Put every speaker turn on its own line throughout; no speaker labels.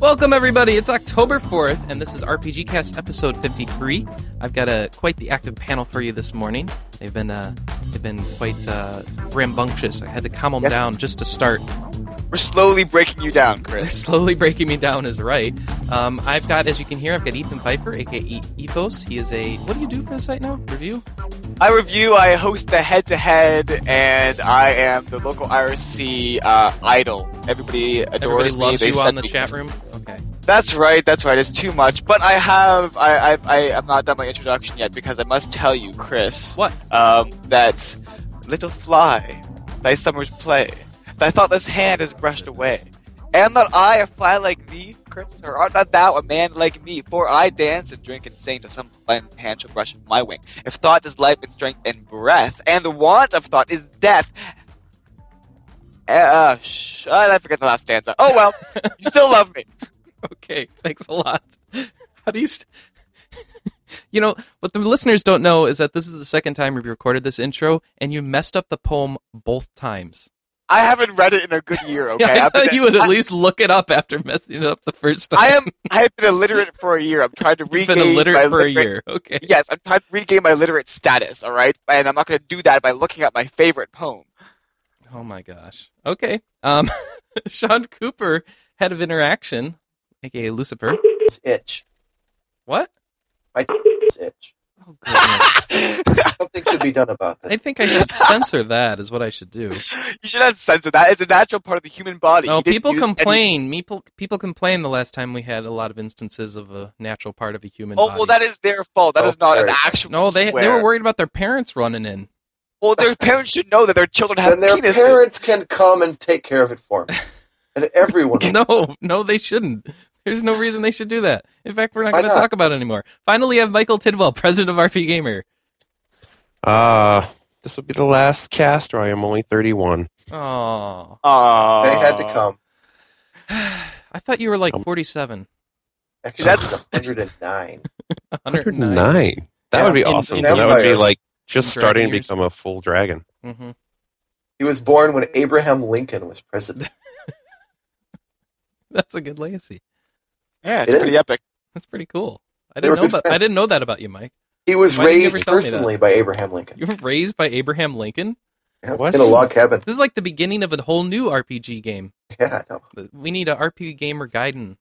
Welcome, everybody. It's October 4th, and this is RPG Cast episode 53. I've got a quite the active panel for you this morning. They've been uh, they've been quite uh, rambunctious. I had to calm them
Yes.
down just to start.
We're slowly breaking you down, Chris.
Slowly breaking me down is right. Um, I've got, as you can hear, I've got Ethan Piper, aka E Ethos. He is a what do you do for the site now? Review?
I review, I host the head to head, and I am the local IRC uh, idol. Everybody adores
Everybody loves
me. They
you on
send
the
me
chat
gifts.
room. Okay.
That's right, that's right. It's too much. But I have, I, I, I am not done my introduction yet because I must tell you, Chris,
What?
um, that little fly, thy summer's play, thy thoughtless hand is brushed away. Am not I a fly like thee, Chris, or art not thou a man like me? For I dance and drink and sing till some fine hand shall brush my wing. If thought is life and strength and breath, and the want of thought is death. Uh, uh, sh- I forget the last stanza. Oh well, you still love me.
Okay, thanks a lot. How do you? St- you know what the listeners don't know is that this is the second time we've recorded this intro, and you messed up the poem both times.
I haven't read it in a good year. Okay,
I
I've been-
thought you would at
I-
least look it up after messing it up the first time.
I am. I have been illiterate for a year. I'm trying to
You've
regain
been
my
illiterate for a
literate-
year. Okay.
Yes, I'm trying to regain my literate status. All right, and I'm not going to do that by looking up my favorite poem.
Oh my gosh. Okay. Um, Sean Cooper, head of interaction, aka Lucifer.
this itch.
What?
I this itch.
Oh, goodness.
Something should be done about this.
I think I should censor that. Is what I should do.
you should not censor that. It's a natural part of the human body.
No,
You didn't
people
use any-
complain. People people complain. The last time we had a lot of instances of a natural part of a human.
Oh
body.
well, that is their fault. That
Oh,
is not an
sorry.
actual.
No, they they
swear.
were worried about their parents running in.
Well, their parents should know that their children have
and their
penises.
parents can come and take care of it for them. And everyone.
No, no, they shouldn't. There's no reason they should do that. In fact, we're not
Why
going to
not?
talk about it anymore. Finally, I have Michael Tidwell, president of RP Gamer.
Ah, this will be the last cast where I am only 31.
Oh,
Aw.
They had to come.
I thought you were
Um,
like 47,
Actually,
That's-
that's 109.
109.
That would be
Yeah, in-
awesome.
in
that would be
vampires.
like just
Dragon
starting to
years.
become a full dragon.
Mhm.
He was born when Abraham Lincoln was president.
That's a good legacy.
Yeah, it's
It
pretty
is.
epic.
That's pretty cool. I
They
didn't
were
know
good
about, I
friends.
didn't know that about you, Mike.
He was
Why did you never
raised
tell me
personally by Abraham Lincoln.
You were raised by Abraham Lincoln.
Yeah,
What?
In a log cabin.
This is like the beginning of a whole new RPG game.
Yeah, I know.
We need a RPG gamer guiding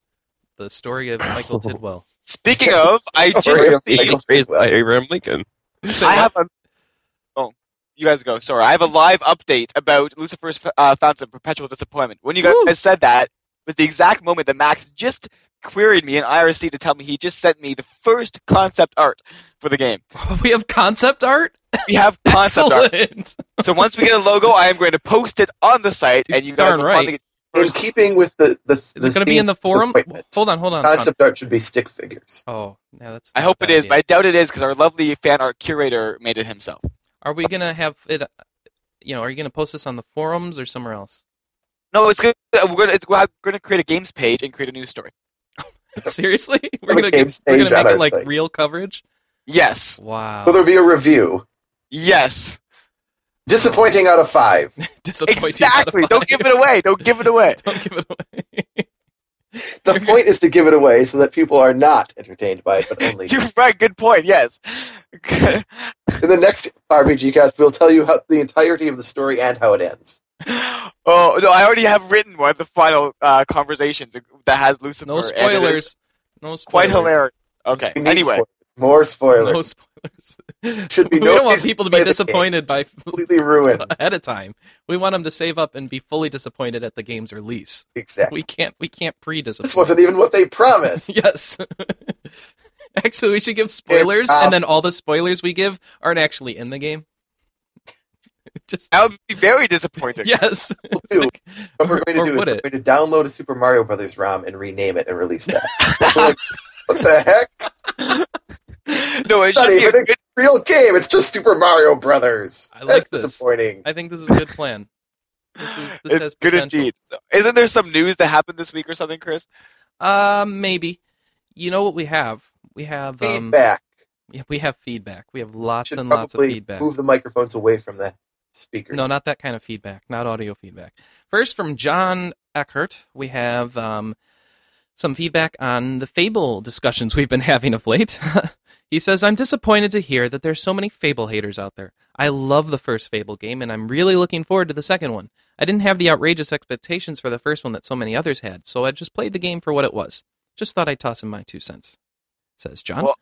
the story of Michael Tidwell.
Speaking of, I
Sorry,
just
I'm
received-
Michael
Raised by
Tidwell.
Abraham Lincoln.
So
I have a. Oh, you guys go. Sorry, I have a live update about Lucifer's uh, Fountain of Perpetual Disappointment. When you guys
Woo.
said that, was the exact moment that Max just queried me in IRC to tell me he just sent me the first concept art for the game.
we have concept art.
We have concept art.
Excellent.
So once we get a logo, I am going to post it on the site, and you guys
Darn
will
right.
finally get
In keeping with the. the
Is it going to be in the forum? Hold on, hold on. hold on.
Concept art should be stick figures.
Oh, yeah, that's.
I
not a
hope it
bad
is, but
idea.
I doubt it is because our lovely fan art curator made it himself.
Are we gonna have it? uh, You know, are you gonna post this on the forums or somewhere else?
No, it's good. We're gonna, it's, we're gonna create a games page and create a news story.
Seriously, we're
Have a
gonna
games
get, we're
page
gonna
on
make
our
it like
site.
real coverage.
Yes,
Wow,
Will there be a review?
yes,
Disappointing out of five.
disappointing.
exactly.
Spotify.
Don't give it away. Don't give it away.
Don't give it away.
The point is to give it away so that people are not entertained by it, but only
You're right. Good point. Yes.
In the next RPG cast, we'll tell you how the entirety of the story and how it ends.
oh no! I already have written one of the final uh, conversations that has Lucifer.
No
and it is
spoilers. No spoilers.
Quite hilarious. Okay.
We need
Anyway,
spoilers. more spoilers.
No spoilers.
Should be
we
no
don't want
reason
people to be
to play the game.
disappointed by
Completely ruined.
ahead of time. We want them to save up and be fully disappointed at the game's release.
Exactly.
We can't. We can't pre-disappoint.
This wasn't even what they promised.
Yes. actually, we should give spoilers,
Yeah, um,
and then all the spoilers we give aren't actually in the game. Just
I would be very disappointed.
yes.
We'll
It's
do.
like-
what we're going
or
to do is
would
we're
it?
going to download a Super Mario Brothers ROM and rename it and release that. We're like, what the heck?
No, it
It's not
should be a
even a
good.
real game. It's just Super Mario Brothers.
I like
That's
this.
disappointing.
I think this is a good plan. This is this has
it's good
potential.
indeed. So, isn't there some news that happened this week or something, Chris?
Uh, maybe. You know what we have? We have um,
Feedback.
yeah, we have feedback. We have lots
Should
and
probably
lots of feedback.
move the microphones away from the speaker.
No, not that kind of feedback. Not audio feedback. First, from John Eckert, we have um, some feedback on the Fable discussions we've been having of late. he says, I'm disappointed to hear that there's so many Fable haters out there. I love the first Fable game, and I'm really looking forward to the second one. I didn't have the outrageous expectations for the first one that so many others had, so I just played the game for what it was. Just thought I'd toss in my two cents, says John.
Well-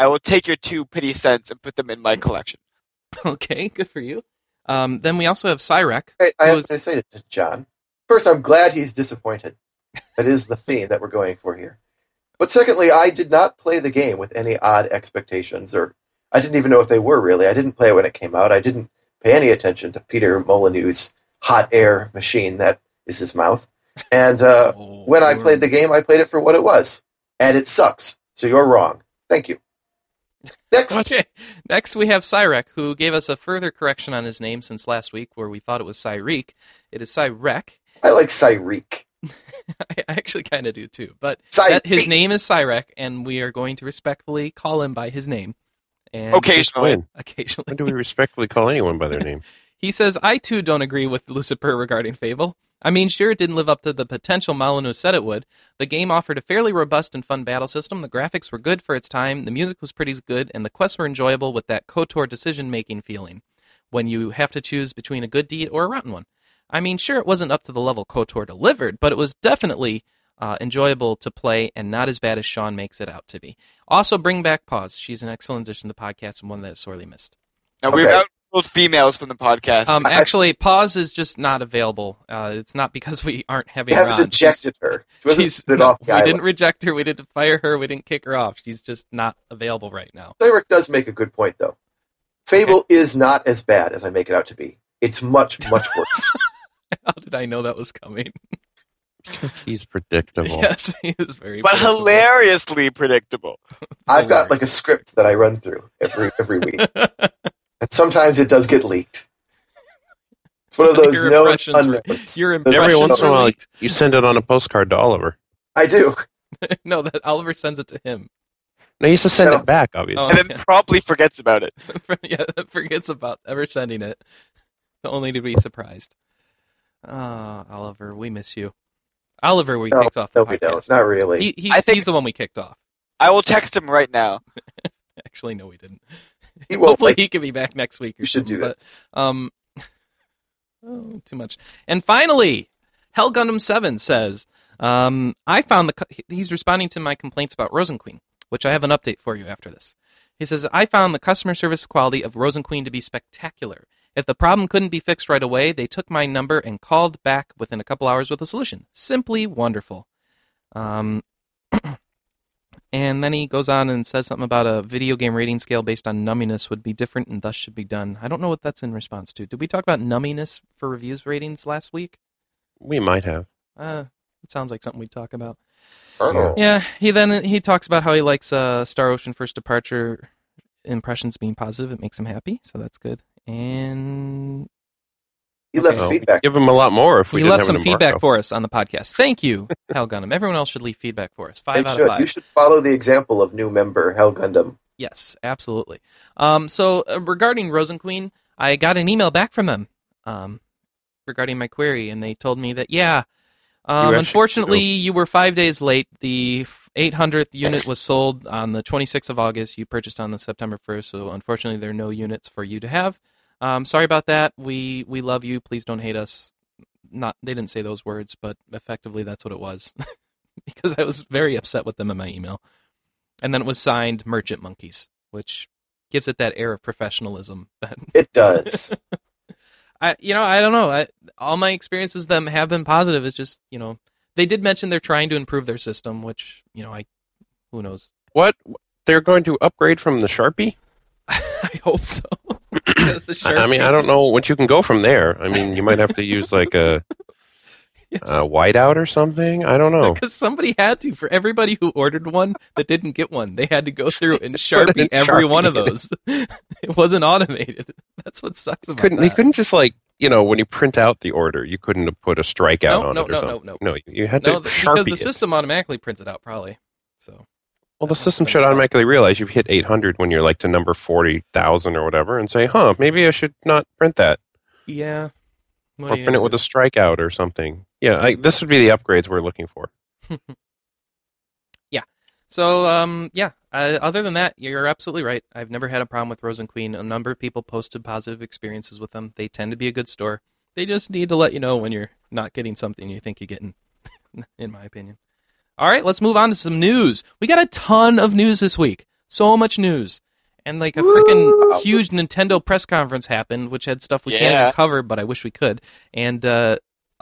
I will take your two pity cents and put them in my collection.
okay, good for you. Um, then we also have Cyrek.
I, I
Well,
have to say to John. First, I'm glad he's disappointed. That is the theme that we're going for here. But secondly, I did not play the game with any odd expectations, or I didn't even know if they were really. I didn't play it when it came out. I didn't pay any attention to Peter Molyneux's hot air machine that is his mouth. And uh, when
Oh,
I played the game, I played it for what it was. And it sucks. So you're wrong. Thank you. Next.
Okay. Next, we have Cyrek, who gave us a further correction on his name since last week, where we thought it was Cyreek. It is Cyrek.
I like Cyreek.
I actually kind of do too, but
Cyreek.
that, his name is Cyrek, and we are going to respectfully call him by his name. And
Occasionally.
When?
Occasionally.
When do we respectfully call anyone by their name?
He says, I too don't agree with Lucifer regarding Fable. I mean, sure, it didn't live up to the potential Molyneux said it would. The game offered a fairly robust and fun battle system. The graphics were good for its time, the music was pretty good, and the quests were enjoyable with that KOTOR decision making feeling when you have to choose between a good deed or a rotten one. I mean, sure, it wasn't up to the level KOTOR delivered, but it was definitely uh, enjoyable to play and not as bad as Sean makes it out to be. Also, bring back Pause. She's an excellent addition to the podcast and one that is sorely missed.
Now we've
Okay.
outruled females from the podcast.
Um,
I-
actually, pause is just not available. Uh, it's not because we aren't having
You
her
haven't
on.
ejected her. She wasn't
She's-
booted
no,
off the
we
island.
didn't reject her. We didn't fire her. We didn't kick her off. She's just not available right now.
Cleric does make a good point, though. Fable is not as bad as I make it out to be. It's much, much worse.
How did I know that was coming?
Because he's predictable.
Yes, he is very.
but
predictable.
hilariously predictable.
I've got like a script that I run through every every week, and sometimes it does get leaked. It's one of those
Your
known
impressions were-
unknowns.
Your
Those
impressions
Every
are
once in a
were
while,
leaked.
You send it on a postcard to Oliver.
I do.
No, that Oliver sends it to him.
No, he used to send
No.
it back, obviously.
Oh,
and then
yeah.
promptly forgets about it.
yeah, forgets about ever sending it, only to be surprised. Ah, Oliver, we miss you. Oliver, we
No,
kicked off. The
No, we don't.
podcast.
Not really.
He, he's,
I think-
he's the one we kicked off.
I will text him right now.
Actually, no, we didn't.
He won't
Hopefully,
like-
he can be back next week. Or
you should
something,
do that.
But, um, oh, too much. And finally, Hell Gundam Seven says, um, "I found the co- he's responding to my complaints about Rosen Queen, which I have an update for you after this." He says, "I found the customer service quality of Rosen Queen to be spectacular. If the problem couldn't be fixed right away, they took my number and called back within a couple hours with a solution. Simply wonderful." Um, and then he goes on and says something about a video game rating scale based on numbiness would be different and thus should be done. I don't know what that's in response to. Did we talk about numbiness for reviews ratings last week? Oh.
We might have.
Uh, it sounds like something we'd talk about.
I don't know.
Yeah, he then he talks about how he likes uh, Star Ocean First Departure impressions being positive. It makes him happy, so that's good. And
He left
So
feedback.
Give him a lot more if we
he
didn't
left
have
some
an
feedback
embargo.
for us on the podcast. Thank you, Hal Gunham. Everyone else should leave feedback for us. Five
It
out of
should.
five.
You should follow the example of new member Hell Gundam.
Yes, absolutely. Um, so uh, regarding Rosen Queen, I got an email back from them um, regarding my query, and they told me that yeah, um,
actually-
unfortunately, you were five days late. The f- 800th unit was sold on the 26th of August. You purchased on the September 1st, so unfortunately, there are no units for you to have. Um, sorry about that. We we love you. Please don't hate us. Not they didn't say those words, but effectively that's what it was, because I was very upset with them in my email. And then it was signed Merchant Monkeys, which gives it that air of professionalism that
It does.
I you know I don't know. I, all my experiences with them have been positive. It's just you know they did mention they're trying to improve their system, which you know I who knows.
What? They're going to upgrade from the Sharpie?
I hope so. The
I- I mean,
Sharpie.
I don't know what you can go from there. I mean, you might have to use like a,
Yes.
a whiteout or something. I don't know.
Because somebody had to for everybody who ordered one that didn't get one, they had to go through and
Put it in
sharpie every
Sharpie.
one of those. it wasn't automated. That's what sucks about
couldn't
that.
you couldn't just like you know when you print out the order you couldn't have put a strikeout
No,
on
no,
it or
no, no,
something.
no.
you- you had to
no, th-
sharpie
because the
it.
system automatically prints it out, probably. So
well, the
that must've
system
been
should
a problem.
automatically realize you've hit 800 when you're like to number 40,000 or whatever, and say, "Huh, maybe I should not print that,
yeah, What
or
do you
print it with a strikeout or something." Yeah, I, this would be the upgrades we're looking for.
So, um, yeah. Uh, other than that, you're absolutely right. I've never had a problem with Rose and Queen. A number of people posted positive experiences with them. They tend to be a good store. They just need to let you know when you're not getting something you think you're getting, in my opinion. All right, let's move on to some news. We got a ton of news this week. So much news. And like a freaking huge Nintendo press conference happened, which had stuff we can't
Yeah.
even cover, but I wish we could. And uh,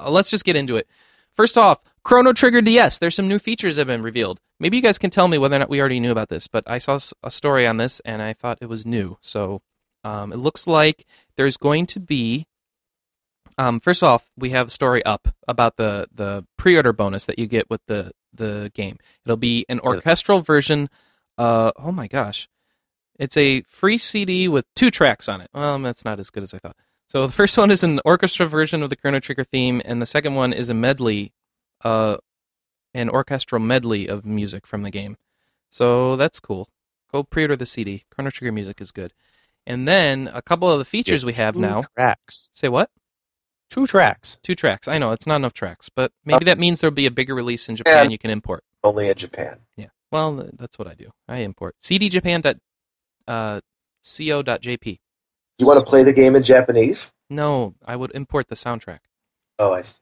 let's just get into it. First off, Chrono Trigger DS. There's some new features that have been revealed. Maybe you guys can tell me whether or not we already knew about this, but I saw s- a story on this and I thought it was new. So um, it looks like there's going to be. Um, first off, we have a story up about the, the pre-order bonus that you get with the the game. It'll be an orchestral version. Uh, oh my gosh, it's a free CD with two tracks on it. Well, that's not as good as I thought. So the first one is an orchestra version of the Chrono Trigger theme, and the second one is a medley, uh, an orchestral medley of music from the game. So that's cool. Go pre-order the CD. Chrono Trigger music is good. And then a couple of the features we have
Two
now.
Tracks.
Say what?
Two tracks.
Two tracks. I know it's not enough tracks, but maybe that means there'll be a bigger release in Japan
Yeah.
you can import.
Only in Japan.
Yeah. Well, th- that's what I do. I import cdjapan.co.jp. Uh, co.jp.
You want to play the game in Japanese?
no, I would import the soundtrack.
Oh, I see.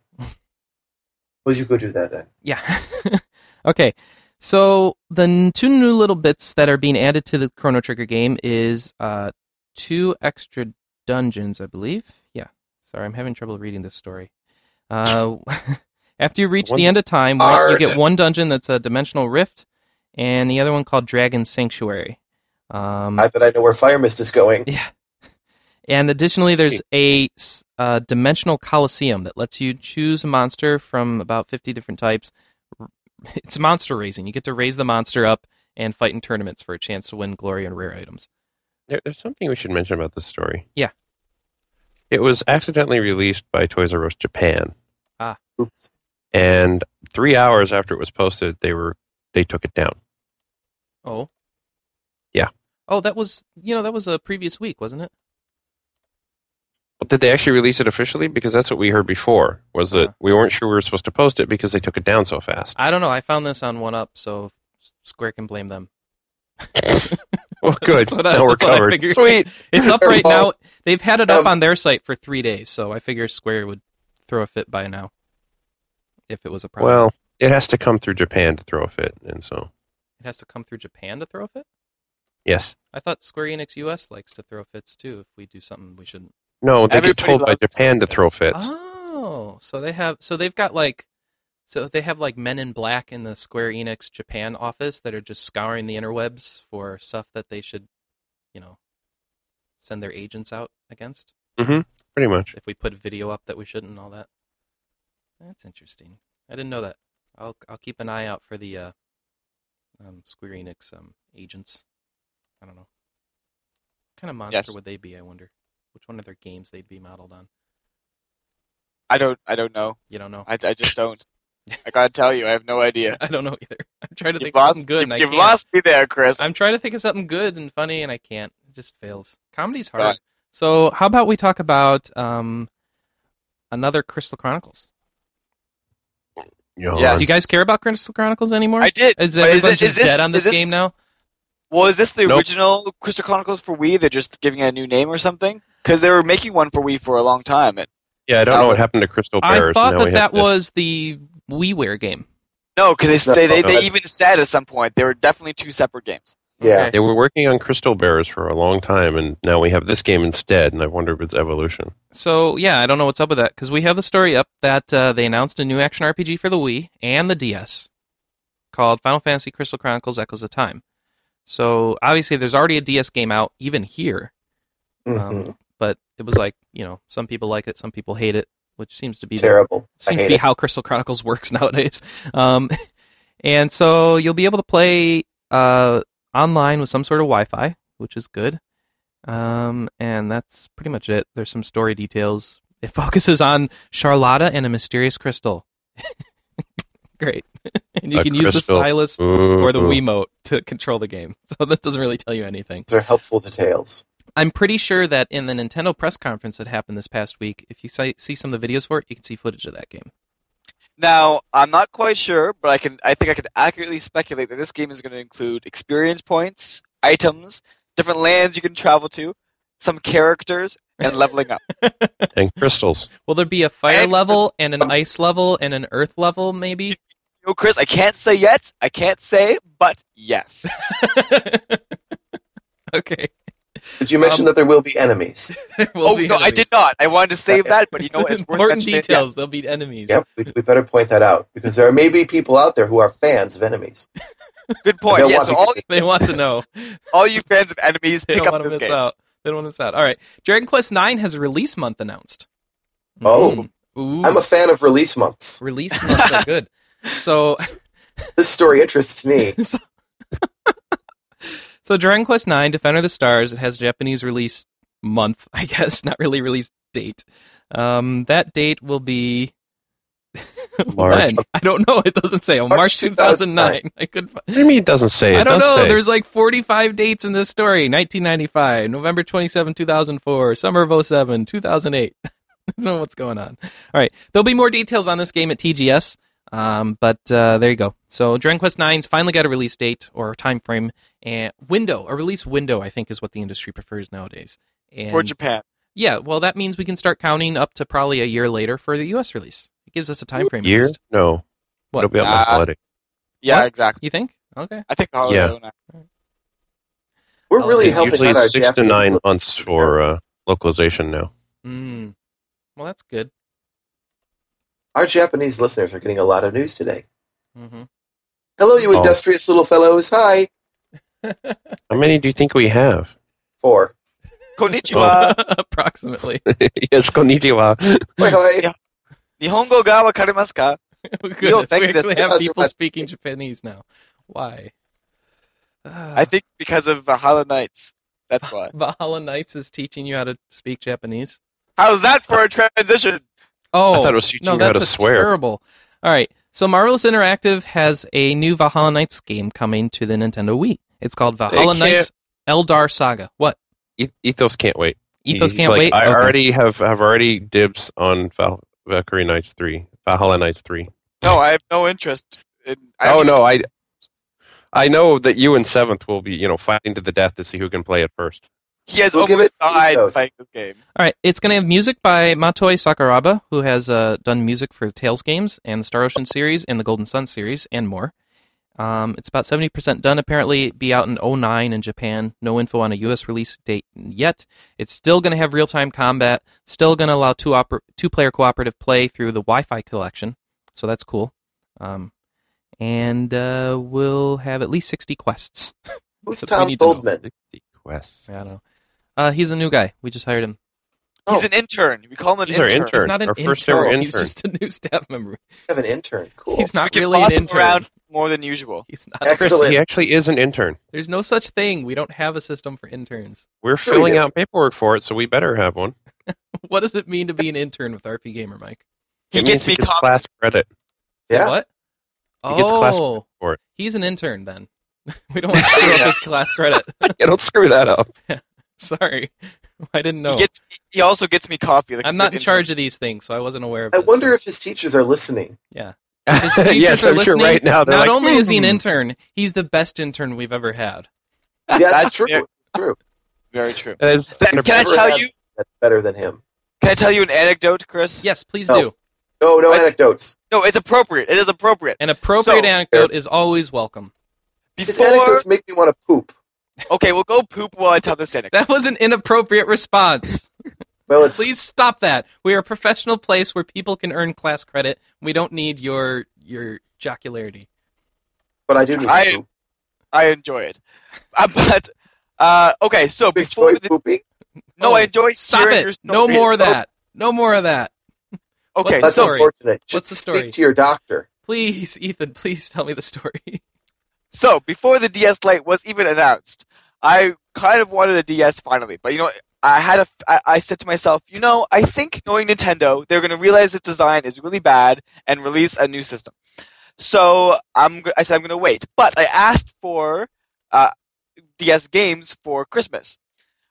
well, you go do that then.
Yeah. okay. So the n- two new little bits that are being added to the Chrono Trigger game is uh, two extra dungeons, I believe. Yeah. Sorry, I'm having trouble reading this story. Uh, after you reach
One-
the end of time, one, you
Art.
get one dungeon that's a dimensional rift, and the other one called Dragon Sanctuary. Um,
I bet I know where Fire Mist is going.
Yeah. And additionally, there's a s- uh, dimensional coliseum that lets you choose a monster from about 50 different types. R- It's monster raising. You get to raise the monster up and fight in tournaments for a chance to win glory and rare items.
There, there's something we should mention about this story.
Yeah.
It was accidentally released by Toys R Us Japan,
Oops.
and three hours after it was posted, they were they took it down.
Oh.
Yeah.
Oh, that was, you know, that was a previous week, wasn't it?
But did they actually release it officially? Because that's what we heard before. Was that
Uh-huh.
we weren't sure we were supposed to post it because they took it down so fast.
I don't know. I found this on 1UP, so Square can blame them.
Well, good.
That's what I-
now we're
that's what I
covered.
figured.
Sweet.
It's up
Their
right now.
fault.
They've had it up
Um,
on their site for three days, so I figure Square would throw a fit by now if it was a problem.
Well, it has to come through Japan to throw a fit, and so
It has to come through Japan to throw a fit?
yes.
I thought Square Enix US likes to throw fits too if we do something we shouldn't.
No, they
Everybody
get told by
loves-
Japan to throw fits.
Oh, so they have so they've got like so they have like men in black in the Square Enix Japan office that are just scouring the interwebs for stuff that they should, you know, send their agents out against.
Pretty much.
If we put video up that we shouldn't and all that. That's interesting. I didn't know that. I'll I'll keep an eye out for the uh um Square Enix um agents. I don't know. What kind of monster
Yes.
would they be, I wonder? Which one of their games they'd be modeled on?
I don't. I don't know.
You don't know.
I, I just don't. I gotta tell you, I have no idea.
I don't know either. I'm trying to
You've
think of something
lost,
good
you've,
and I
you've
can't.
lost me there, Chris.
I'm trying to think of something good and funny and I can't. It just fails. Comedy's hard.
Right.
So how about we talk about um another Crystal Chronicles?
Yes.
Do you guys care about Crystal Chronicles anymore?
I did.
Is
But
everyone
is it-
just
is this-
dead on this,
is this-
game now?
Well, is this the
Nope.
original Crystal Chronicles for Wii? They're just giving it a new name or something? Because they were making one for Wii for a long time. And,
Yeah, I don't know
Uh,
what happened to Crystal Bears.
I thought
now we
that
have
that
this.
was the WiiWare game.
no, because
No,
they, they,
no,
they
that's-
even said at some point they were definitely two separate games.
Yeah.
They were working on Crystal Bears for a long time, and now we have this game instead. And I wonder if it's evolution.
So yeah, I don't know what's up with that because we have the story up that uh, they announced a new action RPG for the Wii and the DS called Final Fantasy Crystal Chronicles Echoes of Time. So obviously, there's already a DS game out even here,
Mm-hmm.
Mhm.
um, but it was like you know some people like it, some people hate it, which seems to be the
Terrible. I
seems to
hate
be
it.
how Crystal Chronicles works nowadays. Um, and so you'll be able to play uh, online with some sort of Wi-Fi, which is good. Um, and that's pretty much it. There's some story details. It focuses on Charlotta and a mysterious crystal. Great, and you
A
can use the
crystal.
stylus
Ooh,
or the Wiimote to control the game. So that doesn't really tell you anything.
They're helpful details.
I'm pretty sure that in the Nintendo press conference that happened this past week, if you si- see some of the videos for it, you can see footage of that game.
Now, I'm not quite sure, but I can I think I can accurately speculate that this game is going to include experience points, items, different lands you can travel to, some characters, and leveling up.
and crystals.
Will there be a fire
And-
level and an ice level and an earth level, maybe?
You know, Chris, I can't say yet. I can't say, but yes.
okay.
Did you mention
Um,
that there will be enemies?
We'll
oh
be
no, I
enemies.
did not. I wanted to save that, but you
It's
know what? It's worth
important
mentioning it yet.
details. They'll be enemies.
Yep, we, we better point that out because there may be people out there who are fans of enemies.
Good
But
point.
they'll
Yeah,
want
so
to
all,
get-
They want to know.
all you fans of enemies,
They
pick
don't
up
want to
this
miss
game.
out. They don't want to miss out. All right. Dragon Quest Nine has a release month announced.
Oh.
Mm. Ooh.
I'm a fan of release months.
release months are good. So
This story interests me.
So Dragon Quest Nine, Defender of the Stars, it has Japanese release month, I guess, not really release date. Um, that date will be when?
March.
I don't know. It doesn't say. Oh,
March
March 2009. I could. fi-
What do you mean it doesn't say? It
I don't
does
know.
say.
There's like 45 dates in this story. 1995, November 27, 2004, summer of 07, 2008. I don't know what's going on. All right. There'll be more details on this game at TGS. Um, but uh, there you go. So Dragon Quest Nine's finally got a release date or time frame and window. A release window, I think, is what the industry prefers nowadays. And
Or Japan.
yeah, well, that means we can start counting up to probably a year later for the U.S. release. It gives us a time frame. at
year?
least.
No.
What?
It'll be up
Nah.
my holiday.
Yeah,
What?
exactly.
You think? Okay.
I think Harley
Yeah.
Owen-
We're really
It's
helping
Usually
out our
six to
Japanese
nine
listeners.
months for uh, localization now.
Mm. Well, that's good.
Our Japanese listeners are getting a lot of news today.
hmm
Hello, you
Oh.
industrious little fellows. Hi.
How many do you think we have?
Four.
Konnichiwa.
Uh,
Oh. approximately. Oh,
yes, konnichiwa.
Hoi, hoi.
Nihongo ga wakarimasu ka?
Goodness,
You'll
we
think this-
actually have
that's
people
right.
speaking Japanese now. Why? Uh,
I think because of Valhalla Knights. That's why.
Valhalla Knights is teaching you how to speak Japanese.
How's that for a transition?
Oh,
I thought it was teaching
no,
you how
that's
to
a
swear.
terrible. All right, so Marvelous Interactive has a new Valhalla Knights game coming to the Nintendo Wii. It's called Valhalla
can't-
Knights Eldar Saga. What?
E- Ethos can't wait.
Ethos
He's
can't
like,
wait.
I
Okay.
already have have already dibs on Val- Valkyrie Knights three, Valhalla Knights three.
No, I have no interest. In, I
oh
don't-
no, I I know that you and Seventh will be you know fighting to the death to see who can play it first.
He has
We'll give
almost
it to
died
Ethos.
playing this game.
All right, it's going to have music by Matoi Sakuraba, who has uh, done music for the Tales games and the Star Ocean series and the Golden Sun series and more. Um, it's about 70% done, apparently. Be out in 09 in Japan. No info on a U.S. release date yet. It's still going to have real time combat, still going to allow two, oper- two player cooperative play through the Wi Fi collection. So that's cool. Um, and uh, we'll have at least 60 quests.
Who's
That's what we
Tom
need to know.
Goldman?
Sixty quests.
I don't know. Uh, he's a new guy. We just hired him.
He's
Oh.
an intern. We call him an
He's our
intern.
intern.
He's not an
Our
intern.
first ever
He's
intern.
just a new staff member.
We have an intern. Cool.
He's
We
not
can
really an
boss him
intern.
around more than usual.
He's not.
Excellent.
He actually is an intern.
There's no such thing. We don't have a system for interns.
We're
Sure we
filling
do.
out paperwork for it, so we better have one.
What does it mean to be an intern with RP Gamer, Mike?
He
It
gets
means
me
gets
com-
class credit.
Yeah.
What?
He gets class
Oh,
for it.
he's an intern then. We don't want to screw up his class credit.
Yeah, don't screw that up.
Sorry, I didn't know.
He gets. He also gets me coffee. Like a
I'm not
good
in charge
intern.
of these things, so I wasn't aware of.
I
this.
wonder if his teachers are listening.
his teachers
yes,
are
I'm sure
listening.
right now they're
not
like,
only is he an
"Hmm."
intern, he's the best intern we've ever had.
Yeah, that's true.
fair.
True.
Very true.
That is
Can I
Never
tell
had-
you?
That's better than him.
Can I tell you an anecdote, Chris?
Yes, please
No.
do.
No, no
I-
anecdotes.
No, it's appropriate. It is appropriate.
An appropriate
So-
anecdote is always welcome.
His
Before.
anecdotes make me want to poop.
Okay, we'll go poop while I tell this anecdote.
That was an inappropriate response.
Well, it's
Please stop that. We are a professional place where people can earn class credit. We don't need your your jocularity.
but I do need
I-
to poop.
I enjoy it. Uh, but uh, okay, so
You
before
enjoy
the,
pooping.
no, I enjoy
Stop
hearing your
it. No
stories.
more of that. No more of that.
Okay,
What's
That's
the
so
story?
unfortunate. You
What's
should
the story?
Speak to your doctor.
Please, Ethan, please tell me the story.
so before the DS Lite was even announced, I kind of wanted a DS finally, but you know. I had a. I, I said to myself, you know, I think knowing Nintendo, they're going to realize this design is really bad and release a new system. So I'm. go- I said I'm going to wait, but I asked for uh, DS games for Christmas,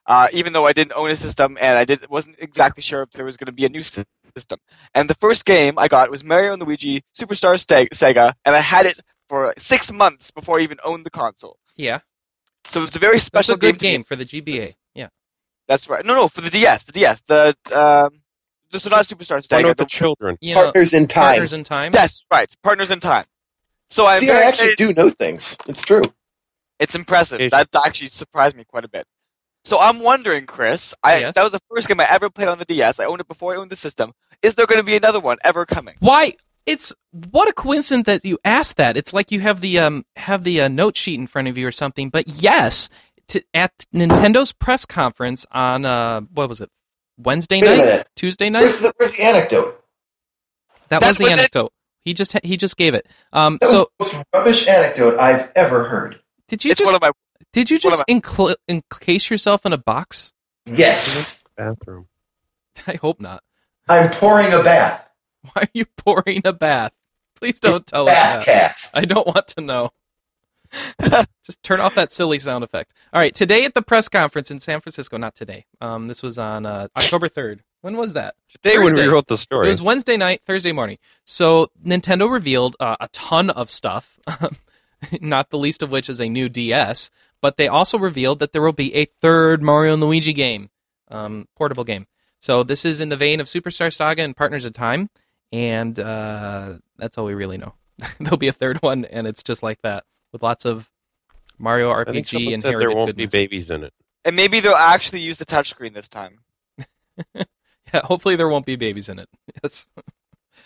uh, even though I didn't own a system and I did not wasn't exactly sure if there was going to be a new system. system. And the first game I got was Mario and Luigi Superstar Ste- Sega, and I had it for six months before I even owned the console.
Yeah,
So it's a very
that's
special
a good
to me.
game for the GBA. Yeah,
That's right. No, no, for the DS, the DS, the um, this is not Superstar
Why
Sega.
not the
the-
children?
you know,
Partners in Time.
Partners in Time.
Yes, right. Partners in Time. So I'm
See,
very
I actually
excited-
do know things. It's true.
It's impressive.
Asian.
That actually surprised me quite a bit. So I'm wondering, Chris. I
Yes.
that was the first game I ever played on the DS. I owned it before I owned the system. Is there going to be another one ever coming?
Why? It's what a coincidence that you asked that. It's like you have the um have the uh, note sheet in front of you or something. But yes, t at Nintendo's press conference on uh what was it Wednesday
Wait a
night,
minute.
Tuesday night.
Where's the, where's the anecdote?
that
That
was the
was it.
anecdote. He just he just gave it. Um,
That
so
was the most rubbish anecdote I've ever heard.
did you
it's
just
one of my.
did you
one of
just encl- encase yourself in a box?
Yes.
Bathroom.
I hope not.
I'm pouring a bath.
Why are you pouring a bath? Please don't tell us
Bath
that.
cast.
I don't want to know. Just turn off that silly sound effect. All right, today at the press conference in San Francisco, not today. Um, this was on uh, October 3rd. When was that?
Today when we
Thursday.
wrote the story.
It was Wednesday night, Thursday morning. So Nintendo revealed uh, a ton of stuff, not the least of which is a new DS. But they also revealed that there will be a third Mario and Luigi game, um, portable game. So this is in the vein of Superstar Saga and Partners in Time, and uh, that's all we really know. There'll be a third one, and it's just like that with lots of Mario
I think
RPG
someone
and
said there won't
goodness.
be babies in it.
And maybe they'll actually use the touchscreen this time.
Yeah, hopefully there won't be babies in it. Yes.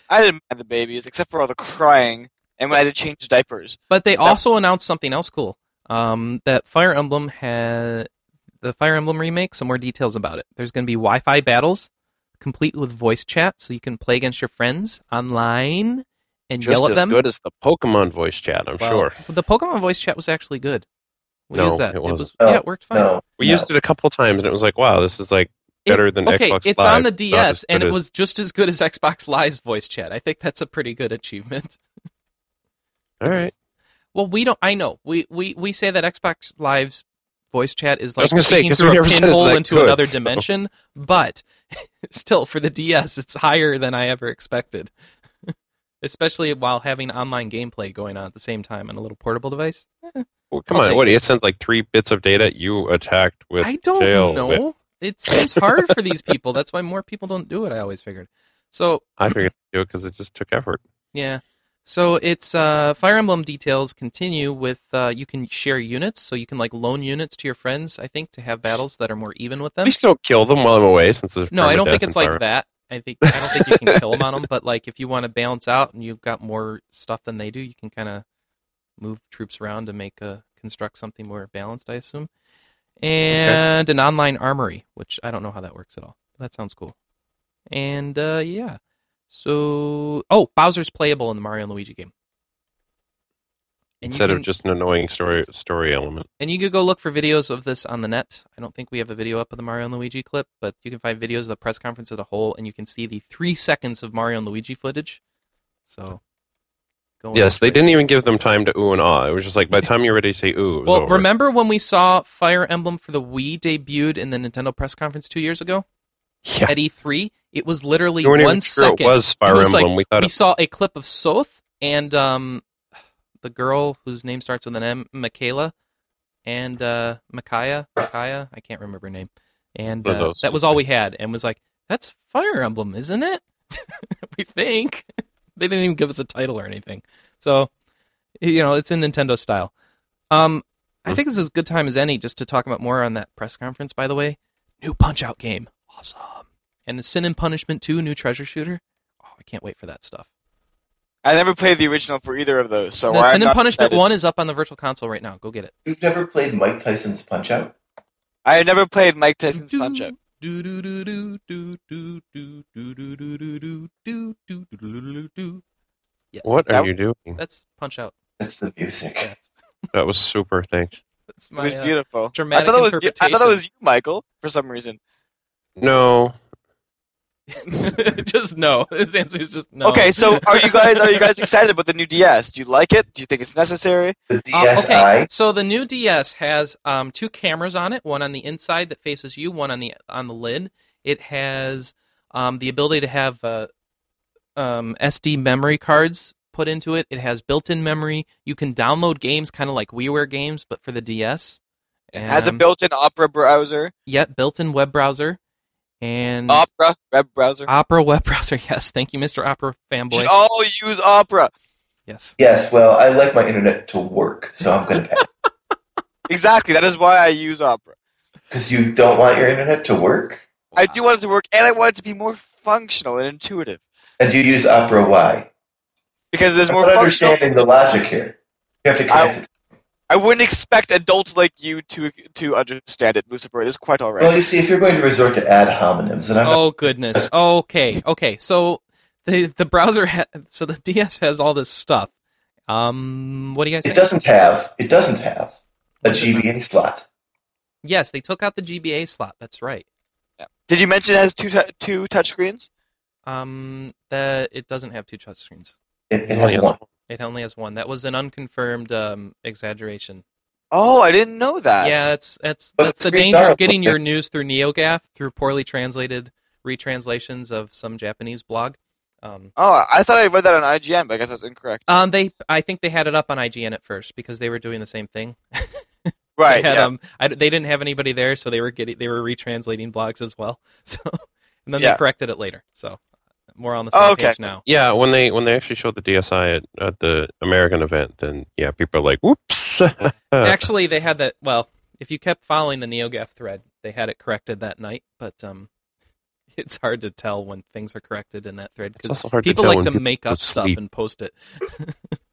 I didn't mind the babies, except for all the crying and when I had to change diapers.
But they
was-
also announced something else cool. Um, that Fire Emblem had the Fire Emblem remake. Some more details about it. There's going to be Wi-Fi battles, complete with voice chat, so you can play against your friends online and
Just
yell at
as
them.
good as the Pokemon voice chat, I'm
Well,
sure.
The Pokemon voice chat was actually good. We
No,
used that.
it
was
wasn't.
yeah, it worked fine.
No.
We
no.
used it a couple of times, and it was like, wow, this is like
It-
better than
okay,
Xbox
it's
Live,
on the
not
DS,
as
and
good
it
as-
was just as good as Xbox Live's voice chat. I think that's a pretty good achievement.
all right.
Well, we don't. I know. We we we say that Xbox Live's voice chat is
I
like
was gonna say,
speaking
'cause we
through a
never said it's
pinhole
that
into
good,
another
so.
dimension, but still, for the DS, it's higher than I ever expected. Especially while having online gameplay going on at the same time on a little portable device.
Well, come
I'll
on,
take
what?
it.
It sends like three bits of data. You attacked with
I don't
tail
know.
whip.
It seems hard for these people. That's why more people don't do it. I always figured. So
I figured to do it because it just took effort.
Yeah. So it's uh, Fire Emblem details continue with uh, you can share units, so you can like loan units to your friends. I think to have battles that are more even with
At
them.
least don't kill them while I'm away, since there's
No, I don't think
permadeath
it's
in
like that. I think I don't think you can kill them on them, but like if you want to balance out and you've got more stuff than they do, you can kind of move troops around to make a construct something more balanced. I assume, and an online armory, which I don't know how that works at all. That sounds cool. And uh, yeah, so oh, Bowser's playable in the Mario and Luigi game. And you
instead
can-
of just an annoying story story element.
and you could go look for videos of this on the net. I don't think we have a video up of the Mario and Luigi clip, but you can find videos of the press conference as a whole, and you can see the three seconds of Mario and Luigi footage. So, go and
Yes,
watch
they
it.
didn't even give them time to ooh and ah. It was just like by the time you're ready to say ooh, it was
Well,
over.
remember when we saw Fire Emblem for the Wii debuted in the Nintendo press conference two years ago
yeah,
at E3? It was literally
we weren't
one
even sure
second.
it was Fire
It was like,
Emblem. we thought
we
it,
saw a clip of Soth and um, the girl whose name starts with an M, Michaela, and uh, Micaiah. Micaiah, I can't remember her name. And
One of
uh,
those,
that was
okay.
all we had, and was like, "That's Fire Emblem, isn't it?" we think they didn't even give us a title or anything. So, you know, it's in Nintendo style. Um, I
Hmm.
think this is as good time as any just to talk about more on that press conference. By the way, new Punch Out game, awesome, and the Sin and Punishment Two, new treasure shooter. Oh, I can't wait for that stuff.
I never played the original for either of those, so
The
I'm
Sin and
not
Punishment
excited.
One is up on the Virtual Console right now. Go get it.
You've never played Mike Tyson's Punch Out?
I never played Mike Tyson's Punch Out.
Yes.
what
that-
are you doing?
That's Punch Out.
That's the music.
Yes.
That was super. Thanks.
That's
It
my
was
uh,
beautiful. I
dramatic
thought, that was you, I thought that
interpretation.
was you, Michael, for some reason.
No,
just no. His answer is just no.
Okay, so are you guys are you guys excited about the new DS? Do you like it? Do you think it's necessary?
The
Uh,
DSi.
okay. So the new DS has um, two cameras on it, one on the inside that faces you, one on the on the lid. It has um, the ability to have uh, um, SD memory cards put into it. It has built-in memory. You can download games, kind of like WiiWare games, but for the DS.
It has a
Um,
built-in Opera browser.
Yep, built-in web browser and
Opera web browser.
Opera web browser. Yes, thank you, Mr. Opera
We
fanboy.
should all use Opera.
yes.
Yes, well, I like my internet to work, so I'm going to pass.
Exactly. That is why I use Opera.
Because you don't want your internet to work?
I do want it to work, and I want it to be more functional and intuitive
And you use Opera Y.
because there's
I'm
more
not
functional.
understanding the logic here. You have to connect it.
I wouldn't expect adults like you to to understand it, Lucifer. It is quite all
Well,
right.
you see, if you're going to resort to ad hominems, then I'm not
Oh goodness. Okay. Okay. So the the browser ha- so the DS has all this stuff. Um what do you guys
It
think?
doesn't have. It doesn't have a
What's it not?
GBA slot.
Yes, they took out the GBA slot. That's right.
Did you mention it has two tou- two touchscreens?
Um the it doesn't have two touch screens.
It, it
Oh,
has
yes.
one.
It only has one. That was an unconfirmed um exaggeration.
Oh, I didn't know that.
Yeah, that's that's
But
that's
the
the
screens
danger
are
of getting
okay.
your news through NeoGAF through poorly translated retranslations of some Japanese blog. Um,
Oh, I thought I read that on IGN, but I guess that's incorrect.
um, they I think they had it up on IGN at first because they were doing the same thing.
Right.
they had,
yeah.
um, I, they didn't have anybody there, so they were getting they were retranslating blogs as well. So, and then
Yeah.
they corrected it later. So, we're on the same
Oh, okay.
page now.
Yeah, when they when they actually showed the DSI at, at the American event, then yeah, people are like, "Whoops!"
Actually, they had that. Well, if you kept following the NeoGAF thread, they had it corrected that night. But um, it's hard to tell when things are corrected in that thread
it's
because
also hard
people
to tell
like
when
to
people
make
go
up stuff
sleep.
and post it.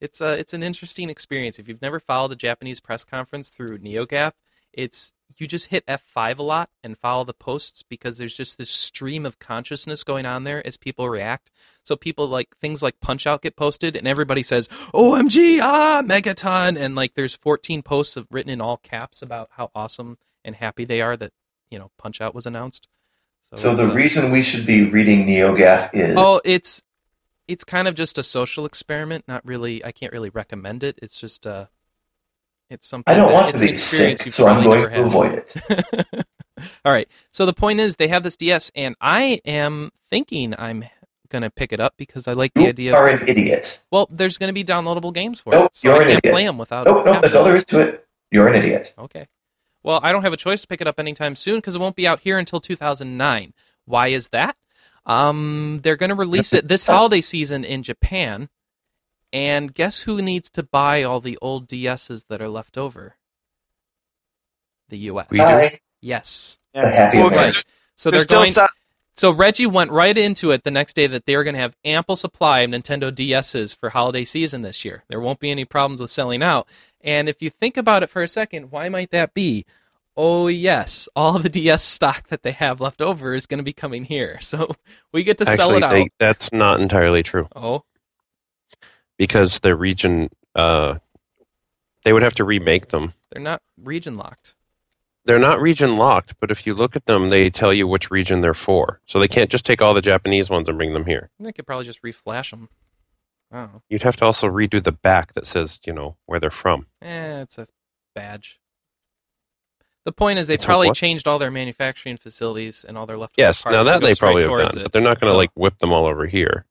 it's a it's an interesting experience. If you've never followed a Japanese press conference through NeoGAF, it's you just hit F5 a lot and follow the posts because there's just this stream of consciousness going on there as people react. So people like things like Punch Out get posted and everybody says, "OMG, ah, Megaton!" and like there's 14 posts of, written in all caps about how awesome and happy they are that you know Punch Out was announced.
So
it's uh,
the
a-
reason we should be reading NeoGAF is
Oh, it's it's kind of just a social experiment. Not really. I can't really recommend it. It's just uh, it's something.
I don't
that-
want
it's
to
an
be
experience
sick,
you've
so I'm
probably
going
never
to
had.
avoid it.
All right. So the point is, they have this DS, and I am thinking I'm gonna pick it up because I like the
You
idea.
are
Of,
an idiot.
well, there's gonna be downloadable games for
Nope,
it, so
you're
I
an
can't
idiot.
play them without.
Nope, nope, that's
having
all there is to it. You're an idiot.
it. Okay. Well, I don't have a choice to pick it up anytime soon because it won't be out here until 2009. Why is that? Um, they're going to release it this holiday season in Japan. And guess who needs to buy all the old DSs that are left over? The US.
We do.
Hi.
Yes.
Yeah.
I'm happy
Well,
about
'cause
it.
there-
So
there's
they're
still
going
some-
so Reggie went right into it the next day that they are going to have ample supply of Nintendo DSs for holiday season this year. There won't be any problems with selling out. And if you think about it for a second, why might that be? Oh yes, all the DS stock that they have left over is going to be coming here. So we get to sell
actually,
it out.
they- that's not entirely true
Oh,
because the region uh, they would have to remake them.
they're not region locked.
They're not region locked, but if you look at them, they tell you which region they're for. So they can't just take all the Japanese ones and bring them here.
They could probably just reflash them. Oh,
You'd have to also redo the back that says, you know, where they're from.
eh, it's a badge. The point is, they
It's a
probably
what?
changed all their manufacturing facilities and all their leftover
Yes,
parts
now
to
that
go
they
straight
probably have
towards
done,
it.
but they're not going to
So-
like whip them all over here.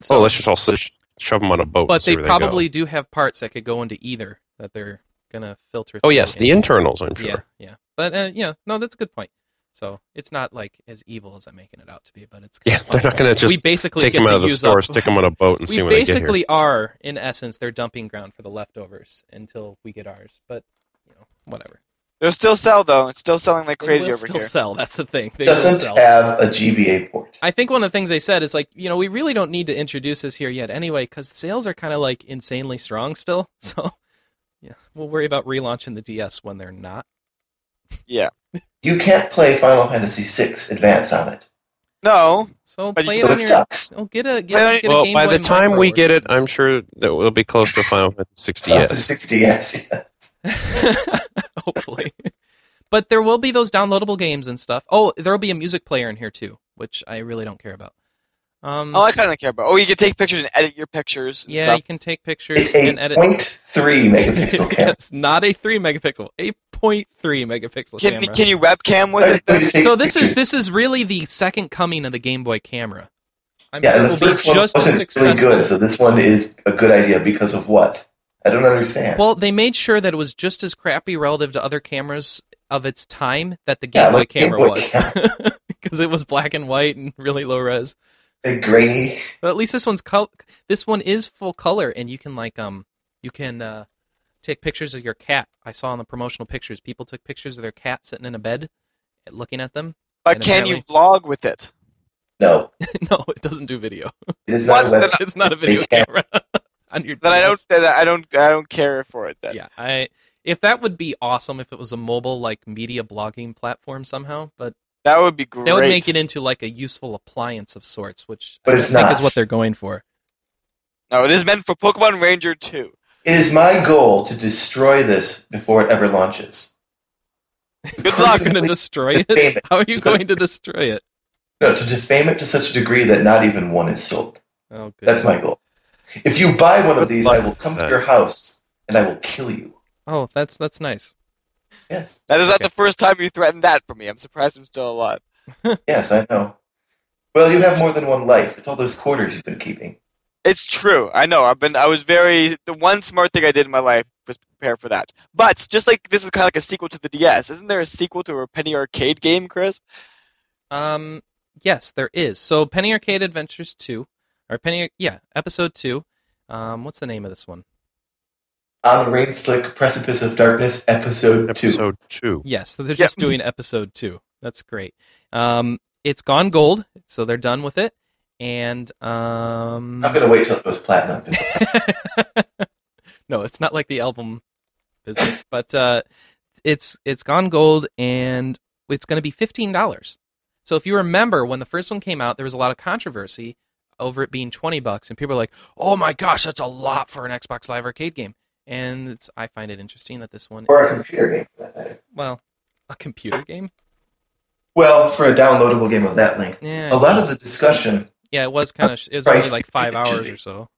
So,
oh, let's just all s- shove them on a boat. and
but
see
they
where
probably
go.
do have parts that could go into either that they're gonna filter.
Oh
through
yes, the
and-
internals. I'm sure.
Yeah, yeah. But uh, yeah, no, that's a good point. So it's not like as evil as I'm making it out to be, but it's
Yeah,
kinda
they're
fun.
not going to just
we basically
take
get
them
to
out of the
use
store,
up,
stick them on a boat, and
we
see when they get here.
basically are in essence their dumping ground for the leftovers until we get ours. But you know, whatever.
They'll still sell though. It's still selling like
They
crazy
will
over
still
here.
sell. That's the thing. They will sell.
Doesn't have a GBA port.
I think one of the things they said is like, you know, we really don't need to introduce this here yet anyway, because sales are kind of like insanely strong still. So, yeah, we'll worry about relaunching the DS when they're not.
You can't play Final Fantasy VI Advance on it.
No,
So
But
play
you can
So
it on
it
your.
sucks.
Oh, get a get,
Play
a-
on-
get a
well,
Game
by
Boy
the time
Micro
we
or
get
uh,
it, I'm sure that we'll be close to Final Fantasy
Final Fantasy
60s.
60S. yeah.
something. hopefully. but there will be those downloadable games and stuff. Oh, there will be a music player in here too, which I really don't care about. Um,
Oh, I kind of care about. Oh, you can take pictures and edit your pictures. And
yeah,
stuff.
you can take pictures
It's
and
a
edit.
point three megapixel camera.
it's not a three megapixel, a point three megapixel
Can,
camera.
can you webcam with it?
Like, you take
so this is
pictures.
this is really the second coming of the Game Boy camera. I'm
Yeah,
sure
and
it
the
will be
first one
just as
wasn't really
successful.
good, so this one is a good idea because of what? I don't understand.
Well, they made sure that it was just as crappy relative to other cameras of its time that the Game
Yeah,
Boy
like Game
camera
Boy
was, because it was black and white and really low res.
Big grainy.
But at least this one's col- this one is full color, and you can like um you can uh, take pictures of your cat. I saw in the promotional pictures, people took pictures of their cat sitting in a bed, looking at them.
But
and
can you vlog with it?
No,
no, it doesn't do video.
it is not a
What's
web.
the-
It's not a video
Yeah.
camera. on your
Then I don't.
desk.
Then I don't. I don't care for it. Then.
Yeah, I if that would be awesome if it was a mobile like media blogging platform somehow, but
That would be great.
that would make it into like a useful appliance of sorts, which
But
I
it's
think
not.
is what they're going for.
No, it is meant for Pokemon Ranger Two.
It is my goal to destroy this before it ever launches.
Good luck.
You're going to destroy
Defame
it.
it.
How are you going to destroy it?
No, to defame it to such a degree that not even one is sold.
Oh, good.
That's my goal. If you buy one of these, I will come to
Right.
your house and I will kill you.
Oh, that's that's nice.
Yes,
That is not
Okay.
the first time you threatened that for me. I'm surprised I'm still alive.
yes, I know. Well, you have more than one life. It's all those quarters you've been keeping.
It's true. I know. I've been. I was very. The one smart thing I did in my life was prepare for that. But just like this is kind of like a sequel to the DS. Isn't there a sequel to a penny arcade game, Chris?
Um, yes, there is. So Penny Arcade Adventures two, or Penny, yeah, episode two. Um, what's the name of this one?
On the rain slick precipice of darkness, episode, two.
Episode two.
Yes, so they're
Yeah.
just doing episode two. That's great. Um, it's gone gold, so they're done with it. And um,
I'm gonna wait till it goes platinum.
no, it's not like the album business, but uh, it's it's gone gold, and it's going to be fifteen dollars. So if you remember when the first one came out, there was a lot of controversy over it being twenty bucks, and people are like, "Oh my gosh, that's a lot for an Xbox Live Arcade game." And it's, I find it interesting that this one,
or a computer game for that matter.
well, a computer game.
Well, for a downloadable game of that length.
Yeah,
A lot of the discussion,
yeah, it was kind of it was only
Price.
like five hours or so.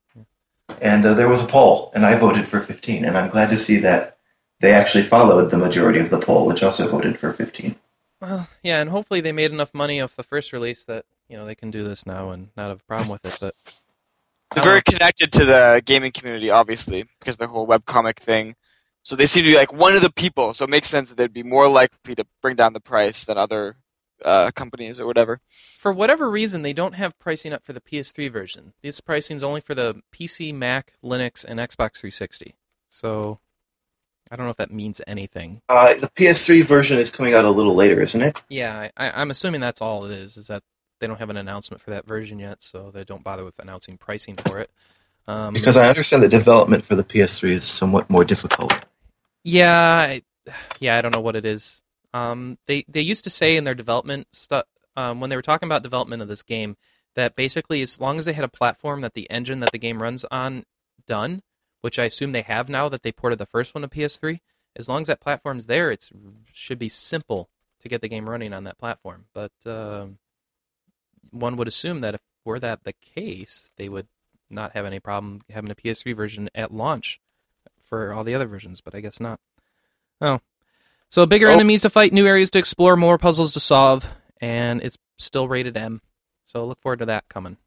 and uh, there was a poll, and I voted for 15, and I'm glad to see that they actually followed the majority of the poll, which also voted for 15.
Well, yeah, and hopefully they made enough money off the first release that you know they can do this now and not have a problem with it. But
They're very connected to the gaming community, obviously, because of the whole webcomic thing. So they seem to be like one of the people. So it makes sense that they'd be more likely to bring down the price than other uh, companies or whatever.
for whatever reason, they don't have pricing up for the PS3 version. This pricing's only for the PC, Mac, Linux, and Xbox 360. So I don't know if that means anything.
Uh, the PS3 version is coming out a little later, isn't it?
Yeah, I, I'm assuming that's all it is. Is that they don't have an announcement for that version yet, so they don't bother with announcing pricing for it. Um,
Because I understand that development for the PS3 is somewhat more difficult.
Yeah, I, yeah, I don't know what it is. Um, they they used to say in their development stuff um, when they were talking about development of this game that basically as long as they had a platform that the engine that the game runs on done, which I assume they have now that they ported the first one to PS3, as long as that platform's there, it should be simple to get the game running on that platform. But um one would assume that if were that the case, they would not have any problem having a PS3 version at launch for all the other versions, but I guess not. Oh. So bigger
Oh.
enemies to fight, new areas to explore, more puzzles to solve, and it's still rated M. So look forward to that coming.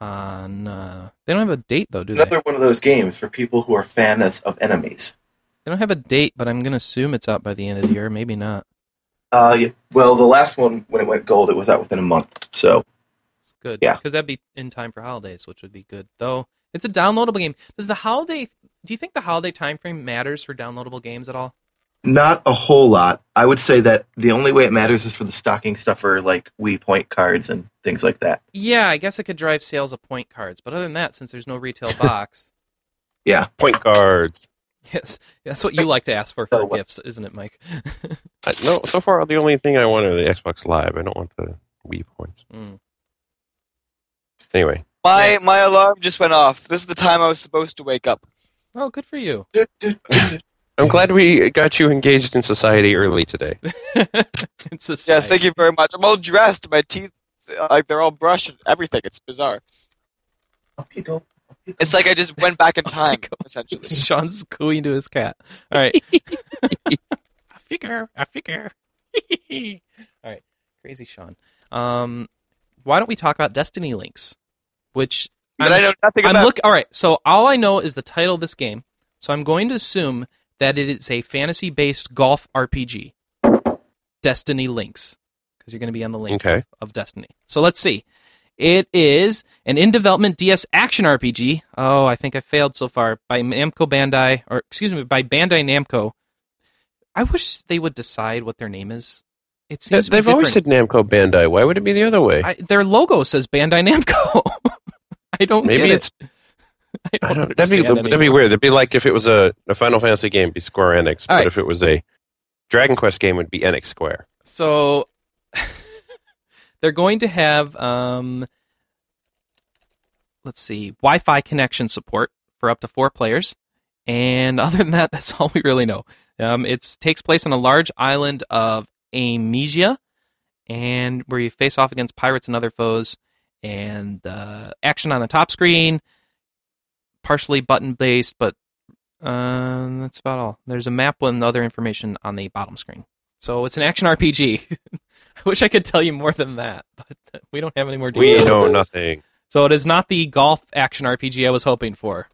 On uh, they don't have a date though, do they?
Another one of those games for people who are fans of enemies.
They don't have a date, but I'm gonna assume it's out by the end of the year. Maybe not.
Uh, yeah, well, the last one, when it went gold, it was out within a month, so
It's good.
Yeah.
Because that'd be in time for holidays, which would be good. Though it's a downloadable game. Does the holiday? Do you think the holiday time frame matters for downloadable games at all?
Not a whole lot. I would say that the only way it matters is for the stocking stuffer, like Wii point cards and things like that.
Yeah, I guess it could drive sales of point cards, but other than that, since there's no retail box,
Point guards.
yes, that's what you like to ask for for
Oh, what-
gifts, isn't it, Mike?
I, no, so far the only thing I want are the Xbox Live. I don't want the Wii points.
Mm.
Anyway,
My my alarm just went off. This is the time I was supposed to wake up.
Oh, good for you.
I'm glad we got you engaged in society early today.
it's a
Yes, thank you very much. I'm all dressed. My teeth like they're all brush and everything. It's bizarre.
Up you go.
It's like I
Oh
just went back in time, essentially.
Sean's cooing to his cat. All right. I figure. I figure. All right. Crazy Sean. Um, why don't we talk about Destiny Links? Which
But
I'm
I know nothing
I'm
about.
look. All right. So all I know is the title of this game. So I'm going to assume that it is a fantasy-based golf RPG. Destiny links, because you're going to be on the links
Okay.
of Destiny. So let's see. It is an in-development DS action RPG. Oh, I think I failed so far by Namco Bandai, or excuse me, by Bandai Namco. I wish they would decide what their name is. It
They-
seems
They've always
different.
said Namco Bandai. Why would it be the other way?
I, their logo says Bandai Namco. I don't
Maybe
get it.
it's
I
I
don't
don't, that'd be
understand
that'd be weird. That'd be like if it was a, a Final Fantasy game, it'd be Square Enix.
All
but
right.
if it was a Dragon Quest game, it'd be Enix Square.
So they're going to have, um, let's see, Wi Fi connection support for up to four players. And other than that, that's all we really know. Um, it takes place on a large island of Amnesia, and where you face off against pirates and other foes. And uh, action on the top screen, partially button based, but uh, that's about all. There's a map with other information on the bottom screen. So it's an action RPG. I wish I could tell you more than that, but we don't have any more
We
details.
know nothing.
So it is not the golf action RPG I was hoping for.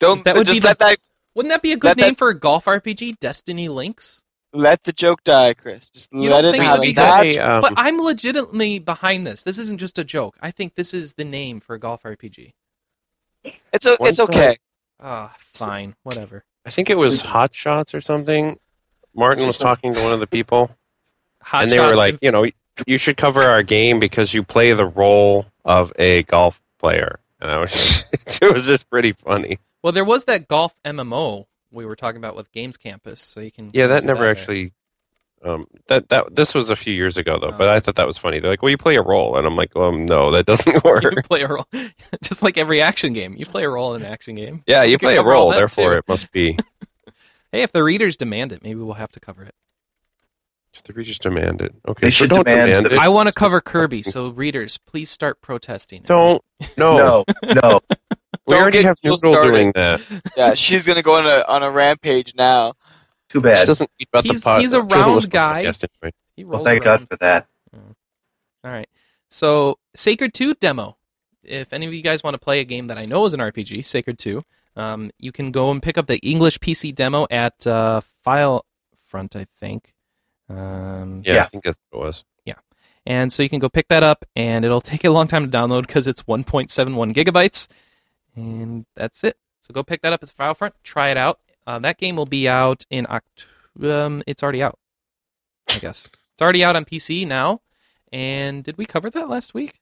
Don't
that would
just
be the-
let that
Wouldn't that be a good
That- that-
name for a golf RPG? Destiny Links?
let the joke die, Chris. Just
You
let
don't
it
think it
have
would be
that.
They, um,
but I'm legitimately behind this. This isn't just a joke. I think this is the name for a golf RPG.
It's o-
One
it's okay.
Ah, fine, whatever.
I think it was Hot Shots or something. Martin was talking to one of the people,
Hot
and they
shots
were like,
and-
you know, you should cover our game because you play the role of a golf player. And I was, it was just pretty funny.
well, there was that golf MMO we were talking about with Games Campus, so you can
Yeah, that
do
never
there.
actually. Um, that that this was a few years ago though,
Oh.
but I thought that was funny. They're like, "Well, you play a role," and I'm like, "Um, no, that doesn't work."
You play a role, just like every action game. You play a role in an action game.
Yeah, you
could
play a
cover all
role,
that,
therefore
too.
it must be.
Hey, if the readers demand it, maybe we'll have to cover it.
If the readers demand it. Okay,
They
so
should
don't
demand
demand
the-
it.
I want to cover Kirby, so readers, please start protesting.
don't. No,
No, no.
we
Don't
already
get
have Noodle
people started.
doing that.
Yeah, she's gonna go on a on a rampage now.
Too
She
bad.
doesn't read about
He's-
the pod-
he's a
she doesn't
round
listen to the
guy.
podcast anyway.
He rolls
Well, thank
around.
God for that.
All right. So, Sacred 2 demo. If any of you guys want to play a game that I know is an RPG, Sacred 2, um, you can go and pick up the English PC demo at uh, Filefront, I think. Um,
Yeah,
Yeah.
I think that's what it was.
And so you can go pick that up, and it'll take a long time to download because it's 1.71 gigabytes. And that's it. So go pick that up at Filefront, try it out. Uh, that game will be out in October. Um, it's already out, I guess. It's already out on PC now. And did we cover that last week?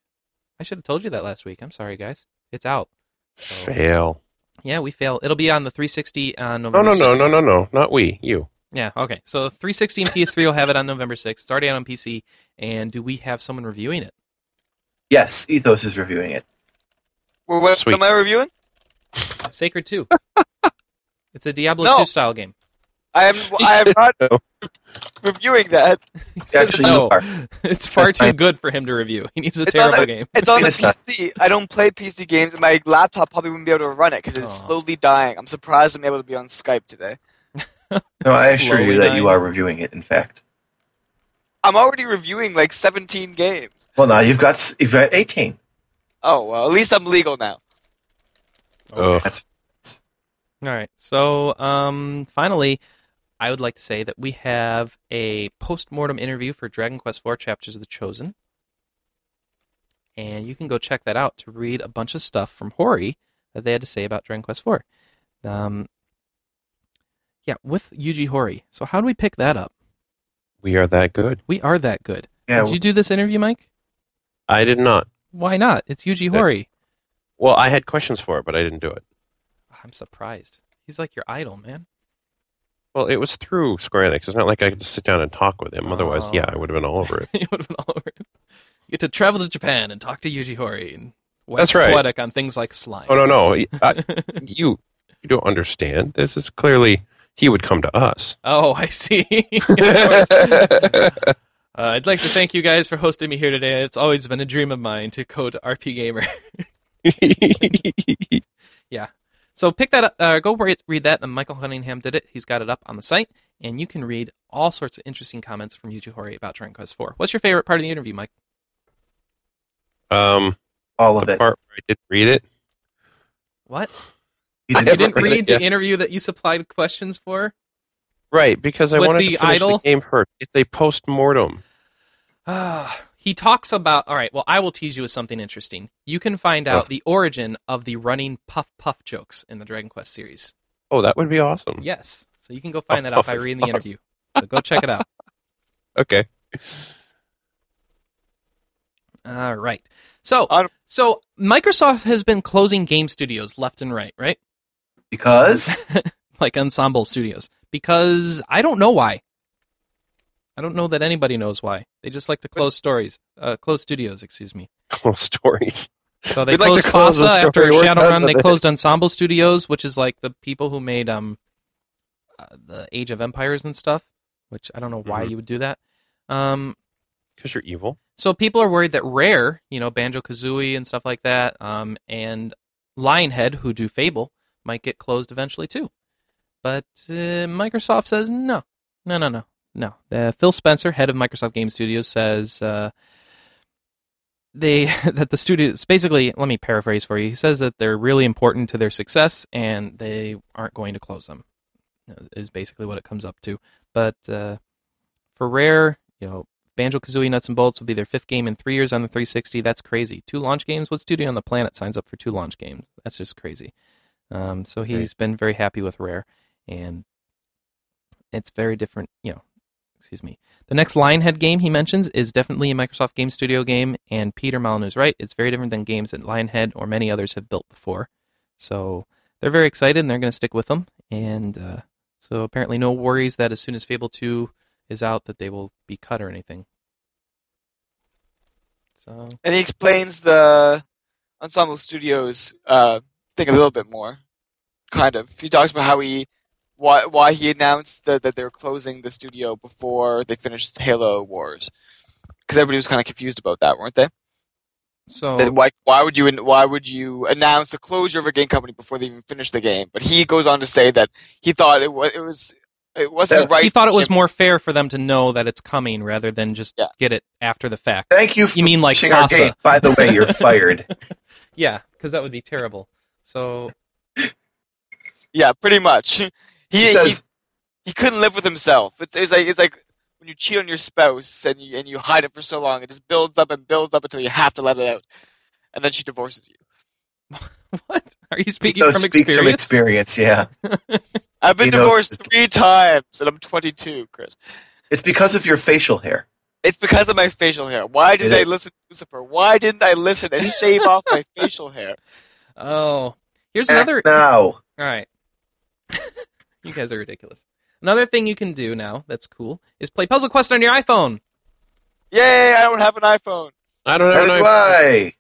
I should have told you that last week. I'm sorry, guys. It's out.
Fail.
Yeah, we fail. It'll be on the 360 on
No,
November
no, no,
6th.
no, no, no. Not we. You.
Yeah, okay. So 360 and PS3 will have it on November 6th. It's already out on PC. And do we have someone reviewing it?
Yes, Ethos is reviewing it.
Well, what
Sweet.
am I reviewing?
Sacred 2. it's a Diablo
No.
2 style game.
I am I am not
No.
reviewing that.
He says
Actually, you
no.
are.
It's far
That's
too
fine.
good for him to review. He needs a
It's on
terrible
the-
game.
It's on the
It's not-
PC. I don't play PC games, and my laptop probably wouldn't be able to run it because it's
Aw.
slowly dying. I'm surprised I'm able to be on Skype today.
No, I assure
Slowly
you that
dying.
you are reviewing it. In fact,
I'm already reviewing like 17 games.
well, now you've got s- you've got eighteen.
Oh well, at least I'm legal now.
Ugh.
All right. So, um, finally, I would like to say that we have a post-mortem interview for Dragon Quest IV Chapters of the Chosen. And you can go check that out to read a bunch of stuff from Hori that they had to say about Dragon Quest IV. Um, yeah, with Yuji Hori. So how do we pick that up?
We are that good.
We are that good.
Yeah,
Did you do this interview, Mike?
I did not.
Why not? It's Yuji
That-
Horii.
Well, I had questions for it, but I didn't do it.
I'm surprised. He's like your idol, man.
Well, it was through Square Enix. It's not like I could sit down and talk with him. Otherwise,
Oh.
yeah, I would have been all over it.
you would have been all over him. You get to travel to Japan and talk to Yuji Horii and wax
That's right.
poetic on things like slime.
Oh no, no, I, you you don't understand. This is clearly he would come to us.
oh, I see. Of course. Uh, I'd like to thank you guys for hosting me here today. It's always been a dream of mine to go to RP Gamer. So pick that up, uh, go read, read that. And Michael Cunningham did it. He's got it up on the site, and you can read all sorts of interesting comments from Yuji Horii about Dragon Quest IV. What's your favorite part of the interview, Mike?
Um,
All of
the
it.
part where I didn't read it.
What?
You
I
You
didn't
didn't
read it.
read the
yeah.
interview that you supplied questions for?
Right, because I
With
wanted
the
to finish
idol?
the game first. It's a post mortem.
Ah, he talks about. All right, well, I will tease you with something interesting. You can find out
Oh.
the origin of the running puff puff jokes in the Dragon Quest series.
Oh, that would be awesome.
Yes. So you can go find that
Puff
out
Puff
by
is
reading the interview. So go check it out.
Okay.
All right. So,
I don't-
so Microsoft has been closing game studios left and right, right?
because
like Ensemble Studios because I don't know why. I don't know that anybody knows why. They just like to close stories, uh, close studios, excuse me.
Cool stories.
So they
We'd like
closed
to close
FASA
the
after
story. We're done
Shadowrun.
with
They
it.
closed Ensemble Studios, which is like the people who made um, uh, the Age of Empires and stuff. Which I don't know why
Mhm.
you would do that. Um,
Because you're evil.
so people are worried that Rare, you know, Banjo Kazooie and stuff like that, um, and Lionhead, who do Fable, might get closed eventually too. But uh, Microsoft says no, no, no, no, no. Uh, Phil Spencer, head of Microsoft Game Studios, says uh, they that the studios basically. Let me paraphrase for you. He says that they're really important to their success, and they aren't going to close them. Is basically what it comes up to. But uh, for Rare, you know, Banjo Kazooie Nuts and Bolts will be their fifth game in three years on the 360. That's crazy. Two launch games. What studio on the planet signs up for two launch games? That's just crazy. Um, so he's been very happy with Rare, and it's very different. You know, excuse me. The next Lionhead game he mentions is definitely a Microsoft Game Studio game, and Peter Molyneux's right. It's very different than games that Lionhead or many others have built before. So they're very excited, and they're going to stick with them. And uh, so apparently, no worries that as soon as Fable 2 is out that they will be cut or anything. So
And he explains the Ensemble Studios uh, thing a little bit more, kind of. He talks about how he, why, why he announced that, that they're closing the studio before they finished Halo Wars, because everybody was kind of confused about that, weren't they?
so
That Why, why would you, why would you announce the closure of a game company before they even finish the game? But he goes on to say that he thought it was, it was, it wasn't right.
he thought it was
for
more fair for them to know that it's coming rather than just
Yeah.
get it after the fact.
thank you for
You mean like
pushing our
FASA.
game. By the way, you're fired.
Yeah, because that would be terrible. So
Yeah, pretty much. He
He
he,
says,
he couldn't live with himself. It's, it's like it's like when you cheat on your spouse and you and you hide it for so long, it just builds up and builds up until you have to let it out, and then she divorces you.
what are you
he
speaking from
speaks
experience?
from experience, yeah.
I've been
He knows
divorced
it's-
three times, and I'm 22, Chris.
It's because of your facial hair.
It's because of my facial hair. Why did
It
I
is.
listen to Lucifer? Why didn't I listen and shave off my facial hair?
Oh, here's
Act
another.
now.
All right. you guys are ridiculous. Another thing you can do now that's cool is play Puzzle Quest on your iPhone.
Yay! I don't have an iPhone.
I don't
Neither
know.
do I.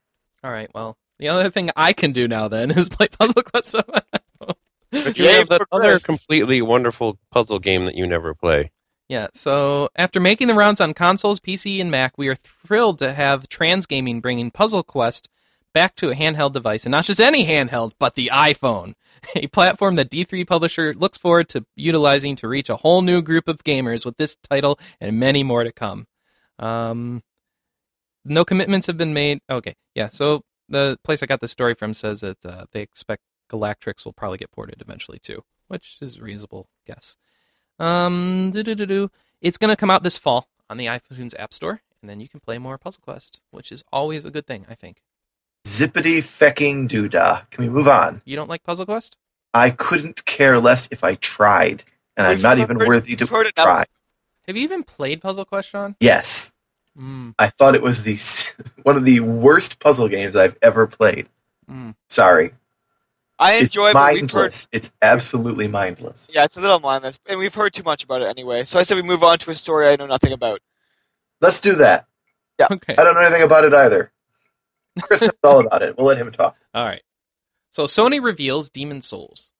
All right. Well, the other thing I can do now then is play Puzzle Quest on my iPhone.
But you
Yay
have that
for
other
Chris.
completely wonderful puzzle game that you never play.
Yeah, so after making the rounds on consoles, PC, and Mac, we are thrilled to have Transgaming bringing Puzzle Quest back to a handheld device, and not just any handheld, but the iPhone, a platform that D3 Publisher looks forward to utilizing to reach a whole new group of gamers with this title and many more to come. Um, no commitments have been made. Okay, yeah, so the place I got the story from says that uh, they expect Galactrix will probably get ported eventually too, which is a reasonable guess. Um, do-do-do-do. It's going to come out this fall on the iTunes App Store, and then you can play more Puzzle Quest, which is always a good thing, I think.
Zippity fecking doodah. Can we move on?
You don't like Puzzle Quest?
I couldn't care less if I tried, and I'm
We've
not even
heard-
worthy to
we've heard enough.
try.
Have you even played Puzzle Quest, Sean?
Yes,
Mm,
I thought it was the s- one of the worst puzzle games I've ever played.
mm.
Sorry,
I
it's
enjoy, it, but we've heard
mindless. It's absolutely mindless.
yeah, it's a little mindless, and we've heard too much about it anyway. So I said we move on to a story I know nothing about.
Let's do that.
Okay.
I don't know anything about it either. Chris knows all about it. We'll let him talk.
All right. So Sony reveals Demon Souls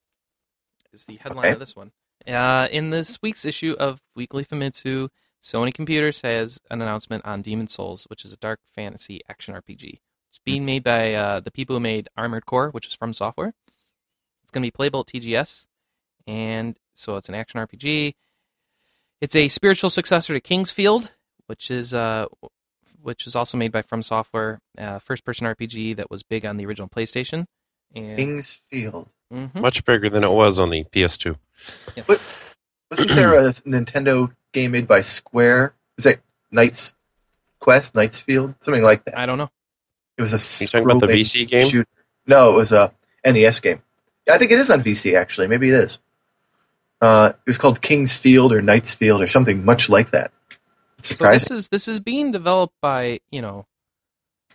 is the headline
Okay.
of this one. Uh, in this week's issue of Weekly Famitsu, Sony Computers has an announcement on Demon Souls, which is a dark fantasy action RPG. It's being made by uh, the people who made Armored Core, which is from software. It's going to be playable at TGS, and so it's an action RPG. It's a spiritual successor to Kingsfield, which is uh, which is also made by From Software, uh, first-person RPG that was big on the original PlayStation. And
Kingsfield.
Mhm.
Much bigger than it was on the PS2.
Yes.
But- Wasn't there a Nintendo game made by Square? Is it Knights Quest, Knights Field, something like that?
I don't know.
It was a.
You talking about the
scrolling
VC game?
shooter. No, it was a NES game. I think it is on VC actually. Maybe it is. Uh, it was called King's Field or Knight's Field or something much like that. It's
So this
surprising.
is this is being developed by you know,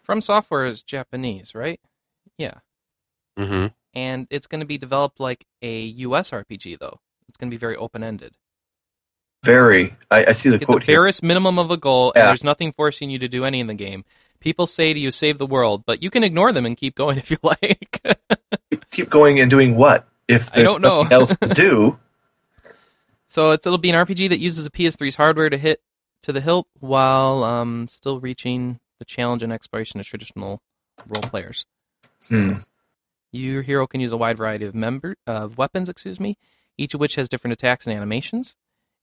From Software is Japanese, right? Yeah.
Mm-hmm.
and it's going to be developed like a US RPG though. It's going to be very open ended.
Very. I, I see the
Get the
quote here.
barest minimum of a goal,
Yeah.
and there's nothing forcing you to do any in the game. People say to you, "Save the world," but you can ignore them and keep going if you like.
Keep going and doing what? If
I
there's
don't know.
nothing else to do,
so it's, it'll be an RPG that uses a PS3's hardware to hit to the hilt while um, still reaching the challenge and exploration of traditional role players.
hmm,
Your hero can use a wide variety of member of weapons, excuse me, each of which has different attacks and animations.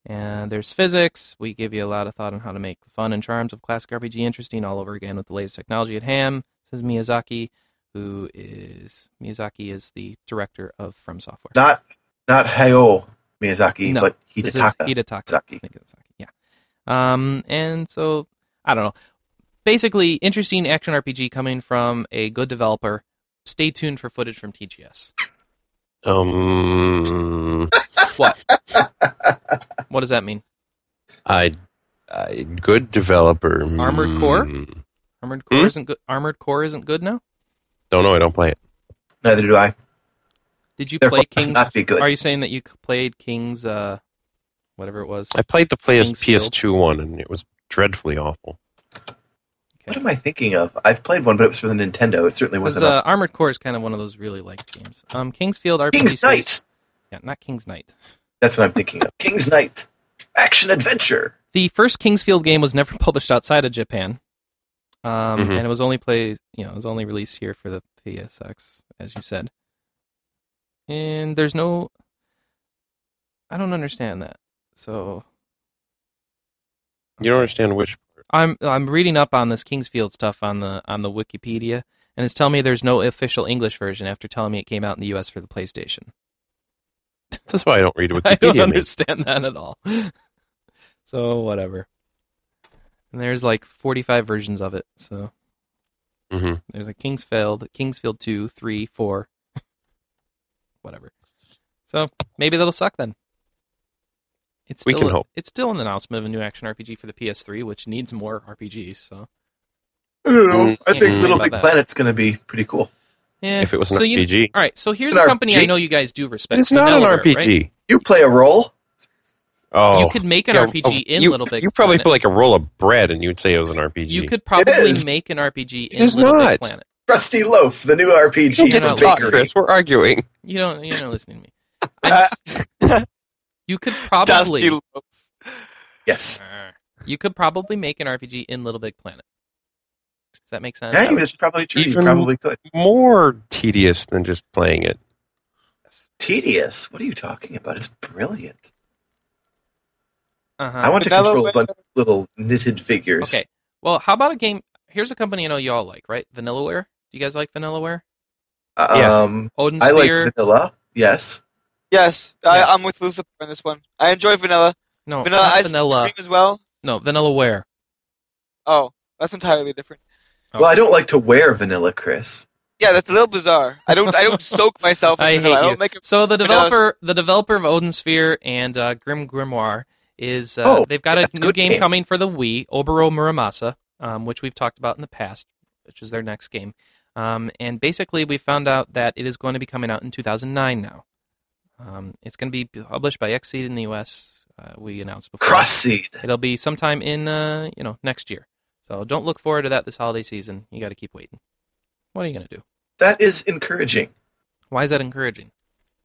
And there's physics. We give you a lot of thought on how to make the fun and charms of classic RPG interesting all over again with the latest technology at hand. Says Miyazaki, who is Miyazaki is the director of From Software.
not not Hayao Miyazaki,
No,
but
This is
Hidetaka.
Hidetaka.
Miyazaki.
I think it's Saki, Yeah. Um, and so I don't know. Basically, interesting action RPG coming from a good developer. Stay tuned for footage from TGS.
Um,
What? what does that mean?
I, I good developer.
Armored Core?
Mm.
Armored Core
Hmm?
isn't good. Armored Core isn't good now.
Don't know. I don't play it.
Neither do I.
Did you
Therefore,
play
it must
Kings?
not be good.
Are you saying that you played Kings? Uh, whatever it was.
I played the play
Kingsfield.
PS2 one, and it was dreadfully awful.
What am I thinking of? I've played one, but it was for the Nintendo. It certainly
'Cause,
wasn't. on-
uh, Armored Core is kind of one of those really liked games. Um, Kingsfield RPG.
King's
series-
Knights.
Yeah, not King's Knight.
That's what I'm thinking of. King's Knight. Action adventure.
The first Kingsfield game was never published outside of Japan, um,
Mm-hmm.
Mhm.
and it was only play. You know, it was only released here for the PSX, as you said. And there's no. I don't understand that. So
You don't understand which.
I'm I'm reading up on this Kingsfield stuff on the on the Wikipedia, and it's telling me there's no official English version after telling me it came out in the U.S. for the PlayStation.
That's why I don't read
I don't
Wikipedia. man.
understand that at all. so whatever. And there's like 45 versions of it. So
Mhm.
there's a Kingsfield, Kingsfield two, three, four, whatever. So maybe that'll suck then. It's
We
still
can
a-
hope.
It's still an announcement of a new action RPG for the PS3, which needs more RPGs. So.
I don't know. I
Mm,
think
mm.
Little
About
Big
that.
Planet's going to be pretty cool.
Yeah.
If it was an
so you-
RPG,
all right. So here's
It's an
a company I
RPG.
know you guys do respect.
it's not an
Delaware,
RPG.
right?
You play a role.
Oh,
You could make an
yeah,
RPG
oh,
in
you,
Little Big.
You probably
Planet.
put like a roll of bread, and you'd say it was an RPG.
You could probably
is.
make an RPG in
is
Little Big
not.
Planet.
Rusty Loaf, the new
You don't
RPG.
You're
get to
not
from
talk,
Bakery.
Chris. We're arguing.
You don't. You're not listening to me. I just- you could
Uh, Dusty
probably.
Loaf.
Yes.
You could probably make an RPG in Little Big Planet. Does that make sense?
Yeah, that's probably true. you
Even-
probably could.
More tedious than just playing it.
Tedious. What are you talking about? It's brilliant.
Uh-huh.
Uh,
I want to
Another
control
way-
a bunch of little knitted figures.
Okay. Well, how about a game? Here's a company I know you all like, right? Vanillaware. Do you guys like Vanillaware?
Yeah.
Um,
Odin
I like
Sphere.
vanilla. Yes.
Yes, I,
Yes.
I'm with Lucifer on this one. I enjoy vanilla.
no,
vanilla
not
ice
Oh, vanilla.
cream as well.
No, Vanillaware.
Oh, that's entirely different.
Oh.
Well, I don't like to wear vanilla, Chris.
Yeah, that's a little bizarre. I don't I don't soak myself in
I
vanilla.
hate
I don't
you.
make it.
So the
Vanilla
developer,
s-
the developer of Odin Sphere and uh, Grim Grimoire is uh,
Oh,
they've got a
that's a
new
good
game,
game.
coming for the Wii, Obero Muramasa, um, which we've talked about in the past, which is their next game. Um, and basically, we found out that it is going to be coming out in 2009 now. Um, it's going to be published by Xseed in the U.S. Uh, we announced before.
Cross seed.
It'll be sometime in uh, you know next year. So don't look forward to that this holiday season. You got to keep waiting. What are you going to do?
That is encouraging
Why is that encouraging?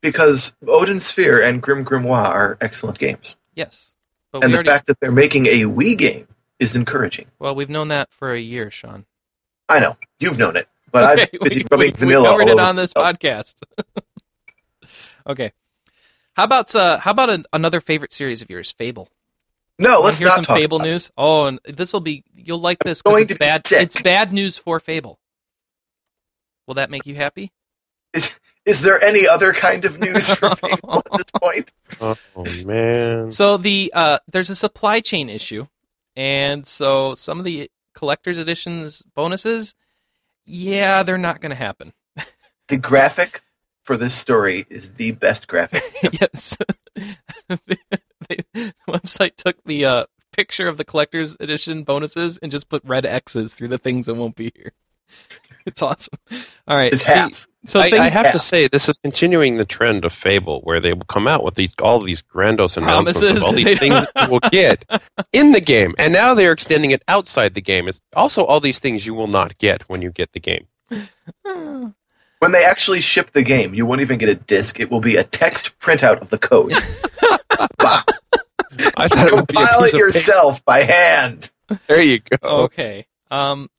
because Odin Sphere and Grim Grimoire are excellent games.
Yes. But
and
we
the
already,
fact that they're making a Wii game is encouraging.
well, we've known that for a year, Sean.
I know you've known it, but i
Okay,
am busy
we-
rubbing
we-
vanilla
We covered
all
it
over
on this
myself.
podcast. okay. How about uh, how about an, another favorite series of yours, Fable?
No,
Wanna
Oh, let's
hear
not
some
talk
Fable
about it.
news. Oh, and this will be you'll like this because
going
it's
to be
bad.
sick.
It's bad news for Fable. Will that make you happy?
Is there any other kind of news for people at this point?
Oh man.
So the uh, there's a supply chain issue, and so some of the collector's editions bonuses, yeah, they're not going to happen.
The graphic for this story is the best graphic.
yes, the, the website took the uh, picture of the collector's edition bonuses and just put red X's through the things that won't be here. It's awesome. All right,
It's half.
so
I,
things
I have
Yeah.
to say, this is continuing the trend of Fable, where they will come out with these all these grandiose announcements
Promises.
of all
They
these things that you will get in the game, and now they are extending it outside the game. It's also all these things you will not get when you get the game.
When they actually ship the game, you won't even get a disc. It will be a text printout of the code. Box.
I thought it would be a
Compile it
piece of
yourself by hand.
paper. There you go.
Okay. Um,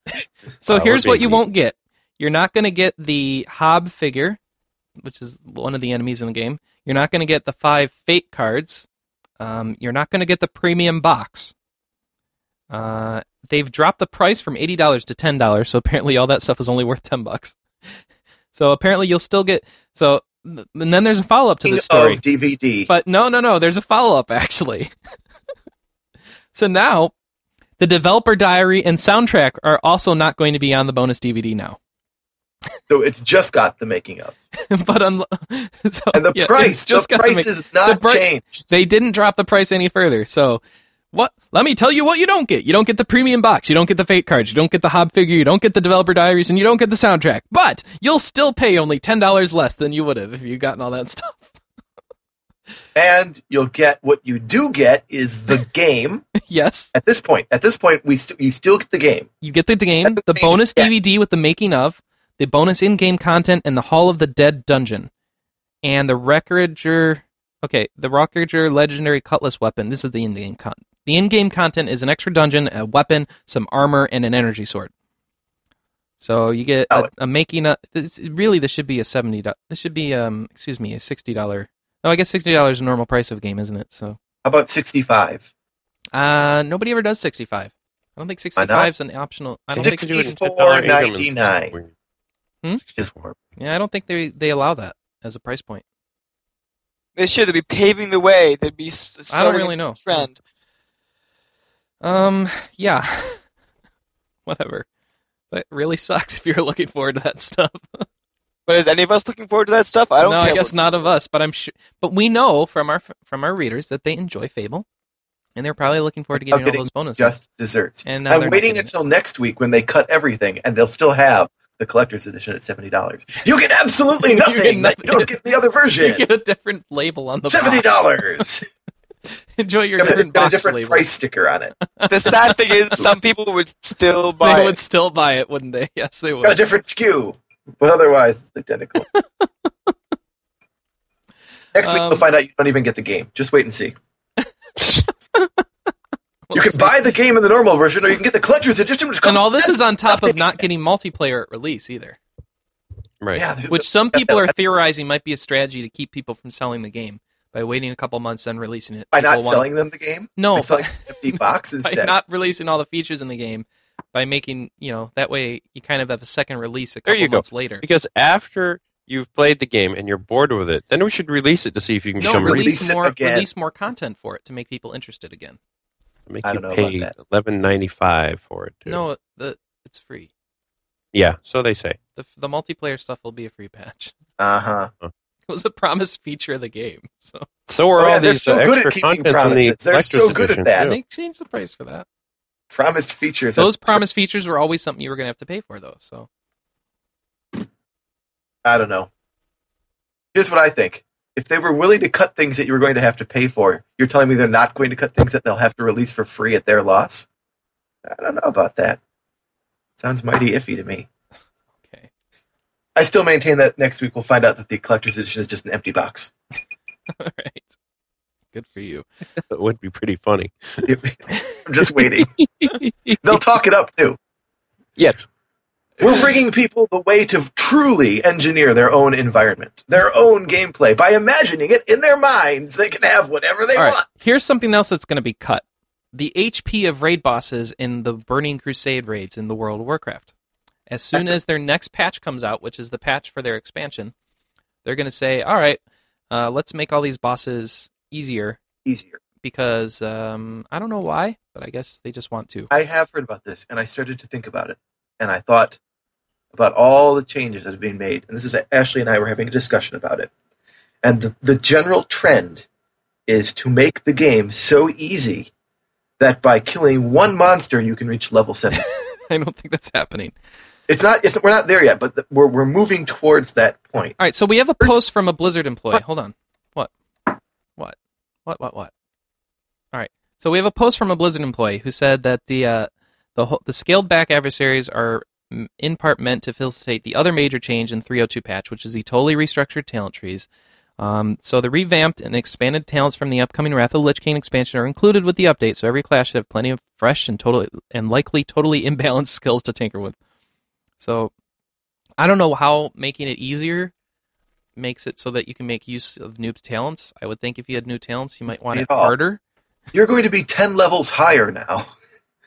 so
Uh, we're
here's what
being
you
mean.
won't get. You're not going to get the Hob figure, which is one of the enemies in the game. You're not going to get the five Fate cards. Um, you're not going to get the premium box. Uh, they've dropped the price from eighty dollars to ten dollars. So apparently, all that stuff is only worth ten bucks. So apparently, you'll still get. So and then there's a follow up to
King
this story.
of DVD.
But no, no, no. There's a follow up actually. so now, the developer diary and soundtrack are also not going to be on the bonus DVD now.
so it's just got the making of.
but un- so,
And the
yeah,
price,
it's just
the
gotta
price
make-
is not
pri-
changed.
they didn't drop the price any further. So what? Let me tell you what you don't get. You don't get the premium box. You don't get the fate cards. You don't get the Hob figure. You don't get the developer diaries, and you don't get the soundtrack. But you'll still pay only ten dollars less than you would have if you gotten all that stuff.
And you'll get what you do get is the game.
yes.
At this point, at this point, we st- you still get the game.
You get the game, the
That's the thing you
bonus
get.
DVD with the making of, the bonus in-game content, and the Hall of the Dead dungeon, and the Wreckager. Okay, the Rockager legendary cutlass weapon. This is the in-game con. The in-game content is an extra dungeon, a weapon, some armor, and an energy sword. So you get a,
Alex.
a making up. This, really, this should be a seventy. do- This should be um, excuse me, a sixty dollar. Oh, I guess sixty dollars is the normal price of a game, isn't it? So,
How about 65?
uh, nobody ever does sixty-five. I don't think
not?
sixty-five is an optional. I don't think they do it. in-
Sixty-four ninety-nine. Is warm.
Yeah, I don't think they they allow that as a price point.
They should. They'd be paving the way. They'd be. s-
I don't
starting
really
a
know.
Trend.
Um, yeah. Whatever. That really sucks if you're looking forward to that stuff.
But is any of us looking forward to that stuff? I don't
no,
care.
I guess
what-
not of us, but I'm sure. But we know from our from our readers that they enjoy Fable, and they're probably looking forward to
Without
getting all
getting
those bonuses.
just desserts.
and now they're
I'm
not
waiting
getting it.
until next week when they cut everything and they'll still have the collector's edition at seventy dollars. You get absolutely
You get
nothing. that you
nothing.
don't get the other
you
version.
get a different label on the box.
Seventy dollars.
Enjoy your
it's
different
got a
box
different
label.
price sticker on it.
The sad thing is, some people would still buy.
They
it.
would still buy it, wouldn't they? Yes, they would.
Got a different SKU, but otherwise it's identical. next week
Um,
we'll find out you don't even get the game. Just wait and see. You
Well,
can buy the game in the normal version, or you can get the collector's edition. Which
and
comes-
all this is on top of
nothing.
not getting multiplayer at release either.
Right.
yeah, th-
which
th-
some
that-
people are
that-
theorizing might be a strategy to keep people from selling the game by waiting a couple months then releasing it.
by not
People want-
selling them the game,
no,
by
by,
selling an empty box
by
instead.
not releasing all the features in the game, by making you know that way you kind of have a second release a
There
couple
you go.
months later.
Because after you've played the game and you're bored with it, then we should release it to see if you can
No,
become
release,
release.
release it
more
again.
release more content for it to make people interested again.
Make
I
you
don't know about
pay
that.
eleven ninety five for it. Too.
No, the it's free.
Yeah, so they say.
The the multiplayer stuff will be a free patch.
Uh huh.
It was a promised feature of the game, so
So are
Oh,
all
yeah, they're
these
so
uh,
good at
extra
keeping
contents in
promises.
the
They're so
collector's
good at
edition,
that.
too.
they changed the price for that.
Promised features.
Those promised features were always something you were going to have to pay for, though. So
I don't know. Here's what I think. If they were willing to cut things that you were going to have to pay for, you're telling me they're not going to cut things that they'll have to release for free at their loss? I don't know about that. Sounds mighty iffy to me.
okay.
I still maintain that next week we'll find out that the collector's edition is just an empty box.
All right. Good for you.
That would be pretty funny.
I'm just waiting. They'll talk it up too.
Yes.
We're bringing people the way to truly engineer their own environment, their own gameplay. By imagining it in their minds, they can have whatever they
All right.
want.
Here's something else that's going to be cut. The HP of raid bosses in the Burning Crusade raids in the World of Warcraft. As soon as their next patch comes out, which is the patch for their expansion, they're going to say, "All right, uh, let's make all these bosses easier
Easier.
because um, I don't know why, but I guess they just want to."
I have heard about this, and I started to think about it, and I thought about all the changes that have been made. And this is Ashley and I were having a discussion about it, and the, the general trend is to make the game so easy that by killing one monster you can reach level seven.
I don't think that's happening.
it's not. It's, we're not there yet, but the, we're we're moving towards that point.
All right, so we have a
First-
post from a Blizzard employee.
What?
Hold on. What? What? What? What? What? All right. So we have a post from a Blizzard employee who said that the uh, the whole, the scaled back adversaries are mm, in part meant to facilitate the other major change in 302 patch, which is the totally restructured talent trees. Um, so the revamped and expanded talents from the upcoming Wrath of the Lich King expansion are included with the update, so every class should have plenty of fresh and totally and likely totally imbalanced skills to tinker with. So I don't know how making it easier makes it so that you can make use of new talents. I would think if you had new talents, you might want
Speed
it
up.
harder.
You're going to be ten levels higher now.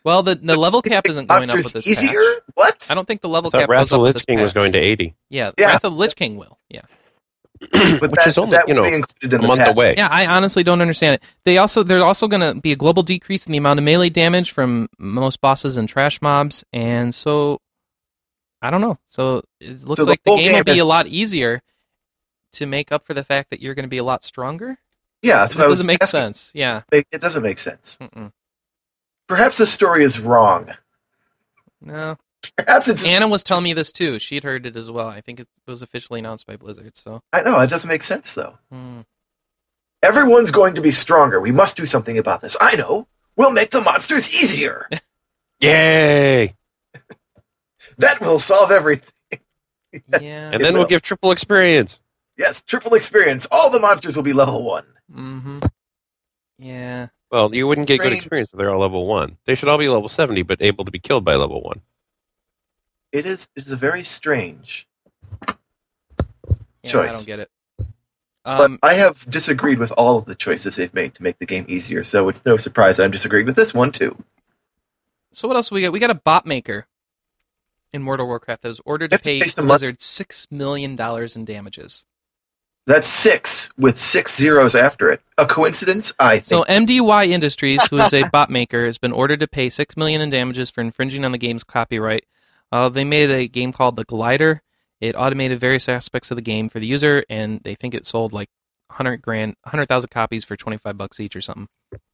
Well, the, the level cap isn't going up with
Monsters
this
easier?
patch.
What?
I don't think the level
I
cap
thought Wrath
goes
of
up
the
with this
Lich King was
patch.
going to 80,
Yeah,
Yeah.
Wrath of the Lich King will. Yeah,
which
But that,
is only,
that
you
will be
know,
included in
a
the
month
patch.
away.
yeah. I honestly don't understand it. They also there's also going to be a global decrease in the amount of melee damage from most bosses and trash mobs, and so I don't know. So it looks
So the
like the
whole
game will
game
be
is-
a lot easier to make up for the fact that you're going to be a lot stronger.
Yeah, that's
It
what I was
doesn't make
asking.
sense. Yeah.
It it doesn't make sense.
Mm-mm.
Perhaps the story is wrong.
No.
Perhaps it's.
Anna was telling me this too. She'd heard it as well. I think it was officially announced by Blizzard. So,
I know it doesn't make sense though.
hmm.
Everyone's going to be stronger. We must do something about this. I know. We'll make the monsters easier.
Yay!
that will solve everything.
yeah.
And then we'll
will.
give triple experience.
Yes, triple experience. All the monsters will be level one.
hmm Yeah.
Well, you wouldn't get good
Strange.
experience if they're all level 1. They should all be level 70, but able to be killed by level 1.
It is. It is a very strange.
yeah I
Choice.
don't get it.
But
Um,
I have disagreed with all of the choices they've made to make the game easier. So it's no surprise I'm disagreeing with this one too.
so what else we got? We got a bot maker in Mortal Warcraft that was ordered to
Have to
pay
pay some
Blizzard six million dollars in damages.
That's six with six zeros after it. A coincidence? I think.
So MDY Industries, who is a bot maker, has been ordered to pay six million in damages for infringing on the game's copyright. Uh, they made a game called The Glider. It automated various aspects of the game for the user, and they think it sold like hundred grand, hundred thousand copies for twenty five bucks each or something.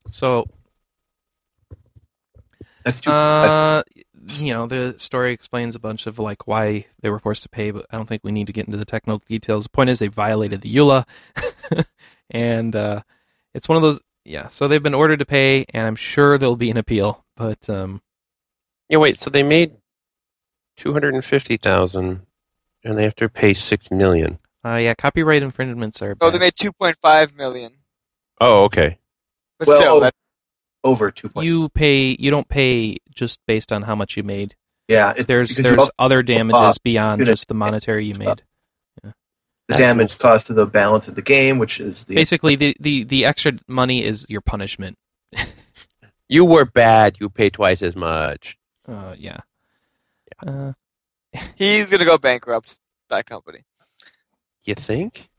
So,
That's too.
uh, you know, the story explains a bunch of like why they were forced to pay, but I don't think we need to get into the technical details. The point is they violated the E EULA, and uh, it's one of those. Yeah, so they've been ordered to pay, and I'm sure there'll be an appeal. But um,
Yeah, wait, so they made 250,000 and they have to pay 6 million.
uh, yeah, copyright infringements are.
Oh, they
bad.
made 2.5 million.
Oh, okay.
But
Well,
still,
oh,
that's,
over two point.
you pay. You don't pay just based on how much you made.
yeah, it's
There's
because you
there's
also-
other damages beyond
gonna-
just the monetary you made.
the
that's
damage caused to the balance of the game, which is the
Basically, the, the the extra money is your punishment.
You were bad. You pay twice as much.
Uh, yeah. Uh,
he's going to go bankrupt, that company.
You think?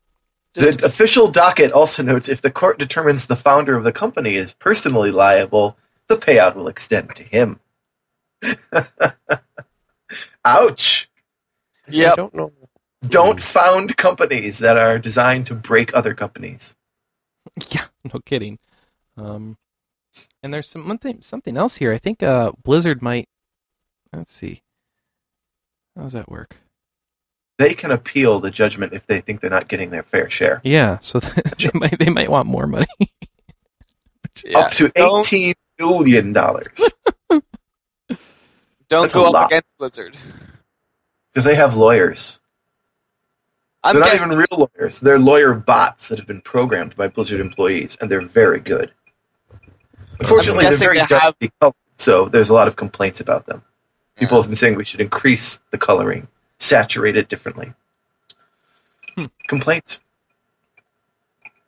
Just
the official docket also notes if the court determines the founder of the company is personally liable, the payout will extend to him. Ouch!
I
Yep.
don't know.
Don't
Hmm.
found companies that are designed to break other companies.
Yeah, no kidding. Um, and there's some one thing, something else here. I think uh, Blizzard might. Let's see. How does that work?
They can appeal the judgment if they think they're not getting their fair share.
Yeah, so they might they might want more money.
Yeah.
Up to
Don't-
eighteen million dollars
Don't
That's
go
a
up
lot.
against Blizzard.
because they have lawyers.
I'm
they're not
guessing-
even real lawyers. They're lawyer bots that have been programmed by Blizzard employees, and they're very good. Unfortunately, they're
guessing
very
they
dark
have-
colored, so there's a lot of complaints about them. People
Yeah.
have been saying we should increase the coloring, saturate it differently.
Hmm.
Complaints.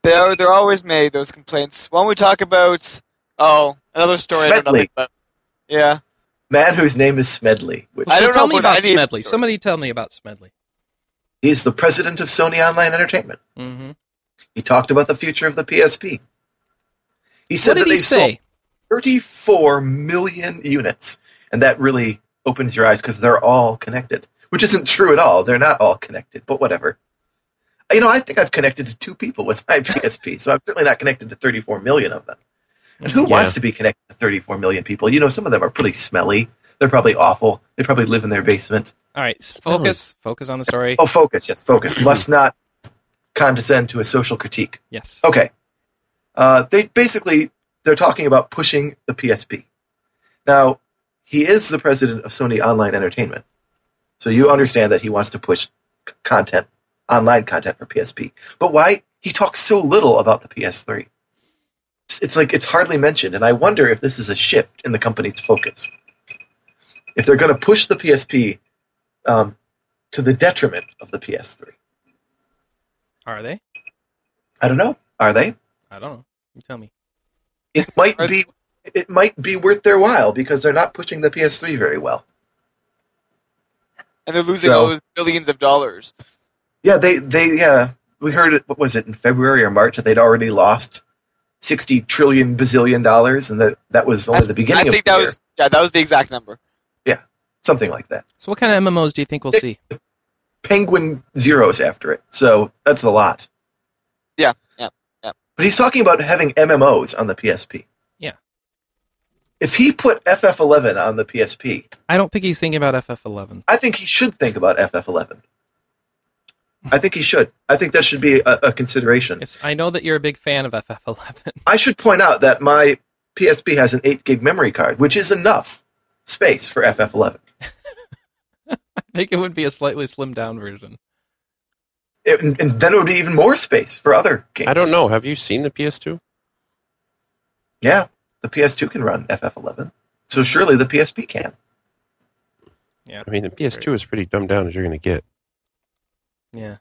They're, they're always made, those complaints. Why don't we talk about, oh, another story. I don't know
Smedley.
about- yeah.
Man whose name is Smedley, which
I
So
don't
tell
know
me
about
about
any of
Smedley.
the stories.
Somebody tell me about Smedley.
he's the president of Sony Online Entertainment.
Mm-hmm.
He talked about the future of the PSP. He said
What did
that
he
they sold
say?
34 million units. And that really opens your eyes because they're all connected, which isn't true at all. They're not all connected, but whatever. You know, I think I've connected to two people with my PSP, so I'm certainly not connected to 34 million of them. And who
Yeah.
wants to be connected to 34 million people? You know, some of them are pretty smelly. They're probably awful. They probably live in their basement.
All right, s- focus, focus on the story.
Oh, focus. Yes, focus. Must not condescend to a social critique.
Yes.
Okay. Uh, they basically they're talking about pushing the PSP. Now, he is the president of Sony Online Entertainment, so you understand that he wants to push c- content, online content for PSP. But why he talks so little about the PS3? It's, it's like it's hardly mentioned, and I wonder if this is a shift in the company's focus. If they're going to push the PSP um, to the detriment of the PS3,
Are they?
I don't know. Are they?
I don't know. You tell me.
it might
Are-
be it might be worth their while because they're not pushing the PS3 very well.
And they're losing
So-
all those billions of dollars.
Yeah, they they yeah. We heard it. What was it in February or March that they'd already lost sixty trillion bazillion dollars, and that that was only
I-
the beginning
I
of
think
the
that
year.
was, yeah, that was the exact number.
something like that.
So, what kind of MMOs do you think we'll see?
Penguin zeros after it, so that's a lot.
Yeah, yeah, yeah.
But he's talking about having MMOs on the PSP.
Yeah.
If he put FF11 on the PSP,
I don't think he's thinking about FF11.
I think he should think about FF11. I think he should. I think that should be a, a consideration.
It's, I know that you're a big fan of FF11.
I should point out that my PSP has an 8 gig memory card, which is enough space for FF11.
I think it would be a slightly slimmed down version.
It, and, and then it would be even more space for other games.
I don't know. Have you seen the PS2?
Yeah, the PS2 can run FF11, so surely the PSP can.
I mean, the PS2 is pretty dumbed down as you're going to get.
Yeah.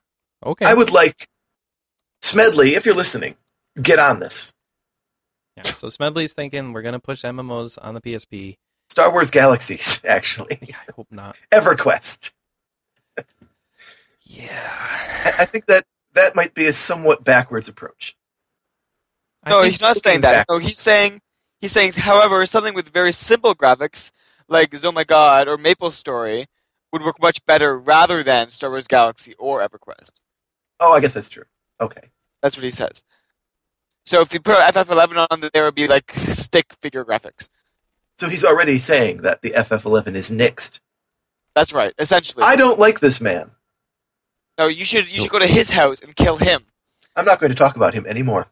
Okay.
I would like Smedley, if you're listening, get on this.
yeah. So Smedley's thinking we're gonna push MMOs on the PSP.
Star Wars Galaxies, actually.
Yeah, I hope not.
EverQuest.
Yeah.
I, I think that that might be a somewhat backwards approach.
I
No,
think-
he's not saying
looking
that.
back-
No, he's saying he's saying. However, something with very simple graphics like Zoma God or Maple Story would work much better rather than Star Wars Galaxy or EverQuest.
Oh, I guess that's true. Okay.
That's what he says. So if you put FF11 on there, it would be like stick figure graphics.
So he's already saying that the FF11 is nixed.
That's right, essentially.
I don't like this man.
no, you should you should go to his house and kill him.
I'm not going to talk about him anymore.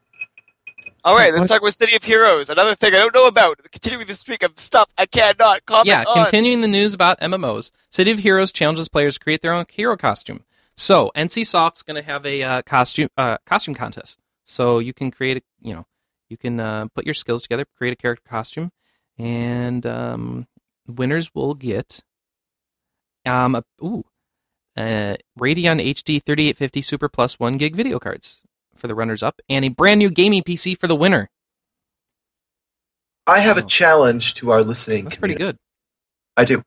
All right, let's talk about City of Heroes, another thing I don't know about. Continuing the streak of stuff I cannot comment
yeah,
on.
continuing the news about MMOs, City of Heroes challenges players to create their own hero costume. So NCSoft's going to have a uh, costume uh, costume contest. So you can create, a, you know, you can uh, put your skills together, create a character costume, and um, winners will get um a, ooh uh, Radeon HD 3850 Super Plus one gig video cards for the runners up, and a brand new gaming PC for the winner.
I have a
Oh.
challenge to our listening.
That's pretty
community.
good.
I do.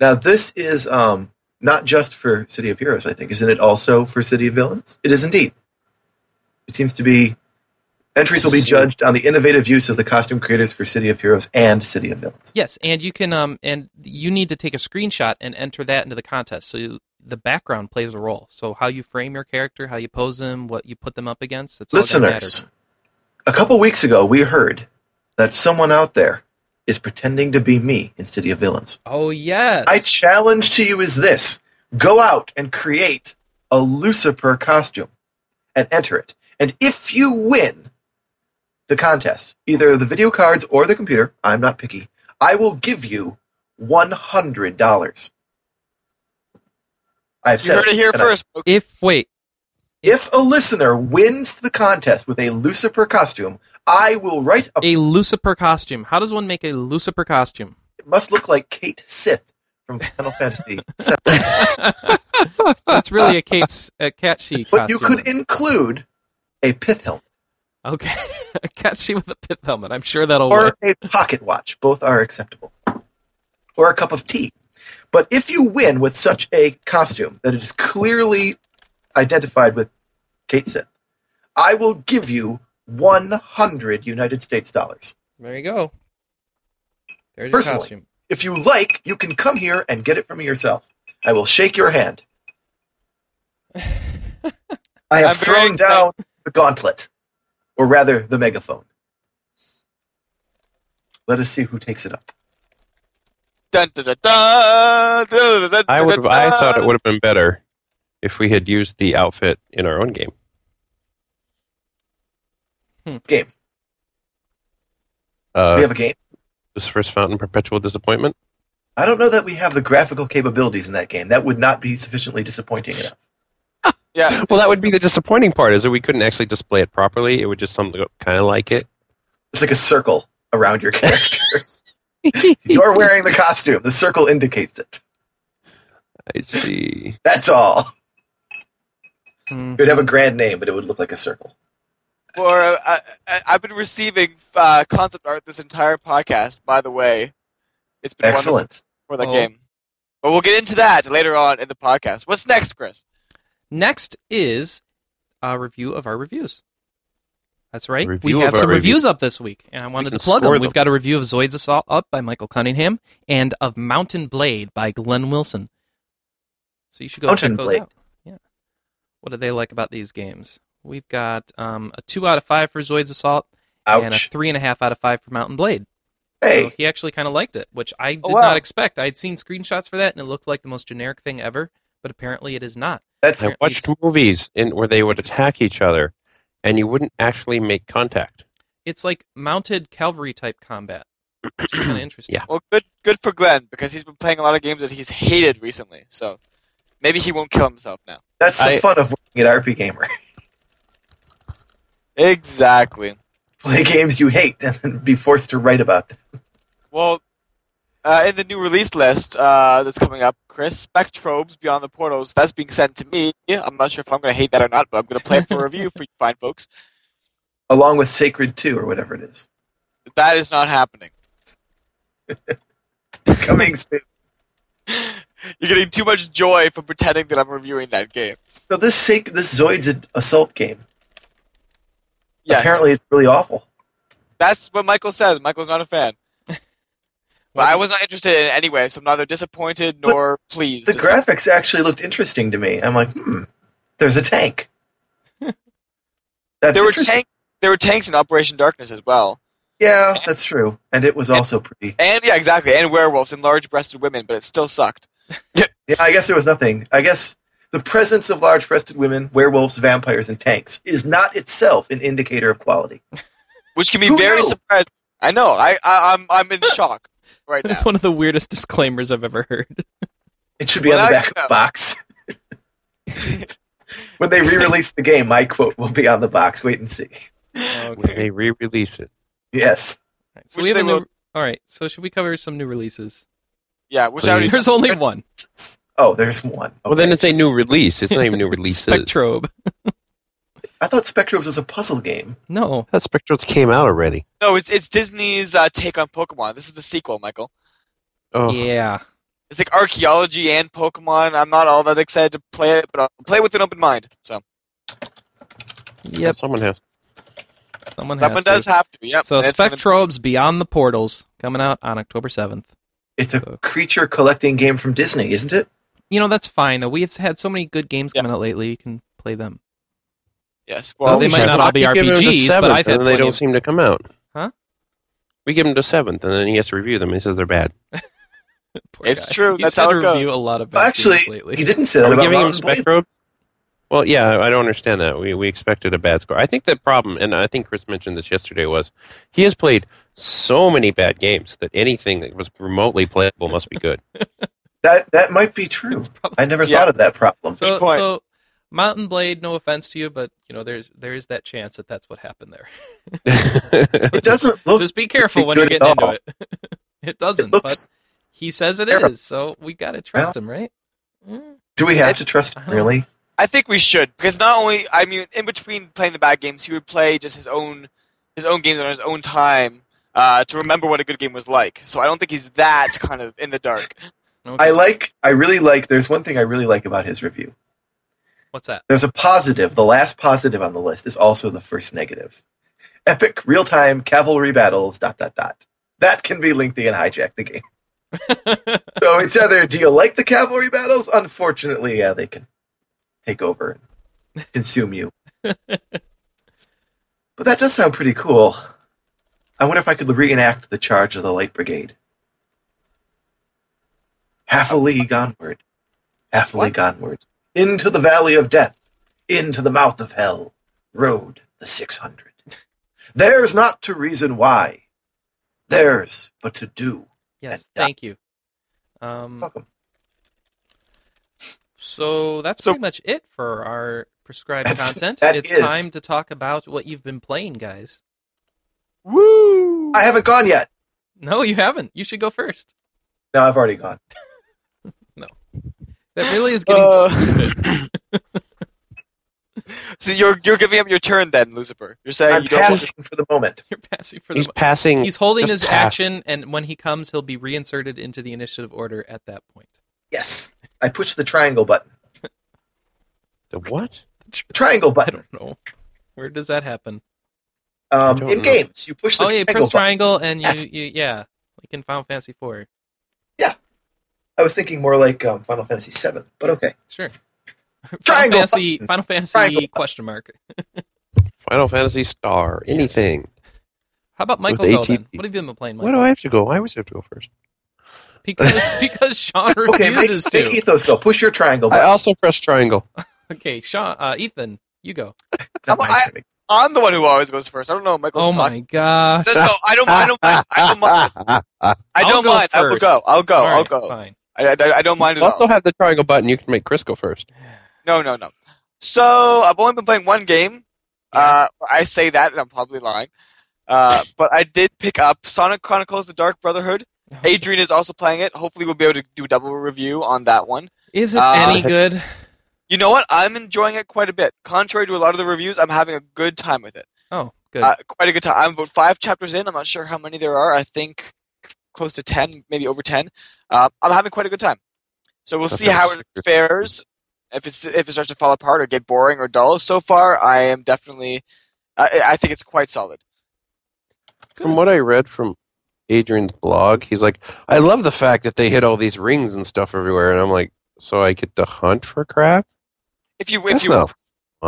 Now, this is um, not just for City of Heroes, I think. Isn't it also for City of Villains? It is indeed. It seems to be. Entries will be judged on the innovative use of the costume creators for City of Heroes and City of Villains.
Yes, and you can um and you need to take a screenshot and enter that into the contest. So you, the background plays a role. So how you frame your character, how you pose them, what you put them up against, it's all that matters.
Listeners, a couple weeks ago, we heard that someone out there is pretending to be me in City of Villains.
Oh yes.
I challenge to you is this: go out and create a Lucifer costume and enter it. And if you win the contest, either the video cards or the computer, I'm not picky, I will give you one hundred dollars. I've
You
said
heard it here
and I-
first. folks.
If wait,
If a listener wins the contest with a Lucifer costume, I will write a.
a Lucifer costume. How does one make a Lucifer costume?
It must look like Kate Sith from Final Fantasy VII.
That's really a Kate's a catchy
But you
costume.
could include a pith helmet
okay, a catchy with a pith helmet. I'm sure that'll
or
work.
a pocket watch. Both are acceptable. Or a cup of tea. But if you win with such a costume that it is clearly identified with Kate Sith, I will give you 100 United States dollars.
There you go. There's your
Personally.
costume.
If you like, you can come here and get it from me yourself. I will shake your hand. I have
I'm very
thrown
excited.
down the gauntlet, or rather, the megaphone. Let us see who takes it up.
Dun, dun, dun, dun, dun, dun, dun,
I
dun,
would.
dun,
I thought it
dun.
would have been better if we had used the outfit in our own game.
Game.
Uh,
we have a game.
Lucifer's Fountain, Perpetual Disappointment.
I don't know that we have the graphical capabilities in that game. That would not be sufficiently disappointing enough.
Yeah.
Well, that would be the disappointing part is that we couldn't actually display it properly. It would just something kind of like it.
It's like a circle around your character. You're wearing the costume. The circle indicates it.
I see.
That's all.
Hmm.
It would have a grand name, but it would look like a circle.
For uh, I, I- I've been receiving uh, concept art this entire podcast. By the way, it's been
Excellent.
wonderful for that
Oh.
game. But we'll get into that later on in the podcast. What's next, Chris?
Next is a review of our reviews. That's right.
Review
we
of
have
our
some
reviews.
reviews up this week, and I wanted
can
to plug them.
score them.
We've got a review of Zoid's Assault up by Michael Cunningham and of Mountain Blade by Glenn Wilson. So you should go
Mountain
check those
Blade.
out. Yeah. What do they like about these games? We've got um, a two out of five for Zoid's Assault and a
Ouch.
three and a half out of five for Mountain Blade. So
Hey,
he actually kind of liked it, which I did
Oh, wow.
not expect. I'd seen screenshots for that, and it looked like the most generic thing ever, but apparently it is not.
that's
I watched movies in where they would attack each other, and you wouldn't actually make contact.
it's like mounted cavalry type combat. Which is kind of interesting.
Yeah.
Well, good good for Glenn because he's been playing a lot of games that he's hated recently. So maybe he won't kill himself now.
That's the
I-
fun of working at RP Gamer.
Exactly.
Play games you hate and then be forced to write about them.
Well, uh, in the new release list uh, that's coming up, Chris, Spectrobes Beyond the Portals, that's being sent to me. I'm not sure if I'm going to hate that or not, but I'm going to play it for review for you fine folks.
Along with Sacred 2 or whatever it is.
That is not happening.
Coming soon.
You're getting too much joy from pretending that I'm reviewing that game.
So this sac- this Zoid's an assault game.
Yes.
Apparently it's really awful.
That's what Michael says. Michael's not a fan. But I was not interested in it anyway, so I'm neither disappointed
But
nor pleased.
The
to see-
graphics actually looked interesting to me. I'm like, hmm, there's a tank. That's
there were
interesting.
tank, there were tanks in Operation Darkness as well,
Yeah, that's true. And it was
And-
also pretty.
and yeah, exactly, and werewolves and large-breasted women, but it still sucked.
Yeah, I guess there was nothing. I guess the presence of large breasted women, werewolves, vampires, and tanks is not itself an indicator of quality.
which can be
Who
very
knew?
surprising. I know. I, I I'm I'm in shock right now.
That's one of the weirdest disclaimers I've ever heard.
It should be
Well,
on the
that-
back of the box. when they re-release the game, my quote will be on the box. Wait and see.
Oh,
When they re-release it,
Yes.
So
Which
we have
they
a new...
will-
All right. So should we cover some new releases?
Yeah, which I already.
There's only one.
Oh, there's one.
well, then
Okay.
it's a new release. It's not even new releases.
Spectrobe.
I thought Spectrums was a puzzle game.
No.
That Spectrals came out already.
No, it's it's Disney's uh, take on Pokemon. This is the sequel, Michael.
Oh,
Yeah.
It's like archaeology and Pokemon. I'm not all that excited to play it, but I'll play with an open mind. So
Yep.
someone has.
Someone
someone
has
does
to.
have to. Yep.
So
and it's gonna-
Spectrobes Beyond the Portals coming out on October 7th.
It's a
So-
creature collecting game from Disney, isn't it?
You know, that's fine, though. We've had so many good games
Yeah.
coming out lately. You can play them.
yes. Well,
they
we
might
should
not
talk-
all be
We give him to
RPGs, but
seventh,
I've had
and they
plenty
don't
of-
seem to come out.
Huh?
We give him to seventh, and then he has to review them. and He says they're bad.
Poor
It's
guy.
true.
He's
That's
had
how
to
it goes.
review a lot of bad
Well, actually,
games lately.
you didn't say that
Are we
about
giving him
Mountain Blade.
Spectrobe? Well, yeah, I don't understand that. We we expected a bad score. I think the problem, and I think Chris mentioned this yesterday, was he has played so many bad games that anything that was remotely playable must be good.
That that might be true.
It's probably-
I never
Yeah.
thought of that problem.
so,
Good point.
so Mountain Blade, no offense to you, but you know there's there is that chance that that's what happened there.
it doesn't look.
Just be careful when you're
good
getting
at
into
all.
it. it
It
doesn't,
looks.
but he says it
terrible.
is, so we gotta trust him, right? Mm.
Do we have to trust him, really?
I think we should because not only I mean, in between playing the bad games, he would play just his own his own games on his own time uh, to remember what a good game was like. So I don't think he's that kind of in the dark.
Okay.
I like. I really like. There's one thing I really like about his review.
What's that?
There's a positive. The last positive on the list is also the first negative. Epic real time cavalry battles. Dot dot dot. That can be lengthy and hijack the game. So it's either do you like the cavalry battles? Unfortunately, yeah, they can take over and consume you. but that does sound pretty cool. I wonder if I could reenact the charge of the Light Brigade. Half a league onward, half a league onward, into the valley of death, into the mouth of hell, road the 600. There's not to reason why, there's but to do.
yes,
that-
thank you. Um,
Welcome.
so that's
So-
pretty much it for our prescribed
That's-
content.
that
It's
is.
time to talk about what you've been playing, guys.
Woo!
I haven't gone yet.
No, you haven't. You should go first.
No, I've already gone.
That really is getting
Uh,
stupid.
So you're you're giving up your turn then, Lucifer. You're saying
I'm
you don't want
passing for the moment.
You're passing for
He's
the.
passing.
He's holding
Hmm. just
his
pass.
action, and when he comes, he'll be reinserted into the initiative order at that point.
Yes. I push the triangle button.
the what?
The triangle
I
button.
don't know. Where does that happen?
Um,
I don't
in
know.
games, you push the
oh yeah, you
triangle
press
button.
triangle and you,
Yes.
you yeah, like in Final Fantasy Four.
I was thinking more like um, Final Fantasy VII, but okay.
Sure. Final
Triangle
Fantasy
button.
Final Fantasy
Triangle button.
question mark.
Final Fantasy Star? Anything?
How about Michael
With
Go then?
ATP.
What have you been playing,
Why
Michael?
do I have to go? I always have to go first.
Because because Sean
Okay, make,
refuses
make
to.
Ethos go. Push your triangle
I
button.
also press triangle.
Okay, Sean uh, Ethan, you go.
Not
I'm-
mine.
I'm the one who always goes first. I don't know. what Michael's
Oh
talking.
my gosh.
No, no, I don't. I don't mind. I don't mind. I
I'll
don't
go
mind. I will
first.
go. I'll go.
All
Oh, I'll
right,
go.
Fine.
I, I, I don't mind
You
at
also
all.
have the triangle button. You can make Chris go first.
No, no, no. So I've only been playing one game. Uh, I say that, and I'm probably lying. Uh, but I did pick up Sonic Chronicles: The Dark Brotherhood.
Oh,
Adrian is also playing it. Hopefully, we'll be able to do a double review on that one.
Is it
Uh,
any good?
You know what? I'm enjoying it quite a bit. Contrary to a lot of the reviews, I'm having a good time with it.
Oh, good.
Uh, quite a good time. I'm about five chapters in. I'm not sure how many there are. I think close to ten, maybe over ten. Uh, I'm having quite a good time. So we'll see
Okay.
how it fares. If it's if it starts to fall apart or get boring or dull. So far, I am definitely. I, I think it's quite solid.
From what I read from Adrian's blog, he's like, I love the fact that they hit all these rings and stuff everywhere, and I'm like, so I get to hunt for crap?
If you if
That's
you,
not
you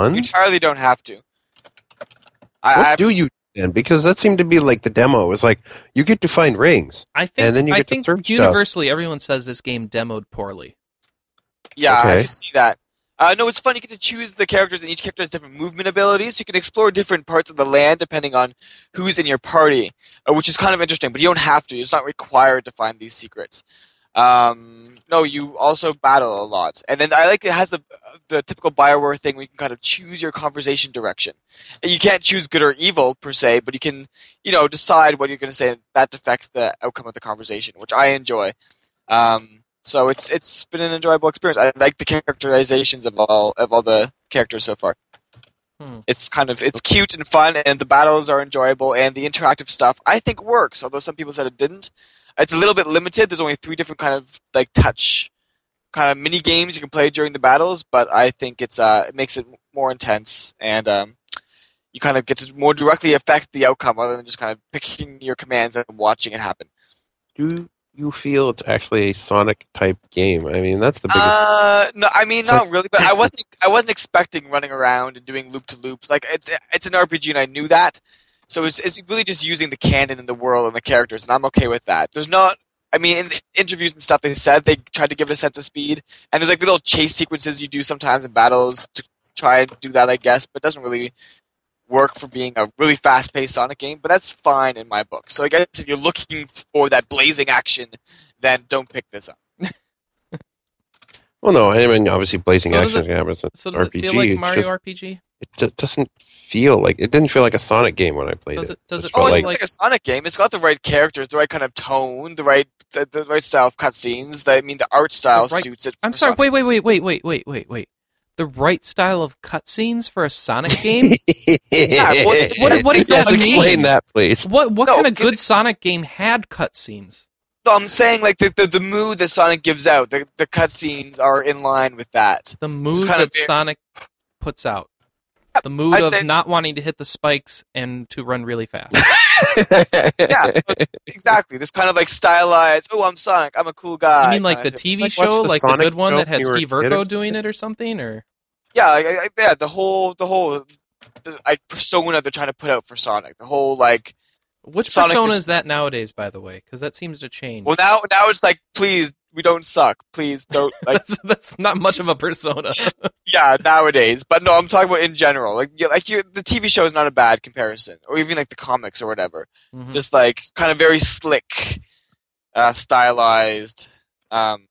fun.
entirely don't have to.
what
I, I
do you do then? Because that seemed to be like the demo. It was like you get to find rings.
I think
and then you
I
get to
think
search stuff.
universally everyone says this game demoed poorly.
Yeah, I
Okay.
can see that. Uh, no, it's fun. You get to choose the characters, and each character has different movement abilities. So you can explore different parts of the land depending on who's in your party, uh, which is kind of interesting. But you don't have to; it's not required to find these secrets. Um, no, you also battle a lot, and then I like it has the the typical Bioware thing where you can kind of choose your conversation direction. And you can't choose good or evil per se, but you can you know decide what you're going to say, and that affects the outcome of the conversation, which I enjoy. Um, so it's it's been an enjoyable experience. I like the characterizations of all of all the characters so far.
Hmm.
It's kind of it's cute and fun, and the battles are enjoyable, and the interactive stuff I think works. Although some people said it didn't. It's a little bit limited. There's only three different kind of like touch kind of mini games you can play during the battles, but I think it's uh it makes it more intense and um, you kind of get to more directly affect the outcome rather than just kind of picking your commands and watching it happen.
Do you feel it's actually a Sonic type game? I mean, that's the biggest.
Uh, no, I mean
So-
not really, but I wasn't I wasn't expecting running around and doing loop to loops. Like it's it's an RPG, and I knew that. So it's it's really just using the canon and the world and the characters, and I'm okay with that. There's not. I mean, in the interviews and stuff, they said they tried to give it a sense of speed, and there's like little chase sequences you do sometimes in battles to try and do that, I guess, but it doesn't really work for being a really fast-paced Sonic game. But that's fine in my book. So I guess if you're looking for that blazing action, then don't pick this up.
Well, no, I mean obviously Blazing
So does
Action is gonna happen. It's an
So does
RPG.
it feel like
it's
Mario
just,
RPG?
it do- doesn't feel like it didn't feel like a Sonic game when I played
Does
it.
it- does
Just
it
Oh,
felt
feel
it's
like,
like a Sonic game. It's got the right characters, the right kind of tone, the right the, the right style of cutscenes. The- I mean, the art style
The right-
suits it.
I'm
for
sorry.
Sonic.
Wait, wait, wait, wait, wait, wait, wait, wait. The right style of cutscenes for a Sonic game?
Yeah, what-
what- what does
Yes,
that mean?
Explain that, please.
what what
No,
kind of
'cause
good
it-
Sonic game had cutscenes?
No, I'm saying like the, the, the mood that Sonic gives out, the the cutscenes are in line with that.
The mood
kind
that
of very-
Sonic puts out. The mood
I'd
of
say-
not wanting to hit the spikes and to run really fast.
Yeah, exactly. This kind of like stylized. Oh, I'm Sonic. I'm a cool guy.
You mean like
kind
the
of thing.
TV
Like,
show,
watch the
like the
Sonic
good one
show
that
when
had
you were a
Steve
kid or
Urko doing
something?
it or something? Or
Yeah, like, I- I- yeah. The whole the whole the, like persona they're trying to put out for Sonic. The whole like
which
Sonic
persona
is-
is that nowadays? By the way, because that seems to change.
well now now it's like please we don't suck. Please don't like
that's that's not much of a persona.
yeah nowadays. But no, I'm talking about in general. Like yeah, like you, the TV show is not a bad comparison, or even like the comics or whatever.
Mhm.
just like kind of very slick, uh, stylized, um,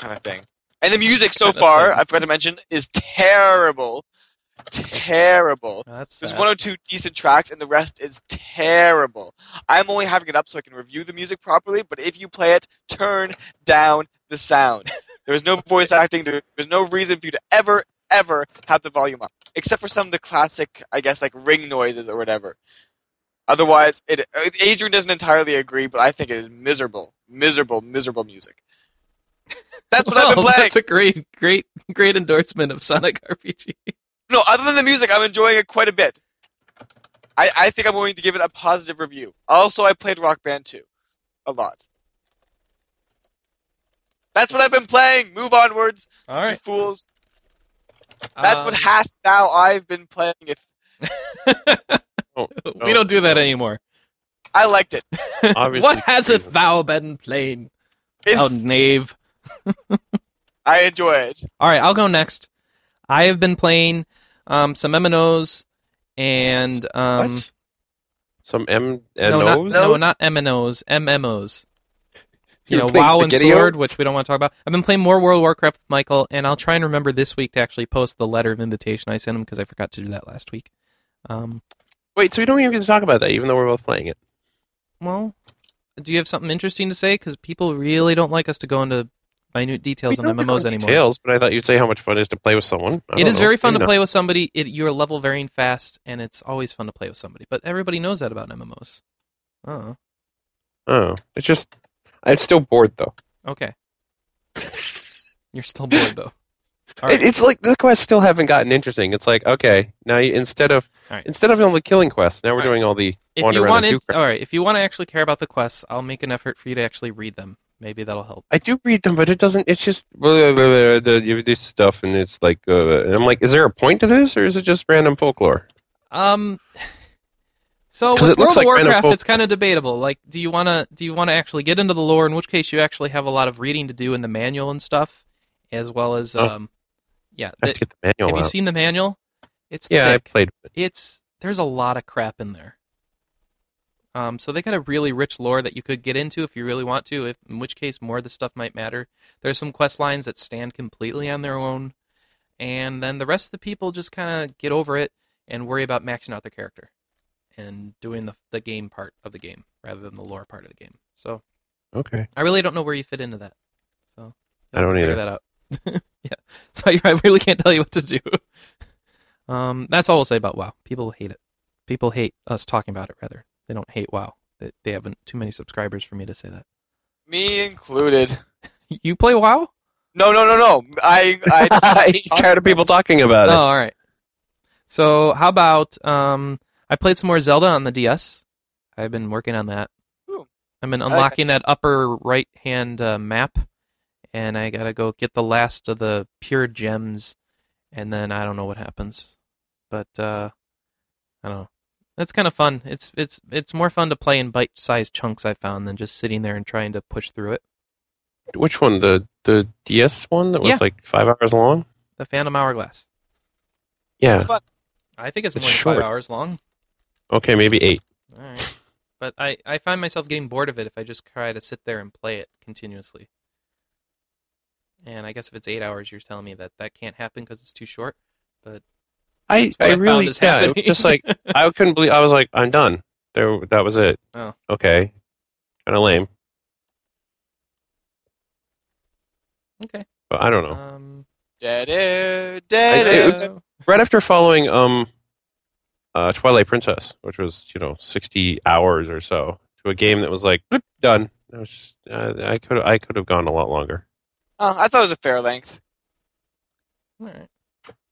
kind of thing. And the music so
Kinda
far,
thing.
I forgot to mention, is terrible, terrible.
That's
There's
sad.
one or two decent tracks, and the rest is terrible. I'm only having it up so I can review the music properly. But if you play it, turn down the sound. there is no voice acting. There, there's no reason for you to ever, ever have the volume up, except for some of the classic, I guess, like ring noises or whatever. Otherwise, it. uh, Adrian doesn't entirely agree, but I think it is miserable, miserable, miserable music. That's what I've been
Well,
playing.
Oh, That's a great, great, great endorsement of Sonic RPG.
No, other than the music, I'm enjoying it quite a bit. I, I think I'm going to give it a positive review. Also, I played Rock Band 2 a lot. That's what I've been playing. Move onwards,
All
you
right,
fools. That's
um,
what has now I've been playing it.
we don't do that anymore.
I liked it.
Obviously
what has it
reason.
thou been playing, Oh,
It's-
thou knave?
I enjoy it.
All right, I'll go next. I have been playing um, some MMOs and um,
What? Some M uh, and
no, not,
O's?
no, not MNOs, MMOs. You
You're
know,
playing
WoW and
SpaghettiOs?
Sword, which we don't want to talk about. I've been playing more World of Warcraft with Michael, and I'll try and remember this week to actually post the letter of invitation I sent him because I forgot to do that last week. Um,
Wait, so we don't even get to talk about that, even though we're both playing it.
well, do you have something interesting to say? Because people really don't like us to go into minute details
We
on
don't go
MMOs
into
anymore.
Details, but I thought you'd say how much fun it is to play with someone. I
It
don't
is
know.
very fun
Maybe
to
not.
play with somebody. It, you're level varying fast, and it's always fun to play with somebody. But everybody knows that about MMOs. Oh,
Oh, it's just I'm still bored though.
okay. you're still bored though. All right.
It, it's like the quests still haven't gotten interesting. It's like okay, now you, instead of
All right.
instead of only killing quests, now we're
All right.
doing all the
if
wander
you
around and
wanted,
do crap.
all right, if you want to actually care about the quests, I'll make an effort for you to actually read them. Maybe that'll help.
I do read them, but it doesn't. It's just blah, blah, blah, blah, you do stuff, and it's like, uh, and I'm like, is there a point to this, or is it just random folklore?
Um, so
'Cause
with
it
World of
looks like kind of
Warcraft,
folk-
it's kind of debatable. Like, do you wanna do you wanna actually get into the lore? In which case, you actually have a lot of reading to do in the manual and stuff, as well as
Oh.
um, yeah. the-
I have to get the manual
have you
out.
seen the manual? It's
yeah, I
thick.
played with it.
it's there's a lot of crap in there. Um, so they got a really rich lore that you could get into if you really want to. If, in which case, more of the stuff might matter. There's some quest lines that stand completely on their own, and then the rest of the people just kind of get over it and worry about maxing out their character and doing the the game part of the game rather than the lore part of the game. So
Okay.
I really don't know where you fit into that. So you'll
I
have
don't
to figure
either.
that out. yeah. So I, I really can't tell you what to do. Um, that's all we'll say about WoW. People hate it. People hate us talking about it. Rather, they don't hate WoW. They, they haven't too many subscribers for me to say that.
Me included.
You play WoW?
No, no, no, no. I, I
He's tired of people talking
Oh,
about it.
all right. So how about um, I played some more Zelda on the DS. I've been working on that.
Ooh.
I've been unlocking that upper right hand uh, map, and I gotta go get the last of the pure gems, and then I don't know what happens, but uh, I don't know. That's kind of fun. It's it's it's more fun to play in bite sized chunks. I found than just sitting there and trying to push through it.
Which one? The the DS one that was
Yeah.
like five hours long.
The Phantom Hourglass.
Yeah.
it's fun.
I think it's,
It's
more than
short.
five hours long.
Okay, maybe eight.
All right. But I, I find myself getting bored of it if I just try to sit there and play it continuously. And I guess if it's eight hours, you're telling me that that can't happen because it's too short. But
I,
that's what
I
I found
really
is
yeah, it was
happening.
just like I couldn't believe I was like I'm done. There that was it.
Oh.
Okay. Kind of lame.
Okay.
But I don't know.
um,
Dead air,
Oh. I
dead
do.
air.
uh,
right after following um uh Twilight Princess, which was, you know, 60 hours or so to a game that was like "Bloop, done. I was just, uh, I could I could have gone a lot longer.
Oh, I thought it was a fair length.
all right.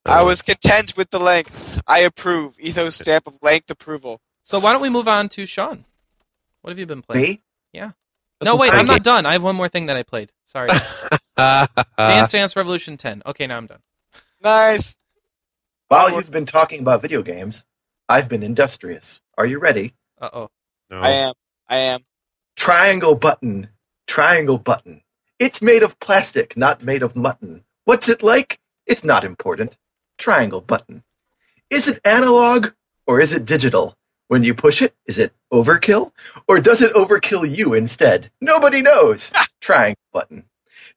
I
Oh.
Um,
was content with the length. I approve. Ethos stamp of length approval.
So why don't we move on to Sean? What have you been playing?
Me?
No, wait,
I
I'm not done. I have one more thing that I played. Sorry.
Uh.
Dance Dance Revolution 10. Okay, now I'm done.
Nice.
While you've been talking about video games, I've been industrious. Are you ready?
Uh oh.
No.
I am. I am.
Triangle button. Triangle button. It's made of plastic, not made of mutton. What's it like? It's not important. Triangle button. Is it analog or is it digital? When you push it, is it overkill or does it overkill you instead? Nobody knows. triangle button.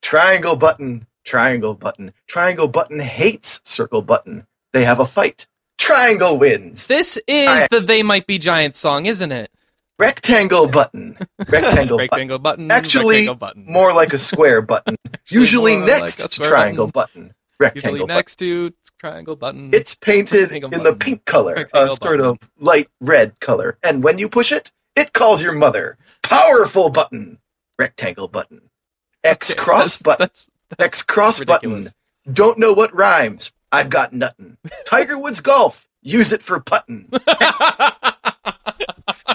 Triangle button. Triangle button. Triangle button hates circle button. They have a fight. Triangle wins.
This is the They Might Be Giants song, isn't it?
Rectangle button. Rectangle button.
Rectangle button.
Actually,
rectangle button.
More like a square button.
Actually
Usually
more
next
like a
to
square
triangle
button.
button.
Usually
Rectangle button.
next to triangle button.
It's painted
Rectangle
in the
button.
pink color, a
Rectangle
sort
button.
of light red color. And when you push it, it calls your mother. Powerful button. Rectangle button. X
Okay,
cross
that's-
button.
That's
X cross
ridiculous.
button. Don't know what rhymes. I've got nothing. Tiger Woods golf. Use it for puttin'.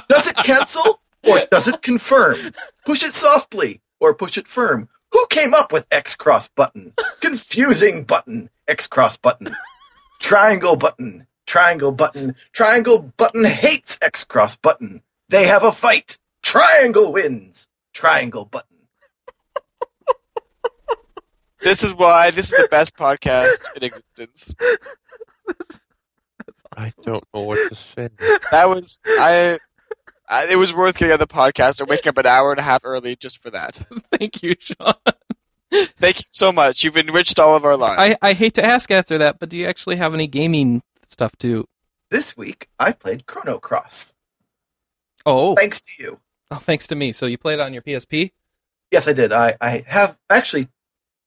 Does it cancel or does it confirm? Push it softly or push it firm. Who came up with X cross button? Confusing button, X cross button. Triangle button, triangle button, triangle button hates X cross button. They have a fight. Triangle wins. Triangle button.
This is why this is the best podcast in existence.
I don't know what to say.
That was I. I it was worth getting on the podcast and waking up an hour and a half early just for that.
Thank you, Sean.
Thank you so much. You've enriched all of our lives.
I, I hate to ask after that, but do you actually have any gaming stuff to?
This week I played Chrono Cross.
Oh,
Thanks to you.
oh, thanks to me. So you played on your PSP?
Yes, I did. I, I have actually.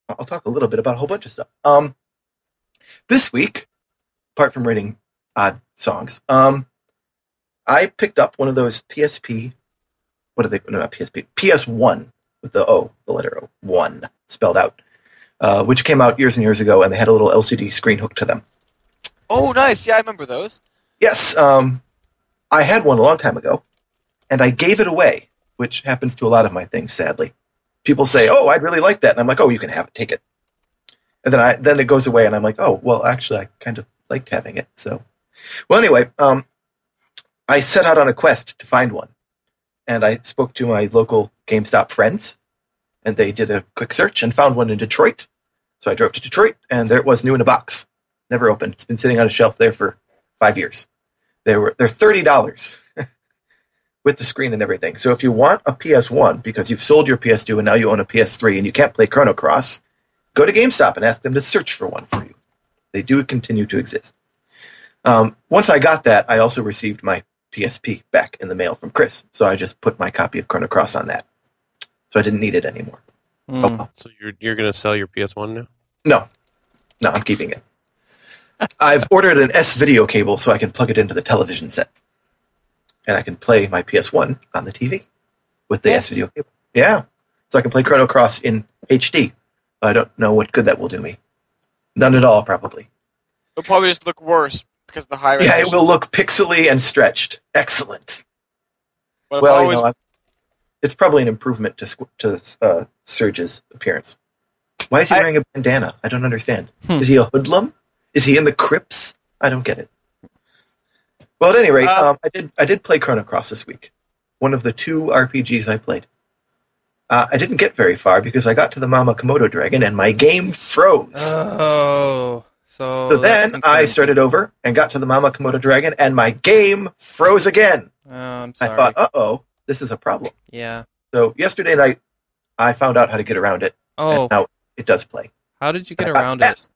I'll talk a little bit about a whole bunch of stuff. Um, this week, apart from writing odd songs, um, I picked up one of those PSP. What are they? No, not PSP. PS One with the O, the letter O, one spelled out, uh, which came out years and years ago, and they had a little LCD screen hooked to them.
oh, nice. Yeah, I remember those.
Yes, um, I had one a long time ago, and I gave it away, which happens to a lot of my things, sadly. People say, "Oh, I'd really like that," and I'm like, "Oh, you can have it, take it." And then I then it goes away, and I'm like, "Oh, well, actually, I kind of liked having it." So, well, anyway, um, I set out on a quest to find one, and I spoke to my local GameStop friends, and they did a quick search and found one in Detroit. So I drove to Detroit, and there it was, new in a box, never opened. It's been sitting on a shelf there for five years they were they're thirty dollars with the screen and everything. So if you want a PS One because you've sold your PS Two and now you own a PS Three and you can't play Chrono Cross, go to GameStop and ask them to search for one for you. They do continue to exist. Um, once I got that, I also received my PSP back in the mail from Chris, so I just put my copy of Chrono Cross on that, so I didn't need it anymore. Oh.
Hmm.
So you're you're gonna sell your PS1 now?
No, no, I'm keeping it. I've ordered an S video cable so I can plug it into the television set, and I can play my PS1 on the TV with the
Yeah.
S video cable. Yeah, so I can play Chrono Cross in HD. I don't know what good that will do me. None at all, probably.
It'll probably just look worse because of the high
Yeah,
resolution.
it will look pixely and stretched. Excellent.
But if I
well, you
always-
know, I've, it's probably an improvement to Squ- to uh, Surge's appearance. Why is he
I-
wearing a bandana? I don't understand.
Hmm.
Is he a hoodlum? Is he in the crypts? I don't get it. Well, at any rate,
Uh,
um, I did I did play Chrono Cross this week, one of the two RPGs I played. Uh, I didn't get very far because I got to the Mama Komodo dragon and my game froze.
Oh, so
so
that
then I
confirms it.
started over and got to the Mama Komodo dragon and my game froze again.
Oh, I'm
I
sorry.
thought, uh oh, this is a problem.
yeah.
So yesterday night, I found out how to get around it.
Oh,
And uh, now it does play.
How did you get
Uh,
around it?
fast.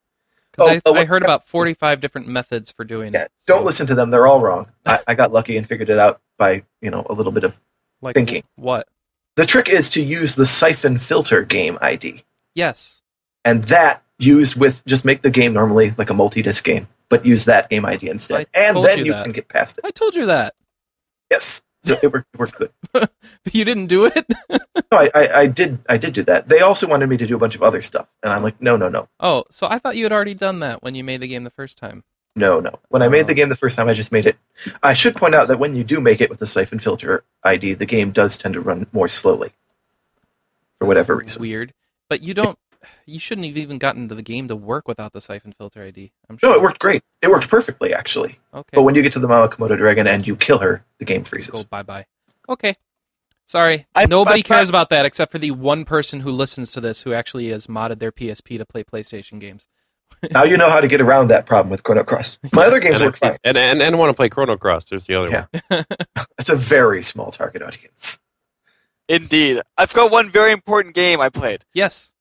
Because
Oh,
I,
oh,
I heard
yeah.
about 45 different methods for doing
Yeah,
it.
don't
so,
listen to them; they're all wrong. I, I got lucky and figured it out by you know a little bit of.
like,
thinking.
What?
The trick is to use the siphon filter game ID,
Yes.
and that used with just make the game normally like a multi-disc game, but use that game ID instead,
I
and
told
then
you
you
that.
can get past it.
I told you that.
Yes, so it worked, it worked good.
But you didn't do it?
No, I, I, I did I did do that. They also wanted me to do a bunch of other stuff, and I'm like, no, no, no,
oh, so I thought you had already done that when you made the game the first time.
no, no. When I
Oh.
made the game the first time, I just made it. I should point out that when you do make it with the siphon filter ID, the game does tend to run more slowly, for whatever
That's
reason.
Weird. But you don't, you shouldn't have even gotten the game to work without the siphon filter ID. I'm sure.
No, it worked great. It worked perfectly, actually.
Okay.
But when you get to the Mama Komodo Dragon and you kill her, the game
Go
freezes.
bye bye. Okay. Sorry.
I-
Nobody
I-
cares about that except for the one person who listens to this who actually has modded their PSP to play PlayStation games.
Now you know how to get around that problem with Chrono Cross. My other games
and,
work fine.
and and and want to play Chrono Cross. There's the other
Yeah.
one.
That's a very small target audience.
Indeed. I've got one very important game I played.
Yes.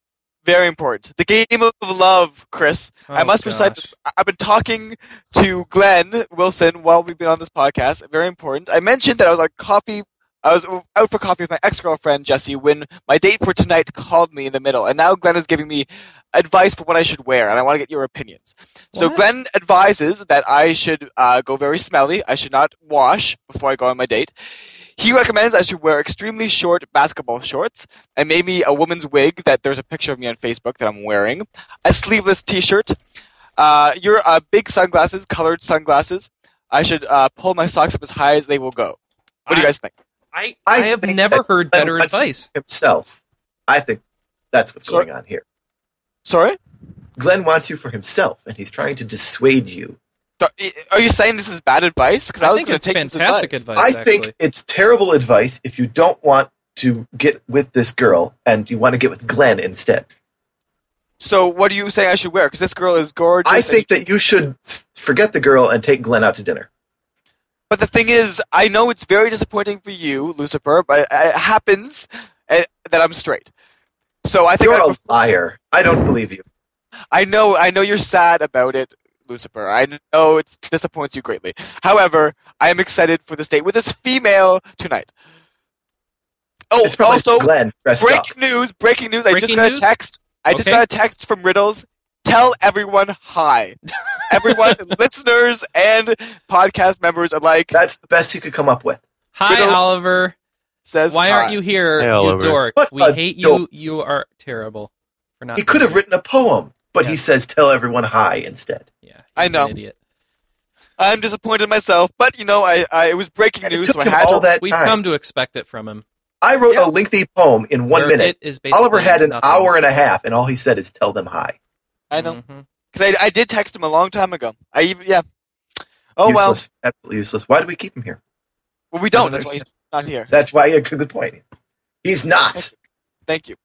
Very important. The game of love, Chris. I
Oh,
must recite
gosh.
this. I- I've been talking to Glenn Wilson while we've been on this podcast. Very important. I mentioned that I was on coffee. I was out for coffee with my ex-girlfriend Jessie when my date for tonight called me in the middle, and now Glenn is giving me advice for what I should wear, and I want to get your opinions. So
What?
Glenn advises that I should uh, go very smelly. I should not wash before I go on my date. He recommends I should wear extremely short basketball shorts and maybe a woman's wig that there's a picture of me on Facebook that I'm wearing, a sleeveless T-shirt, uh, your uh, big sunglasses, colored sunglasses. I should uh, pull my socks up as high as they will go. What do you
I-
guys think?
I, I,
I
have
think
never
that
heard
Glenn
better
Hudson
advice.
Himself, I think that's what's
Sorry?
going on here.
Sorry,
Glenn wants you for himself, and he's trying to dissuade you.
Th- are you saying this is bad advice? Because I, was
think
going
it's
to take
fantastic
this advice.
advice.
I think
actually.
it's terrible advice if you don't want to get with this girl and you want to get with Glenn instead.
So what do you say I should wear? Because this girl is gorgeous.
I
and-
think that you should s- forget the girl and take Glenn out to dinner.
But the thing is, I know it's very disappointing for you, Lucifer, but it, it happens uh, that I'm straight. So I think
You're
I'd
a liar. I don't believe you.
I know, I know you're sad about it, Lucifer. I know it disappoints you greatly. However, I am excited for this date with this female tonight. Oh,
It's probably
also,
Glenn dressed up.
breaking news! Breaking news! I just
Breaking
got
news?
a text. I just
Okay.
got a text from Riddles. Tell everyone hi, everyone, listeners and podcast members alike.
That's the best you could come up with.
Hi,
Toodles.
Oliver.
Says
Why aren't
hi.
you here,
Hey,
you
Oliver.
dork?
What
we
a
hate you.
dolt.
You are terrible for not.
He could
being
have
here.
written a poem, but he
Yes.
says tell everyone hi instead.
Yeah, he's
I know.
An idiot.
I'm disappointed in myself, but you know, I, I it was breaking
And it
news,
took
so I
him
had
all
to.
that
We've
time.
come to expect it from him.
I wrote
Yeah.
a lengthy poem in one
Where
minute.
It is basically
Oliver had an
nothing.
hour and a half, and all he said is tell them hi.
I know
Mhm.
because I, I did text him a long time ago. I even yeah. Oh well,
useless. Absolutely useless. Why do we keep him here?
well we don't.
Doesn't
That's why he's not here.
That's why. Good good point. He's not.
Thank you,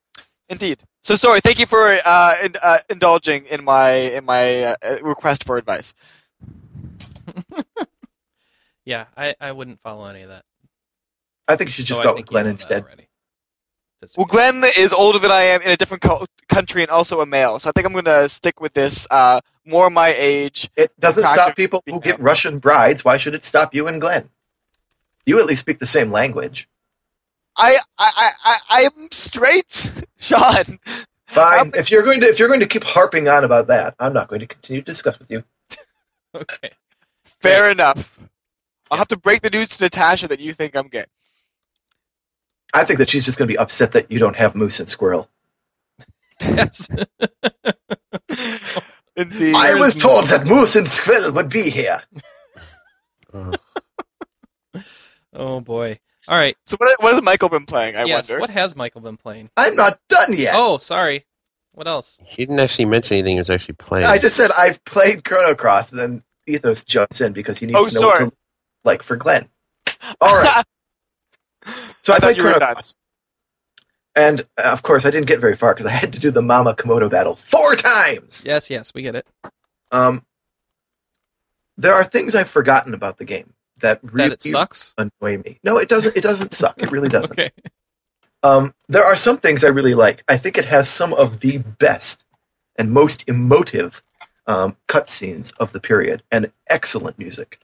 indeed. So sorry. Thank you for uh, in, uh, indulging in my in my uh, uh, request for advice.
Yeah, I, I wouldn't follow any of that.
I think you should just
Though I
go with
think uh, you
Glenn
know that
instead.
already. Just
Well,
kidding.
Glenn is older than I am in a different co- country and also a male, so I think I'm gonna stick with this. Uh, more my age.
It doesn't
Doctor-
stop people who get Russian brides. Why should it stop you and Glenn? You at least speak the same language.
I I I, I I'm straight, Sean.
Fine. If you're going to if you're going to keep harping on about that, I'm not going to continue to discuss with you.
Okay.
Fair enough. I'll have to break the news to Natasha that you think I'm gay.
I think that she's just going to be upset that you don't have moose and squirrel.
Yes.
Indeed.
I
is moose
was told
and
that moose and squirrel would be here.
Uh,
Oh boy. All right.
So what, what has Michael been playing? I
yes.
wonder.
What has Michael been playing?
I'm not done yet.
Oh, sorry. What else?
He didn't actually mention anything. He was actually playing.
I just said I've played Chrono Cross, and then Ethos jumps in because he needs
Oh,
to know
sorry.
what to like for Glenn. All right, so
I
I,
thought
played
you were
Chrono
done.
Cross, and uh, of course I didn't get very far because I had to do the Mama Komodo battle four times.
Yes, yes, we get it.
Um, there are things I've forgotten about the game that really
that it sucks.
annoy me. No, it doesn't. It doesn't suck. It really doesn't.
Okay.
Um, there are some things I really like. I think it has some of the best and most emotive um, cutscenes of the period, and excellent music.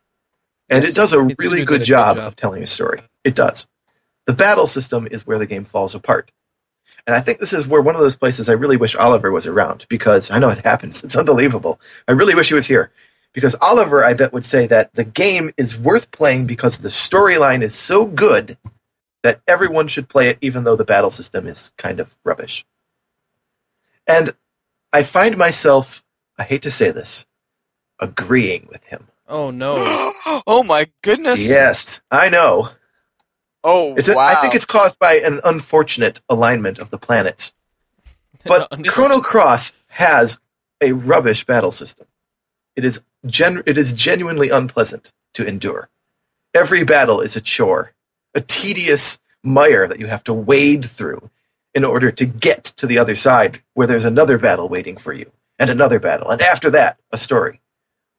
And
Yes,
it does a
it's-
really
it
good
did a good
job,
job.
of telling a story. It does. The battle system is where the game falls apart. And I think this is where one of those places I really wish Oliver was around because I know it happens. It's unbelievable. I really wish he was here because Oliver, I bet, would say that the game is worth playing because the storyline is so good that everyone should play it, even though the battle system is kind of rubbish. And I find myself, I hate to say this, agreeing with him.
Oh no.
oh my goodness.
Yes, I know.
Oh
It's a-
wow.
I think it's caused by an unfortunate alignment of the planets. But
No,
Chrono Cross has a rubbish battle system. It is gen- it is genuinely unpleasant to endure. Every battle is a chore, a tedious mire that you have to wade through in order to get to the other side where there's another battle waiting for you and another battle and after that a story.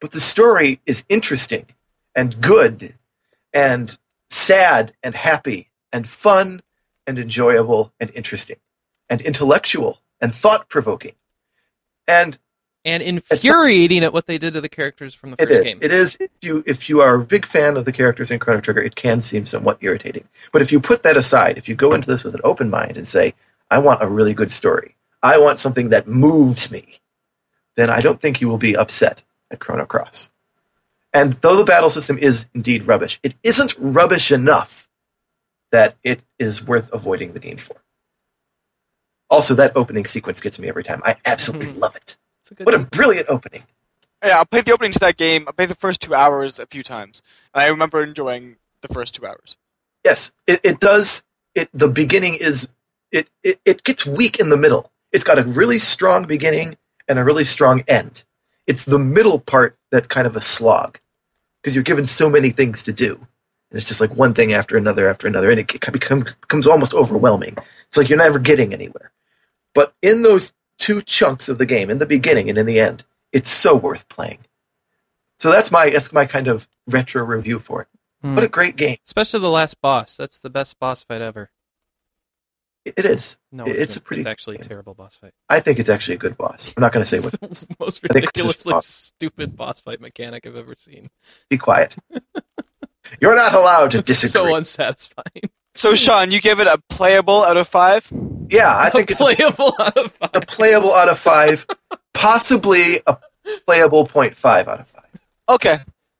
But the story is interesting and good and sad and happy and fun and enjoyable and interesting and intellectual and thought provoking. And
and infuriating at what they did to the characters from the
it
first
is.
game.
It is if you if you are a big fan of the characters in Chrono Trigger, it can seem somewhat irritating. But if you put that aside, if you go into this with an open mind and say, I want a really good story. I want something that moves me, then I don't think you will be upset at Chrono Cross. And though the battle system is indeed rubbish, it isn't rubbish enough that it is worth avoiding the game for. Also, that opening sequence gets me every time. I absolutely love it.
It's a Mm-hmm. good
What a
thing.
brilliant opening.
Oh, yeah, I played the opening to that game. I played the first two hours a few times, and I remember enjoying the first two hours.
Yes, it, it does. It the beginning is it, it it gets weak in the middle. It's got a really strong beginning and a really strong end. It's the middle part that's kind of a slog because you're given so many things to do, and it's just like one thing after another after another, and it c- becomes becomes almost overwhelming. It's like you're never getting anywhere. But in those two chunks of the game, in the beginning and in the end, it's so worth playing. So that's my that's my kind of retro review for it.
Hmm.
What a great game
Especially the last boss. That's the best boss fight ever.
it it is.
No,
It's
it
a
isn't.
pretty
It's
good
actually a
game.
terrible boss fight.
I think it's actually a good boss. I'm not going to say
it's
what.
the most
I think this is
ridiculously
fun.
stupid boss fight mechanic I've ever seen.
Be quiet. You're not allowed to
It's
disagree.
so unsatisfying.
Hmm.
So Sean, you give it a playable out of five.
yeah, I think it's a,
playable out of five.
a playable out of five, possibly a playable point five out of five.
Okay.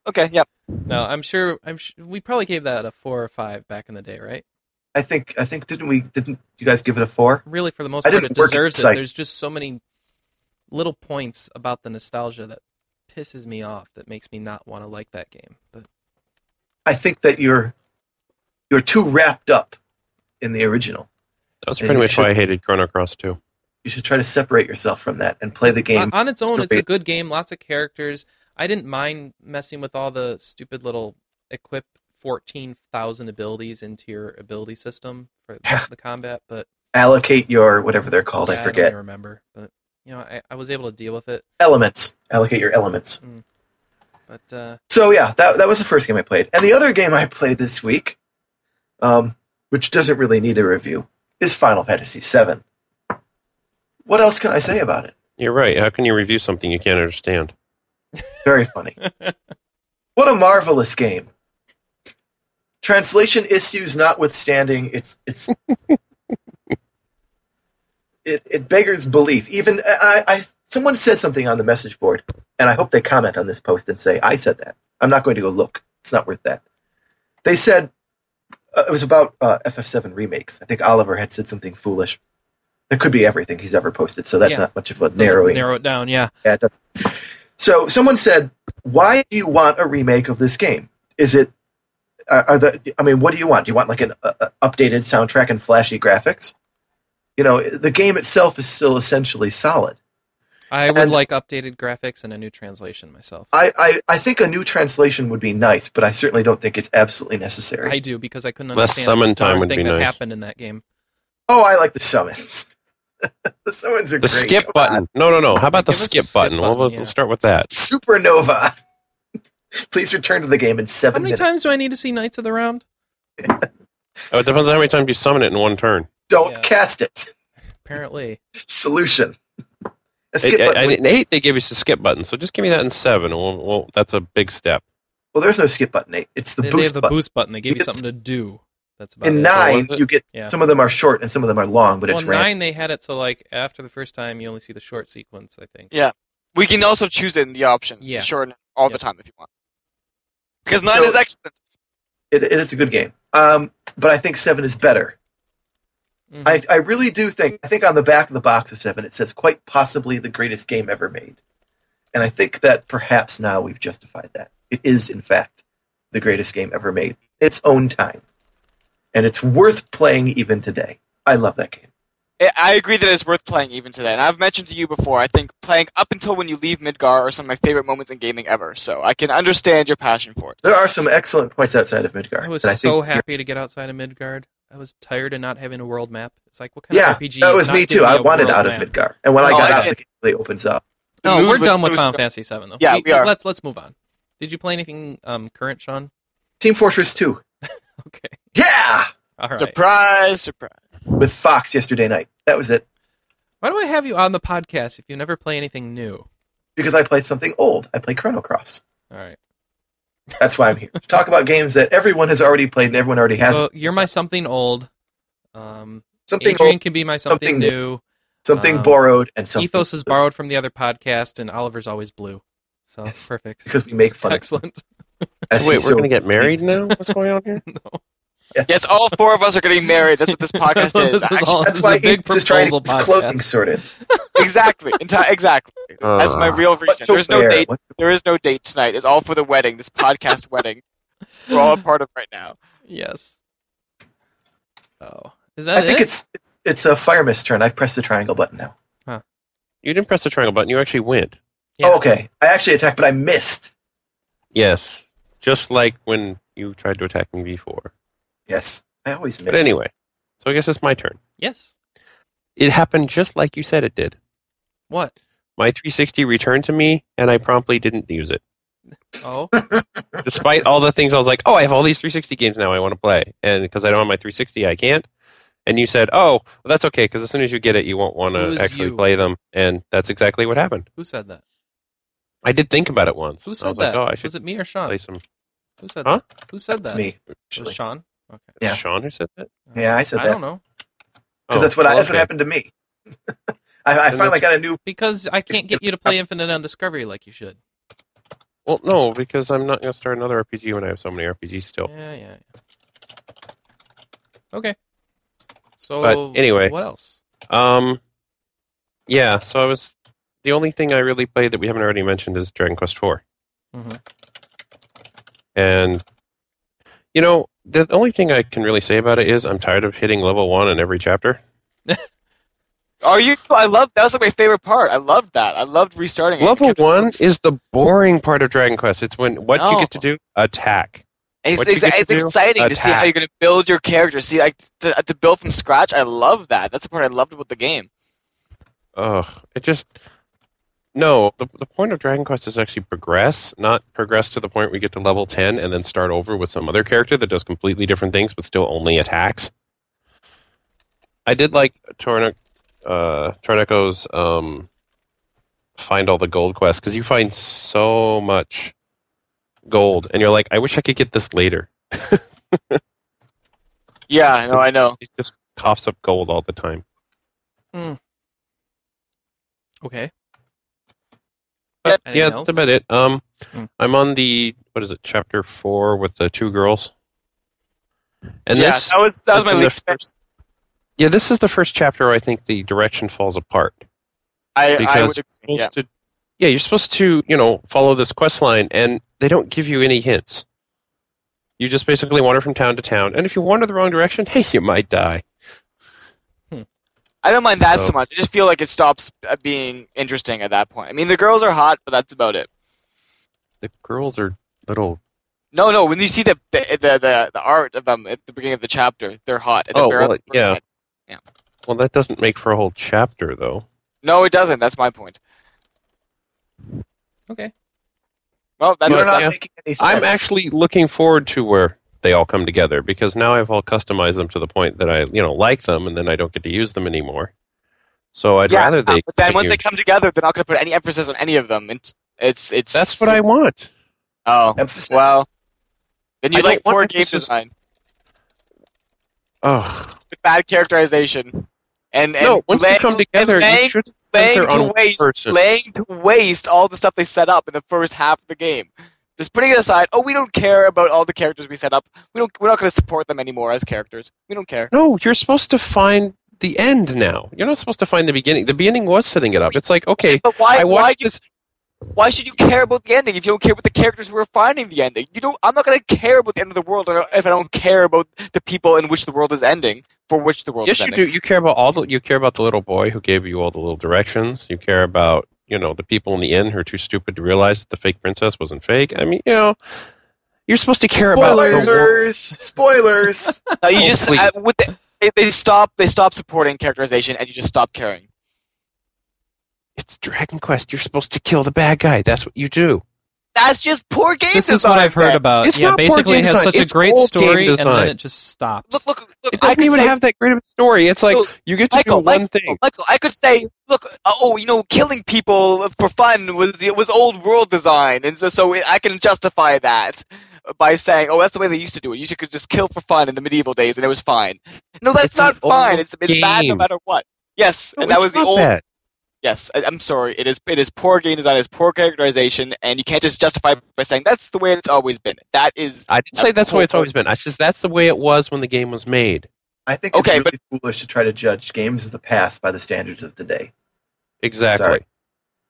Okay. Yep.
No, I'm sure. I'm sh- we probably gave that a four or five back in the day, right?
I think. I think didn't we? Didn't you guys give it a four?
Really, for the most
I
part,
didn't
it
work at
deserves it.
site.
There's just so many little points about the nostalgia that pisses me off. That makes me not want to like that game. But
I think that you're you're too wrapped up in the original.
That's
And
pretty
you
much why I
should-
hated Chrono Cross too.
You should try to separate yourself from that and play the game.
on, on its own, it's a
Great.
good game. Lots of characters. I didn't mind messing with all the stupid little equip fourteen thousand abilities into your ability system for
Yeah.
the combat, but
Allocate your whatever they're called.
yeah,
I
don't
forget
even remember. But you know, I, I was able to deal with it.
elements. Allocate your elements.
But uh,
So yeah, that that was the first game I played, and the other game I played this week, um, which doesn't really need a review, is Final Fantasy VII. What else can I say about it?
You're right. How can you review something you can't understand?
Very funny. what a marvelous game. Translation issues notwithstanding, it's it's it, it beggars belief. Even I, I someone said something on the message board, and I hope they comment on this post and say I said that. I'm not going to go look. It's not worth that. They said uh, it was about uh, FF7 remakes. I think Oliver had said something foolish. It could be everything he's ever posted, so that's
Yeah.
not much of a
those are-
narrowing.
narrow it down. Yeah,
Yeah, that's. So someone said, "Why do you want a remake of this game? Is it? Are, are the? I mean, what do you want? Do you want like an uh, uh, updated soundtrack and flashy graphics? You know, the game itself is still essentially solid.
I would
And-
like updated graphics and a new translation myself.
I, I, I think a new translation would be nice, but I certainly don't think it's absolutely necessary.
I do because I couldn't
Less
understand
summon
the darn
time would
thing
be
that
nice.
happened in that game.
oh, I like the summons. the summons are
The
great.
skip
Come
button.
on.
No, no, no. How about the
Give us a
skip,
skip
button? We'll-
button,
we'll,
yeah.
we'll start with that.
supernova. Please return to the game in
How
seven
many
minutes.
times do I need to see Knights of the Round?
Oh, it depends on how many times you summon it in one turn.
Don't
Yeah.
cast it.
Apparently.
Solution. A skip
I,
button.
I, I,
would-
in eight, they give us a skip button, so just give me that in seven. and We'll, we'll, that's a big step.
well, there's no skip button. Nate. It's the
they, they
boost
have the
button.
boost button. They give you
Yes.
something to do. That's about
In
it.
nine,
was it?
you get
Yeah.
some of them are short and some of them are long, but
well,
it's random.
nine they had it so like after the first time you only see the short sequence. I think.
We can also choose it in the options
Yeah.
to shorten it all
Yep.
the time if you want. Because nine
So-
is excellent.
It, it is a good game. Um, but I think seven is better.
Mhm.
I, I really do think I think on the back of the box of seven it says quite possibly the greatest game ever made, and I think that perhaps now we've justified that it is in fact the greatest game ever made its own time, and it's worth playing even today. I love that game.
I- I agree that it's worth playing even today. And I've mentioned to you before, I think playing up until when you leave Midgar are some of my favorite moments in gaming ever. So I can understand your passion for it.
There are some excellent points outside of Midgar.
I was
that
so
think-
happy to get outside of Midgard. I was tired of not having a world map. It's like what kind
Yeah,
of RPG?
that
is
was
not
me
giving
too.
me
I
a
wanted
world
out of
map?
Midgar, and when I
Oh,
got
I
out,
did.
the game really opens up.
No,
Mood
Oh, we're
was
done
so
with Final
strong.
Fantasy Seven though.
Yeah, we are.
Let's let's move on. Did you play anything um, current, Sean?
Team Fortress Two,
Okay,
yeah,
all right.
Surprise, surprise.
with Fox yesterday night. That was it
Why do I have you on the podcast if you never play anything new?
because I played something old. I played Chrono Cross.
All right.
That's why I'm here to talk about games that everyone has already played and everyone already has.
So you're my something old. Um,
something
Adrian
old,
can be my something,
something
new.
something
um,
borrowed, and something
Ethos is borrowed from the other podcast, and Oliver's always blue. So
Yes.
perfect.
because we make fun of.
Excellent.
as
Wait,
you so
we're going to get married
please.
now? What's going on here?
Yes, all four of us are getting married. That's what this podcast
This
is.
is
Actually,
all-
That's
this
why
is a big
Abe's just trying to
proposal
get his
podcast.
clothing sorted.
exactly. Enti- exactly. That's my
Uh,
real
What
reason.
to
There's no
wear,
date.
what to-
There is no date tonight. It's all for the wedding, this podcast wedding we're all a part of right now.
Yes. Oh, is that
I think
it?
it's it's it's a fire mist turn. I've pressed the triangle button now.
You didn't press the triangle button. You actually went.
Yeah.
Oh, okay. I actually attacked, but I missed.
Yes. Just like when you tried to attack me before.
Yes, I always miss.
But anyway, so I guess it's my turn.
Yes.
It happened just like you said it did.
What?
My 360 returned to me, and I promptly didn't use it.
Oh,
Despite all the things I was like, oh, I have all these 360 games now I want to play. And because I don't have my 360, I can't. And you said, oh, well, that's okay, because as soon as you get it, you won't want
Who
to
is
actually
you?
play them. And that's exactly what happened.
who said that?
I did think about it once.
Who
I
said
was
that?
like, oh, I should
was it me or Sean?
play some.
Who said
Huh?
that? Who said
that's
that?
me.
It was
Actually.
Sean. Okay.
Yeah.
Sean who said that?
Yeah, I said
I
that
don't know
because
Oh,
that's what I,
well,
that's what
okay.
happened to me. I, I
Then
finally got a new.
because I can't get you to play Infinite on Discovery like you should.
Well, no, because I'm not going to start another RPG when I have so many RPGs still.
Yeah, yeah. yeah. Okay. So
But anyway.
what else?
Um, yeah. So I was the only thing I really played that we haven't already mentioned is Dragon Quest IV.
Mhm.
And you know, the only thing I can really say about it is I'm tired of hitting level one in every chapter.
Are you? I love that was like my favorite part. I loved that. I loved restarting. it.
Level
Kept-
one is the boring part of Dragon Quest. It's when what you
No.
get to do attack.
It's,
what you
it's,
get to
it's
do?
exciting to see how
Attack.
you're going to build your character. See, like to, to build from scratch. I love that. That's the part I loved about the game.
Ugh, it just no. The the point of Dragon Quest is actually progress, not progress to the point we get to level ten and then start over with some other character that does completely different things but still only attacks. I did like Tornik, uh, Tornico's um, find all the gold quest because you find so much gold and you're like, I wish I could get this later.
Yeah, I know. I know.
It just coughs up gold all the time.
Okay.
But,
Anything
yeah,
else?
that's about it. Um,
Hmm.
I'm on the what is it, chapter four with the two girls. And
yeah,
this,
that was that was my
in the
least. fa-
first- yeah, this is the first chapter where I think the direction falls apart
I, I
because
would.
you're
agree, Yeah.
supposed to, yeah, you're supposed to, you know, follow this quest line, and they don't give you any hints. You just basically wander from town to town, and if you wander the wrong direction, hey, you might die.
I don't mind that
So-
so much. I just feel like it stops uh, being interesting at that point. I mean, the girls are hot, but that's about it.
The girls are little.
No, no. When you see the the the, the, the art of them at the beginning of the chapter, they're hot. And they're
Oh,
barely
well, yeah.
perfect.
Well, that doesn't make for a whole chapter, though.
No, it doesn't. That's my point.
Okay.
Well, that's
You're
But,
not
yeah.
making any sense.
I'm actually looking forward to where they all come together because now I've all customized them to the point that I you know like them and then I don't get to use them anymore. So I'd
Yeah,
rather they.
but then once
continue-
they come together, they're not going to put any emphasis on any of them. It's it's, it's
that's what I want.
Oh
Emphasis.
well, then you
I don't
like poor
want
game
emphasis-
design,
Ugh.
with bad characterization, and, and
no, once they
laying-
come together, you
laying-
should
laying
censor on
to
one
waste,
person.
laying to waste all the stuff they set up in the first half of the game. Just putting it aside. Oh, we don't care about all the characters we set up. We don't. We're not going to support them anymore as characters. We don't care.
No, you're supposed to find the end now. You're not supposed to find the beginning. The beginning was setting it up. It's like okay,
But why?
I
why
watched
do you,
this.
Why should you care about the ending if you don't care about the characters who are finding the ending? You don't. I'm not going to care about the end of the world if I don't care about the people in which the world is ending, for which the world
Yes,
is
you
ending.
do. You care about all the. You care about the little boy who gave you all the little directions. You care about you know the people in the inn who are too stupid to realize that the fake princess wasn't fake. I mean, you know, you're supposed to care about the
Spoilers.
world.
Spoilers! Spoilers!
No, you
Oh,
just
please.
uh, with the, they, they stop. They stop supporting characterization, and you just stop caring.
It's Dragon Quest. You're supposed to kill the bad guy. That's what you do.
That's just poor game
This
design.
is what I've heard
man.
about.
It's
yeah,
not poor
basically,
game
it has
design.
such a
It's
great
old game
story, and
design.
then it just stops.
Look, look, look.
It
I
doesn't
could
even
say,
have that great of a story. It's like
No,
you get to
Michael,
do one
Michael,
thing.
Michael, I could say, look, uh, oh, you know, killing people for fun was it was old world design, and so, so I can justify that by saying, oh, that's the way they used to do it. You should could just kill for fun in the medieval days, and it was fine. No, that's
It's
not
an old
fine. It's, it's bad no
game.
matter what. Yes,
No,
and that
it's
was the
not
old.
bad.
Yes, I, I'm sorry. It is it is poor game design. It's poor characterization, and you can't just justify by saying that's the way it's always been. That is
I didn't say that's the way it's always been. I says that's the way it was when the game was made.
I think it's
Okay,
really foolish to try to judge games of the past by the standards of today.
Exactly.
Sorry.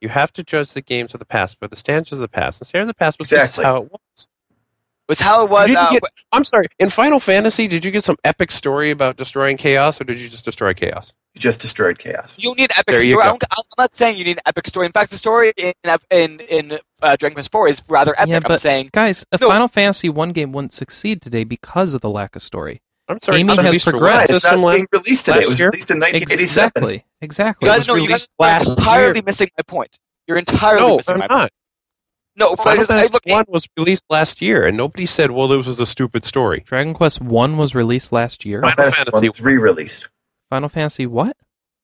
You have to judge the games of the past, but the standards of the past. The standards of the past was this is
Exactly.
how it was.
was how it was.
didn't
uh,
get- I'm sorry. In Final Fantasy, did you get some epic story about destroying chaos, or did you just destroy chaos?
You just destroyed chaos.
You don't need epic
There you
story. I
go.
don't, I'm not saying you need an epic story. In fact, the story in in in uh, Dragon Quest Four is rather epic.
Yeah,
I'm
but-
saying
Guys, a
No.
Final Fantasy one game wouldn't succeed today because of the lack of story.
I'm sorry.
Gaming
it was
has
released for
progressed.
one
Right, it's not
System
being
last,
released today. It
last
was
year?
released in 1987.
Exactly. Exactly.
you
it
guys
was
know you guys
released
are
last
entirely
year.
missing my point. You're entirely
no,
missing
I'm
my point.
not.
No, but
Final
it's- I
Fantasy
look, it-
One was released last year, and nobody said, "Well, this was a stupid story."
Dragon Quest one was released last year.
Final
Final Fantasy
Fantasy.
was re-released.
Final Fantasy what?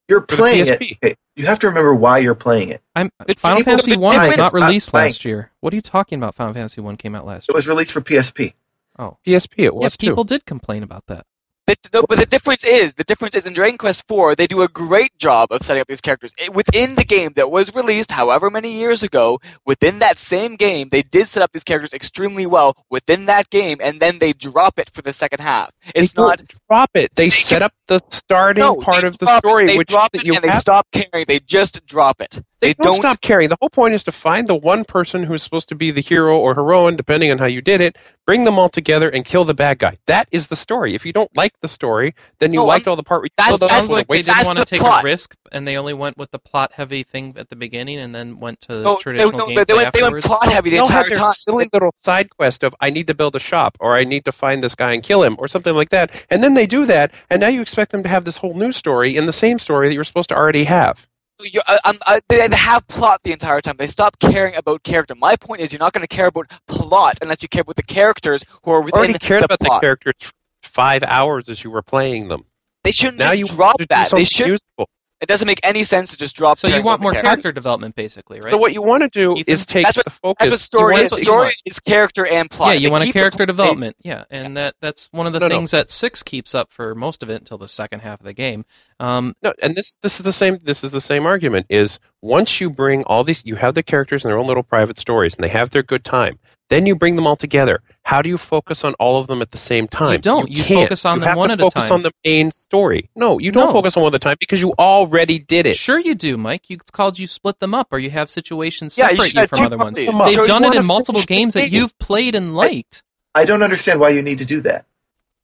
You're
the
playing it.
PSP.
Okay, You have to remember why you're playing it.
I'm
The
Final
people-
Fantasy
the
one was not
difference-
released
uh, like-
last year. What are you talking about? Final Fantasy one came out last
It
year.
was released for PSP.
Oh,
PSP, it
yeah.
was
People
too.
did complain about that.
the, no, but the difference is the difference is in Dragon Quest Four they do a great job of setting up these characters It- within the game that was released however many years ago. Within that same game, they did set up these characters extremely well within that game, and then they drop it for the second half. It's
They
not
don't drop it. They set up the starting
no,
part
they
of the
drop it.
story,
They
which
drop
that
it
you
and they
have
stop caring. They just drop it.
they,
They,
don't, stop caring. The whole point is to find the one person who is supposed to be the hero or heroine, depending on how you did it, bring them all together and kill the bad guy. That is the story. If you don't like the story, then you
No,
liked all the part where you
that's-
killed the
sounds
that's-
husband.
like they
Wait,
that's
didn't want to
the
take
plot.
a risk, and they only went with the plot heavy thing at the beginning, and then went to
No, they,
traditional
no,
gameplay
they, they went, they went
afterwards.
plot heavy the
they'll have
entire
their
time.
silly little side quest of I need to build a shop or I need to find this guy and kill him or something like that. And then they do that, and now you expect them to have this whole new story in the same story that you were supposed to already have.
You- I- I'm- I- they they have plot the entire time. They stop caring about character. My point is, you're not going to care about plot unless you care about the characters who are
You already
within
cared
the
about the
plot.
characters for five hours as you were playing them.
they shouldn't
Now
just
you
drop
want to do
that. They
something
should.
useful.
It doesn't make any sense to just drop.
So you
caring
want
about
more
the
character
characters.
development, basically, right?
So what you want to do
Ethan?
is take
That's what-
the focus.
That's what story
you
is.
want-
Story is character and plot.
yeah,
If
you
they
want a
keep the
character
plot- they-
development. Yeah, and that that's one of the
No, no.
things that six keeps up for most of it until the second half of the game. Um,
No, and this this is the same. This is the same argument. Is once you bring all these, you have the characters and their own little private stories, and they have their good time. Then you bring them all together. How do you focus on all of them at the same time?
don't. You
can't.
focus on
You
them
have
one
to
at a
focus
time.
on the main story. No, you don't
No.
focus on one at a time because you already did it.
sure, you do, Mike. You it's called you split them up, or you have situations
Yeah, you
separate
should
you
have
from
two
other ones.
copies.
Come on.
They've
So you
done it
wanna
in multiple
finish the
games that
game.
you've played and liked.
I don't understand why you need to do that.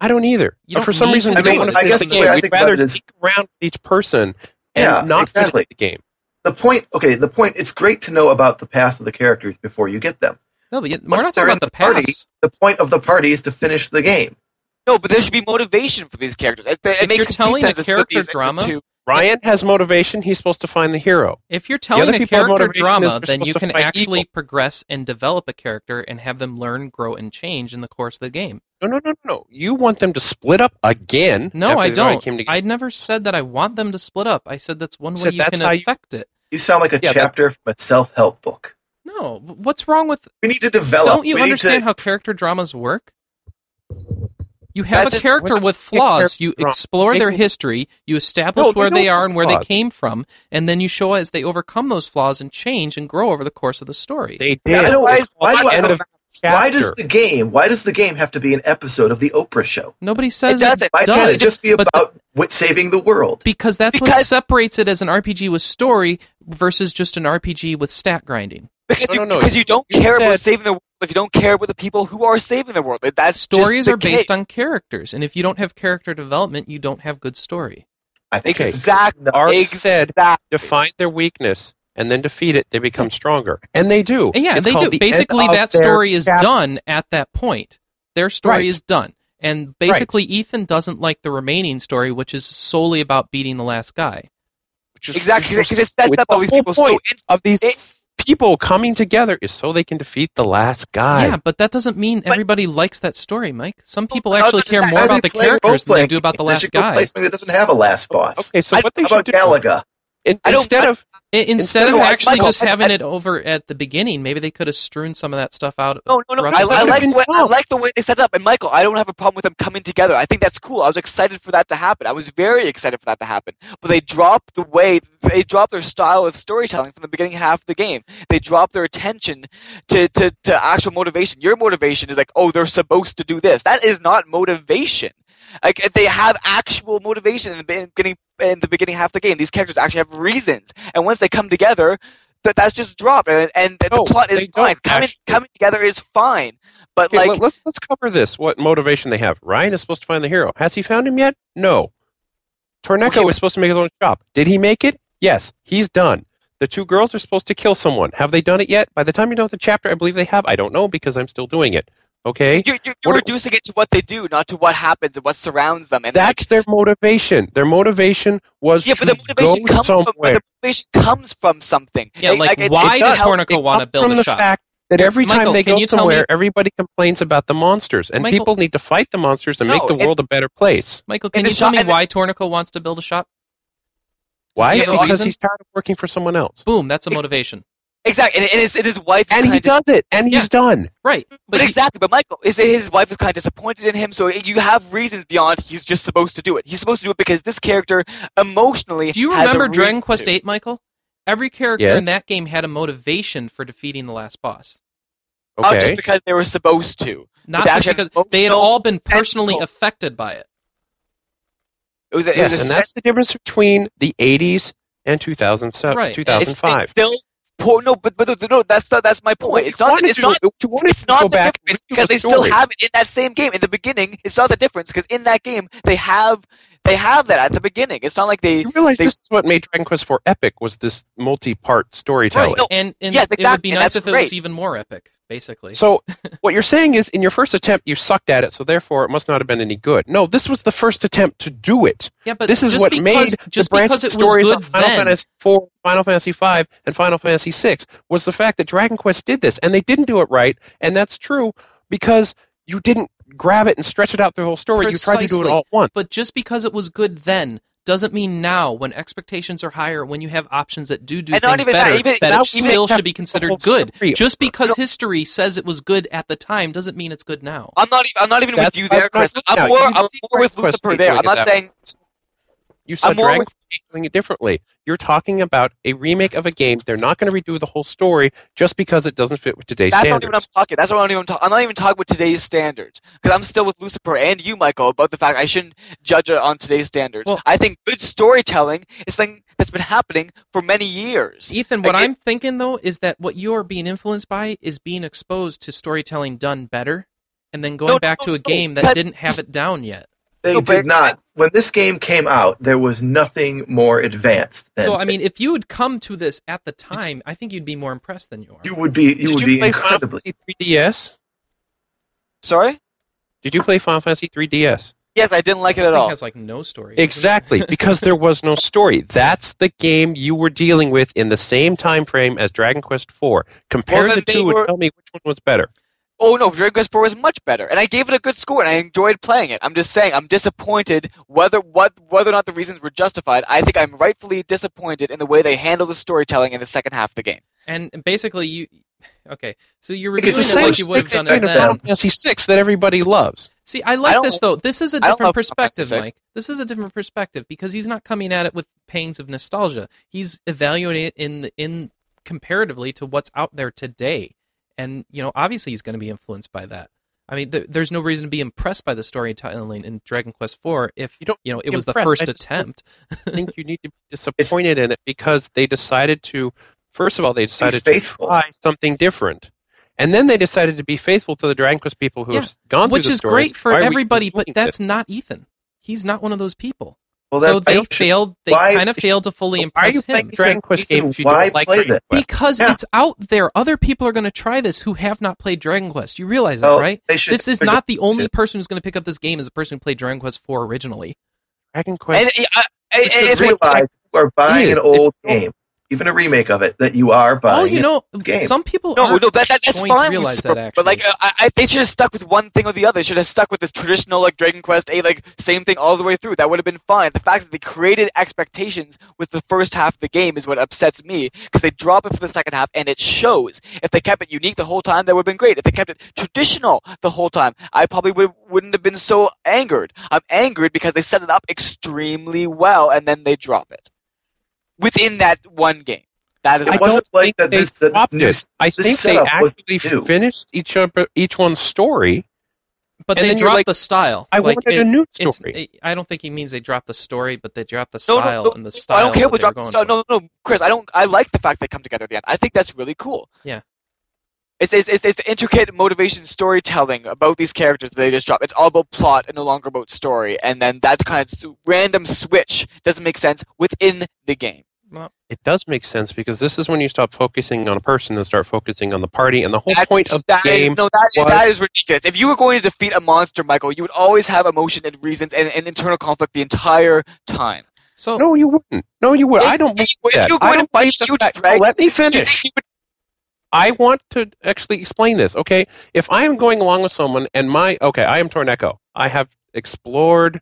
I don't either.
You don't
for some
need
reason,
to
we don't
do
want
it.
to
I
finish
guess
the
the way
game.
I
We'd
think about
rather
it is-
peek around with each person and
Yeah,
not
exactly.
finish the game.
The point. Okay, the point. It's great to know about the past of the characters before you get them.
No, but yet- we're
Once
not
they're
talking
in
about the
the party,
past.
The point of the party is to finish the game.
No, but there should be motivation for these characters. It, it
If
makes
you're
complete
telling the
sense to split
character
these into
drama,
two.
Ryan has motivation. He's supposed to find the hero.
If you're telling a
people have
character
motivation is
drama,
they're
then you
supposed to
can
fight
actually
evil.
progress and develop a character and have them learn, grow, and change in the course of the game.
No, no, no, no, no. You want them to split up again?
No, I
after they already
don't.
Came together.
I never said that I want them to split up. I said that's one
You
way
said
you
that's
can
how you-
affect it.
You sound like a
Yeah, that-
chapter from a self help book.
No, but what's wrong with?
We need to develop.
Don't you
we
understand
need to,
how character dramas work? You have
That's
a
just-
character
we're not
with
making
flaws.
character
You
drama.
explore their
Making-
history. You establish
No, they
where they
don't
are
have
and where they
flaws.
came from, and then you show as they overcome those flaws and change and grow over the course of the story.
They did.
Yeah, I don't- why-
It's
why
called
do I-
end of
why does
chapter.
the
It
game? Why does the game have to be an episode of the Oprah Show?
Nobody says
doesn't.
Why
It
can't it
does.
just be
but the-
about wi- saving the world?
because that's what
Because-
separates it as an RPG with story versus just an RPG with stat grinding.
Because
No,
you
no, no.
because you don't
You
care about
said-
saving the world if you don't care about the people who are saving the world. That's
Stories
just the
are based
case.
on characters, and if you don't have character development, you don't have good story.
I think
Okay.
exactly.
Art said-
exactly.
Define their weakness and then defeat it. They become stronger, and they do.
And yeah,
It's
they
called
do.
the end
basically,
of
that
their
story is
chapter.
done at that point. Their story
Right.
is done. And basically, Ethan doesn't like the remaining story, which is solely about beating the last guy.
Which is-
Exactly.
which
Because
is-
it sets
which
up all
the
these
whole
people. So
point
in-
of these
it-
people coming together is so they can defeat the last guy.
Yeah, but that doesn't mean everybody likes that story, Mike. Some people
no,
actually
that's
care
not-
more
Why are
about
they
the
playing
characters than they
role-playing
do about the
games? They
last
should go
guy.
play something that doesn't have a last boss.
Okay, so
I-
what they
How
should
about
do
Galaga?
in,
I don't-
instead of
I- Instead
Instead
of
of-
actually
Michael,
just
I-
having
I-
it over at the beginning, maybe they could have strewn some of that stuff out.
No, no, no.
throughout
I,
the
I
story.
like
Fucking
the way, I
hell.
like the way they set it up. And Michael, I don't have a problem with them coming together. I think that's cool. I was excited for that to happen. I was very excited for that to happen. But they drop the way they drop their style of storytelling from the beginning half of the game. They drop their attention to, to, to actual motivation. Your motivation is like, oh, they're supposed to do this. That is not motivation. Like if they have actual motivation in the be- beginning in the beginning half of the game. These characters actually have reasons. And once they come together, that that's just dropped and, and the
No,
plot
Oh, they
is
don't,
fine. Coming
actually.
coming together is fine. But
Okay,
like
let, us let's cover this. What motivation they have? Ryan is supposed to find the hero. Has he found him yet? No. Torneco
Okay,
was supposed to make his own shop. Did he make it? Yes. He's done. The two girls are supposed to kill someone. Have they done it yet? By the time you know the chapter, I believe they have. I don't know because I'm still doing it. Okay.
you're, you're,
What-
you're reducing it to what they do, not to what happens and what surrounds them. And
That's
like,
their motivation. Their motivation was
yeah,
to
but the motivation
go
comes from but
somewhere.
the motivation comes from something.
Yeah,
It-
like,
it-
why
it
did
does help-
Tornico want to
Comes from
build a
the
shop?
fact that
Here,
every
Michael,
time they
can
go
you tell me-
somewhere, everybody complains about the monsters, and
Michael-
people need to fight the monsters and
No,
make the
it-
world a better place.
Michael, can
And
you
it's
tell
not-
me
and it-
why Tornico wants to build a shop?
Why?
he have a
Because
reason?
he's tired of working for someone else.
Boom, that's a
It's-
motivation.
Exactly, and, and his, and his wife is
and he
kinda
does it, and he's
Yeah.
done.
Right. But,
But
you-
exactly, but Michael is his wife is kind of disappointed in him. So you have reasons beyond he's just supposed to do it. He's supposed to do it because this character emotionally.
do you
has a
remember Dragon
reason
Quest
to.
VIII, Michael? Every character
Yes.
in that game had a motivation for defeating the last boss.
Not just
Okay,
because they were supposed to.
Not
But
just
actually
because they had
emotional,
all been personally
sensical.
affected by it.
It was. A, it was
yes,
a
and that's the difference between the '80s and 2007,
Right.
it's,
2005.
it's still poor. No, but but no, that's not, that's my point. It's not.
Wanted
It's
to do-
not.
you wanted
It's
to go
not the
back and
difference
redo
because
the
they still
story.
have it in that same game. In the beginning, it's not the difference because in that game they have they have that at the beginning. It's not like they.
You realize
they-
this is what made Dragon Quest IV epic was this multi-part storytelling.
Right.
No.
And, and
Yes,
it would
exactly,
be
and
nice
that's
if it was
great.
even more epic, basically.
So what you're saying is, in your first attempt, you sucked at it, so therefore it must not have been any good. No, this was the first attempt to do it.
yeah, but
this is
just
what
because,
made
just
the branch
because it
stories
was
on
good
Final
then.
Fantasy IV, Final Fantasy V, and Final Fantasy VI was the fact that Dragon Quest did this, and they didn't do it right, and that's true because you didn't grab it and stretch it out through the whole story. You tried to do
Precisely.
it all at once.
But just because it was good then doesn't mean now, when expectations are higher, when you have options that do do
And
things
not even that,
better,
even-
that
now
it
even
still
accept
should be
the
considered
whole
good.
story.
Just because history says it was good at the time doesn't mean it's good now.
I'm not. Even, I'm not even with
That's
you
why
there,
I'm not
Chris. I'm
now.
more.
You
I'm
can
more
see
with
Dragon Quest
Lucifer
people
there.
look
I'm
at
not
that.
saying.
You saw
I'm more
Dragon
with-
Quest doing it differently. You're talking about a remake of a game. They're not going to redo the whole story just because it doesn't fit with today's
That's not
standards.
even what I'm talking. That's what I'm not even talking. I'm not even talking about today's standards because I'm still with Lucifer and you, Michael, about the fact I shouldn't judge it on today's standards.
Well-
I think good storytelling is something that's been happening for many years.
Ethan, what
Like, it-
I'm thinking though is that what you are being influenced by is being exposed to storytelling done better and then going
No,
back
no,
to a
no,
game that
because-
didn't have it down yet.
They
No,
did
but-
not. When this game came out, there was nothing more advanced. Than
So I mean, if you had come to this at the time, I think you'd be more impressed than you are.
you would be. You
Did
would
you
be
play Final
incredibly.
Fantasy 3DS?
Sorry.
Did you play Final Fantasy 3DS?
Yes, I didn't like it at
It
all.
has like no story. doesn't it?
Exactly, because there was no story. That's the game you were dealing with in the same time frame as Dragon Quest IV. Compare
Well,
the
then
two
they were-
and tell me which one was better.
Oh no, Dragon Quest IV was much better, and I gave it a good score, and I enjoyed playing it. I'm just saying, I'm disappointed whether what whether or not the reasons were justified. I think I'm rightfully disappointed in the way they handled the storytelling in the second half of the game.
And basically, you. Okay, so you're
It's the
reviewing it
same
like you would have done it
kind of
then.
them.
Fantasy VI that everybody loves.
See, I
I
like
don't
this
like-
though. This is a
don't
different
love Final
perspective,
Fantasy VI.
Mike. This is a different perspective because he's not coming at it with pangs of nostalgia. He's evaluating it in in comparatively to what's out there today, and you know, obviously, he's going to be influenced by that. I mean, th- there's no reason to be impressed by the storytelling in Dragon Quest IV if
You don't
you know it
be
was the
impressed. I
first
just-
attempt.
I think you need to be disappointed in it because they decided to. First of all, they decided to
faithful.
try something different, and then they decided to be faithful to the Dragon Quest people who
Yeah,
have gone through
which
the
is
stories.
great for
Why are we
everybody, but
doing this?
that's not Ethan. He's not one of those people.
Well,
so
that-
they
I don't-
failed. They
why-
kind of failed to fully
So
impress
why are you
him.
playing Dragon Quest
Ethan,
games if you don't
why
like
play
Dragon
this?
Quest?
Because
Yeah.
it's out there. Other people are going to try this who have not played Dragon Quest. You realize that,
Oh,
right?
they should-
This is
they're
not the only
to-
person who's going to pick up this game is the person who played Dragon Quest IV originally.
Dragon Quest
And, I, I,
You should
it's what-
realize you are buying an
is.
old game, even a remake of it, that you are buying.
Oh, you know,
game.
some people
no,
aren't
no, that, that, that's
going to
fine.
realize
Lucifer,
that, actually.
But like, uh, I, I, they should have stuck with one thing or the other. They Should have stuck with this traditional like Dragon Quest A, like same thing all the way through. That would have been fine. The fact that they created expectations with the first half of the game is what upsets me because they drop it for the second half and it shows. If they kept it unique the whole time, that would have been great. If they kept it traditional the whole time, I probably would wouldn't have been so angered. I'm angered because they set it up extremely well and then they drop it within that one game. That is
It
I
my
don't
wasn't like
think
that
they
this- that this
dropped
new-
it. I
this
think they
setup was
actually
new.
finished each other, each one's story.
but
and
they
then you're
dropped
like,
the style.
I
like,
wanted
it-
a new
it's-
story.
it- I don't think he means they dropped the story, but they dropped the
No,
style
no, no,
and the
no,
style.
I don't care
that
what
they were
Dr.
going
Style.
for.
No, no, no, Chris, I don't. I like the fact they come together at the end. I think that's really cool.
Yeah.
It's, it's, it's, it's the intricate motivation storytelling about these characters that they just drop. It's all about plot and no longer about story. And then that kind of s- random switch doesn't make sense within the game.
It does make sense because this is when you stop focusing on a person and start focusing on the party. And the whole
That's-
point of the
that is-
game
no, that,
was-
that is ridiculous. If you were going to defeat a monster, Michael, you would always have emotion and reasons and, and internal conflict the entire time.
So
No, you wouldn't. No, you would.
If-
I don't believe
if
that.
you're
I
going
don't
to fight
believe the
huge
fact-
dragons,
Let me
You think
finish.
you would-
I want to actually explain this. Okay, if I am going along with someone and my okay, I am Torneco. I have explored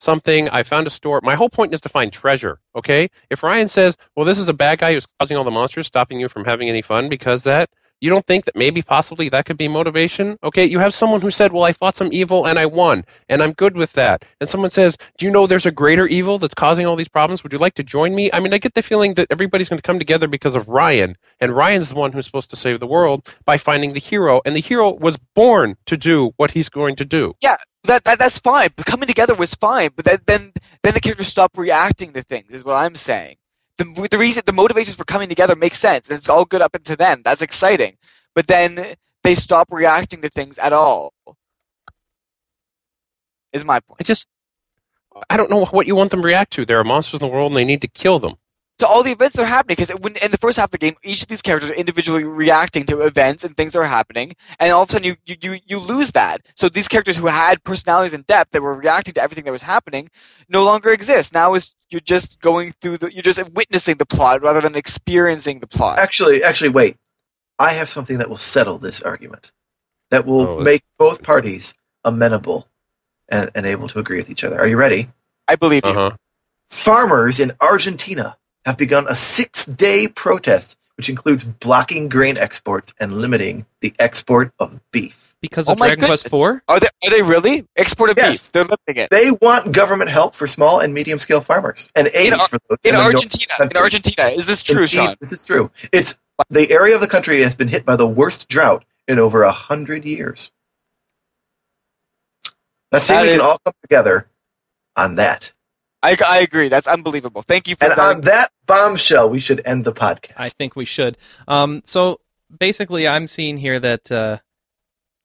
something. I found a store. My whole point is to find treasure. Okay, if Ryan says, "Well, this is a bad guy who's causing all the monsters, stopping you from having any fun," because that you don't think that maybe possibly that could be motivation. Okay, you have someone who said, "Well, I fought some evil and I won, and I'm good with that," and someone says, "Do you know there's a greater evil that's causing all these problems? Would you like to join me?" I mean, I get the feeling that everybody's going to come together because of Ryan and Ryan's the one who's supposed to save the world by finding the hero, and the hero was born to do what he's going to do.
that, that that's fine. But coming together was fine. But then then then the characters stop reacting to things. Is what I'm saying. The the reason the motivations for coming together make sense. And it's all good up until then. That's exciting. But then they stop reacting to things at all. Is my point.
I just, I don't know what you want them to react to. There are monsters in the world, and they need to kill them.
to all the events that are happening because when in the first half of the game each of these characters are individually reacting to events and things that are happening and all of a sudden you you, you, you lose that so these characters who had personalities and depth that were reacting to everything that was happening no longer exist now is you're just going through the you're just witnessing the plot rather than experiencing the plot
Actually, actually, wait. I have something that will settle this argument, that will
Oh, that's-
make both parties amenable and, and able to agree with each other. Are you ready?
i believe
Uh
you
Uh-huh.
huh.
Farmers in Argentina have begun a six day protest, which includes blocking grain exports and limiting the export of beef.
because
Oh
of
my
Dragon Quest
goodness.
IV,
are they are they really export of
Yes.
beef they're limiting it
They want government help for small and medium scale farmers and aid
Ar-
for those
in
the minority
argentina in
countries.
argentina is this true
Indeed,
sean
This is true. It's the area of the country has been hit by the worst drought in over a hundred years. Let's see if
That
we can
is-
all come together on that.
I, I agree that's unbelievable thank you for
And
that
on that bombshell, we should end the podcast.
I think we should. Um, so basically, I'm seeing here that uh,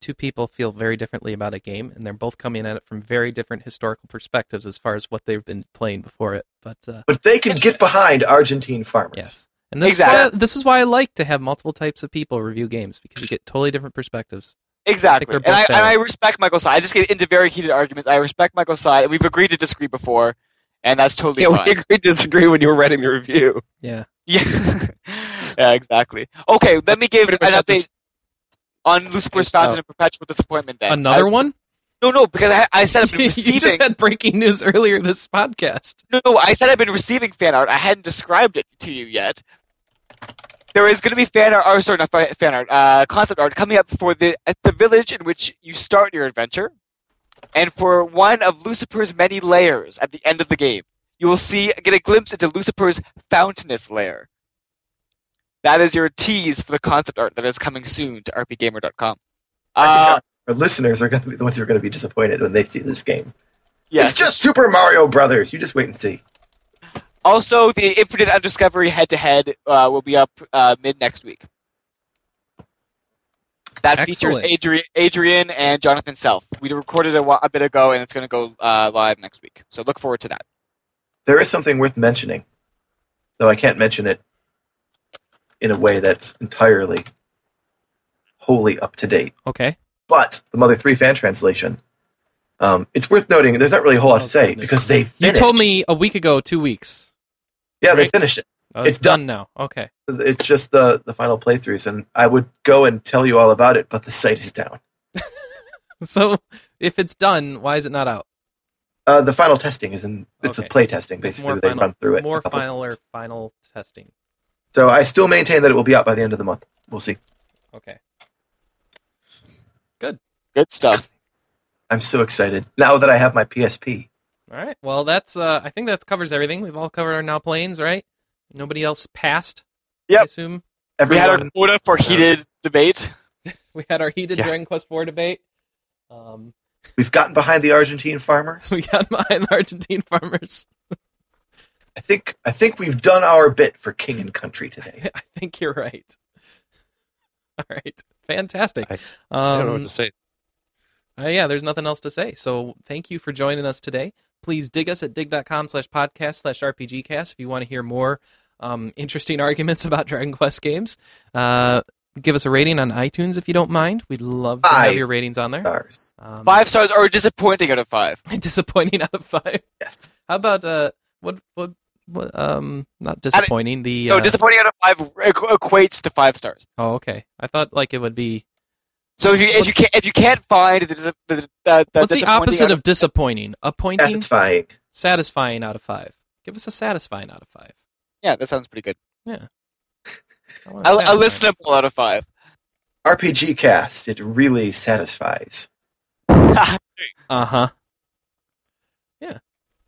two people feel very differently about a game, and they're both coming at it from very different historical perspectives as far as what they've been playing before it. But uh,
but they can get behind Argentine farmers.
yes, and this
Exactly.
is why, this is why I like to have multiple types of people review games because you get totally different perspectives.
Exactly.
they're
and, I,
both
and I
valid.
respect Michael's side. I just get into very heated arguments. I respect Michael's side, and we've agreed to disagree before, and that's totally
Yeah,
fine.
we agreed to disagree when you were writing the review.
Yeah.
Yeah. yeah, exactly. Okay, let me give an
Pretty much had
update
this-
on Lucifer's Fountain of Perpetual Disappointment then. I
uh, Another
was-
one?
No, no, because I, I said I've been
you
receiving.
just had breaking news earlier this podcast.
No, no, I said I've been receiving fan art. I hadn't described it to you yet. There is going to be fan art, or sorry, not fi- fan art, uh, concept art coming up for the at the village in which you start your adventure, and for one of Lucifer's many layers at the end of the game. You will see get a glimpse into Lucifer's Fountainous lair. That is your tease for the concept art that is coming soon to rpgamer.com.
I think
Uh,
our- our listeners are going to be the ones who are going to be disappointed when they see this game.
yes.
It's just Super Mario Brothers. You just wait and see.
Also, the Infinite Undiscovery head to head will be up uh, mid next week. That features
Excellent.
Adrian, Adrian and Jonathan Self. We recorded a, wa- a bit ago, and it's going to go uh, live next week. So look forward to that.
There is something worth mentioning, though I can't mention it in a way that's entirely wholly up to date.
Okay.
But the Mother 3 fan translation, um, it's worth noting there's not really a whole lot
Oh,
to say
goodness.
because they
You
finished.
told me a week ago, two weeks.
yeah, they
right?
finished it.
Oh,
It's
it's done. now. Okay.
It's just the, the final playthroughs, and I would go and tell you all about it, but the site is down.
So if it's done, why is it not out?
Uh, the final testing is in it's
Okay.
a play testing basically.
more
They
final,
run through it. a
more
couple
final or
times.
final testing.
So I still maintain that it will be out by the end of the month. We'll see.
Okay.
Good stuff.
I'm so excited now that I have my PSP.
All right. Well, that's. Uh, I think that covers everything. We've all covered our now planes, right? Nobody else passed. I
Yep.
assume
We had
Everyone,
our quota for heated debate.
we had our heated
Yeah.
Dragon Quest IV debate. Um,
we've gotten behind the Argentine farmers.
we got behind the Argentine farmers.
I think I think we've done our bit for King and Country today.
I think you're right. All right. Fantastic.
I- I don't know
um,
what to say.
Uh, yeah, there's nothing else to say. So thank you for joining us today. Please dig us at dig.com slash podcast slash RPGcast if you want to hear more um, interesting arguments about Dragon Quest games. Uh, give us a rating on iTunes if you don't mind. We'd love to have
Five.
your ratings on there.
Stars.
Um,
Five stars are disappointing out of five.
Disappointing out of five.
Yes.
How about uh, what, what, what, um, not disappointing. The,
No,
uh,
disappointing out of five equ- equates to five stars.
oh, okay. I thought like it would be,
So if you if you
What's-
can't if you can't find the dis- the, the, the
what's the
disappointing out
opposite of disappointing? Appointing,
Satisfying.
satisfying out of five. Give us a satisfying out of five.
yeah that sounds pretty good
I want
a,
a
a
satisfying.
listenable out of five
RPG cast. It really satisfies.
Uh huh. Yeah.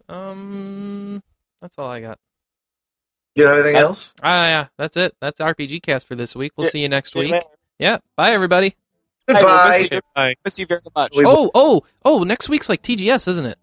Um, that's all I got.
You know anything
That's-
else?
Ah, yeah, that's it. That's RPG Cast for this week. We'll
Yeah.
see you next week. Yeah, bye everybody.
I will
Goodbye.
miss you,
Bye.
miss you very much.
We-
Oh, oh, oh! Next week's like TGS, isn't it?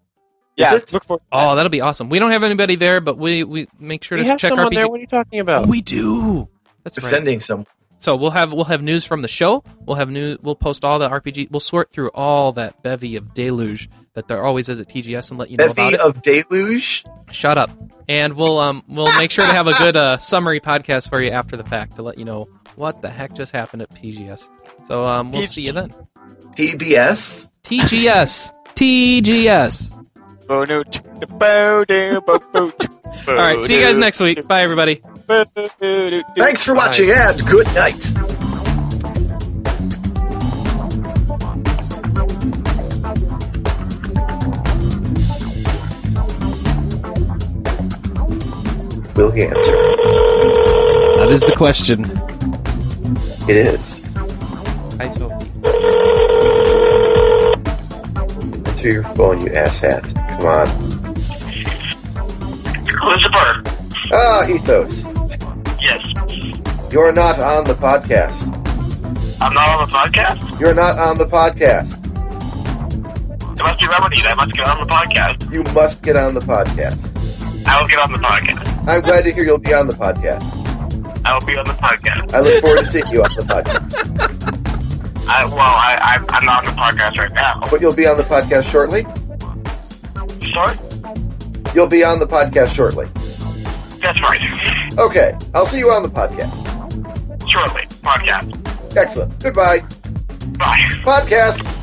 yeah,
Is it?
look for
Oh, that'll be awesome. We don't have anybody there, but we we make sure
We
to
have
check
someone
RPG.
there. What are you talking
Oh,
about?
we do. That's
We're
right.
sending some.
So we'll have we'll have news from the show. We'll have new. We'll post all the RPG. We'll sort through all that bevy of deluge that there always is at TGS and let you know about
Bevy
it.
of Deluge.
Shut up. And we'll um we'll make sure to have a good uh, summary podcast for you after the fact to let you know what the heck just happened at PGS. So um we'll see you then.
PBS.
TGS. TGS.
All
All right, see you guys next week. Bye everybody.
Thanks for watching and good night. Will he answer?
That is the question.
It is.
I hope.
Answer your phone, you asshat. Come on.
Lucifer,
Ah, Ethos.
yes.
You're not on the podcast.
I'm not on the podcast?
You're not on the podcast.
It must be remedied. I must get on the podcast.
You must get on the podcast.
I will get on the podcast.
I'm glad to hear you'll be on the podcast.
I will be on the podcast.
I look forward to seeing you on the podcast.
I, well, I, I, I'm not on the podcast right now.
But you'll be on the podcast shortly.
Sorry?
You'll be on the podcast shortly.
That's right.
Okay, I'll see you on the podcast.
Shortly. Podcast.
Excellent. Goodbye.
Bye.
Podcast.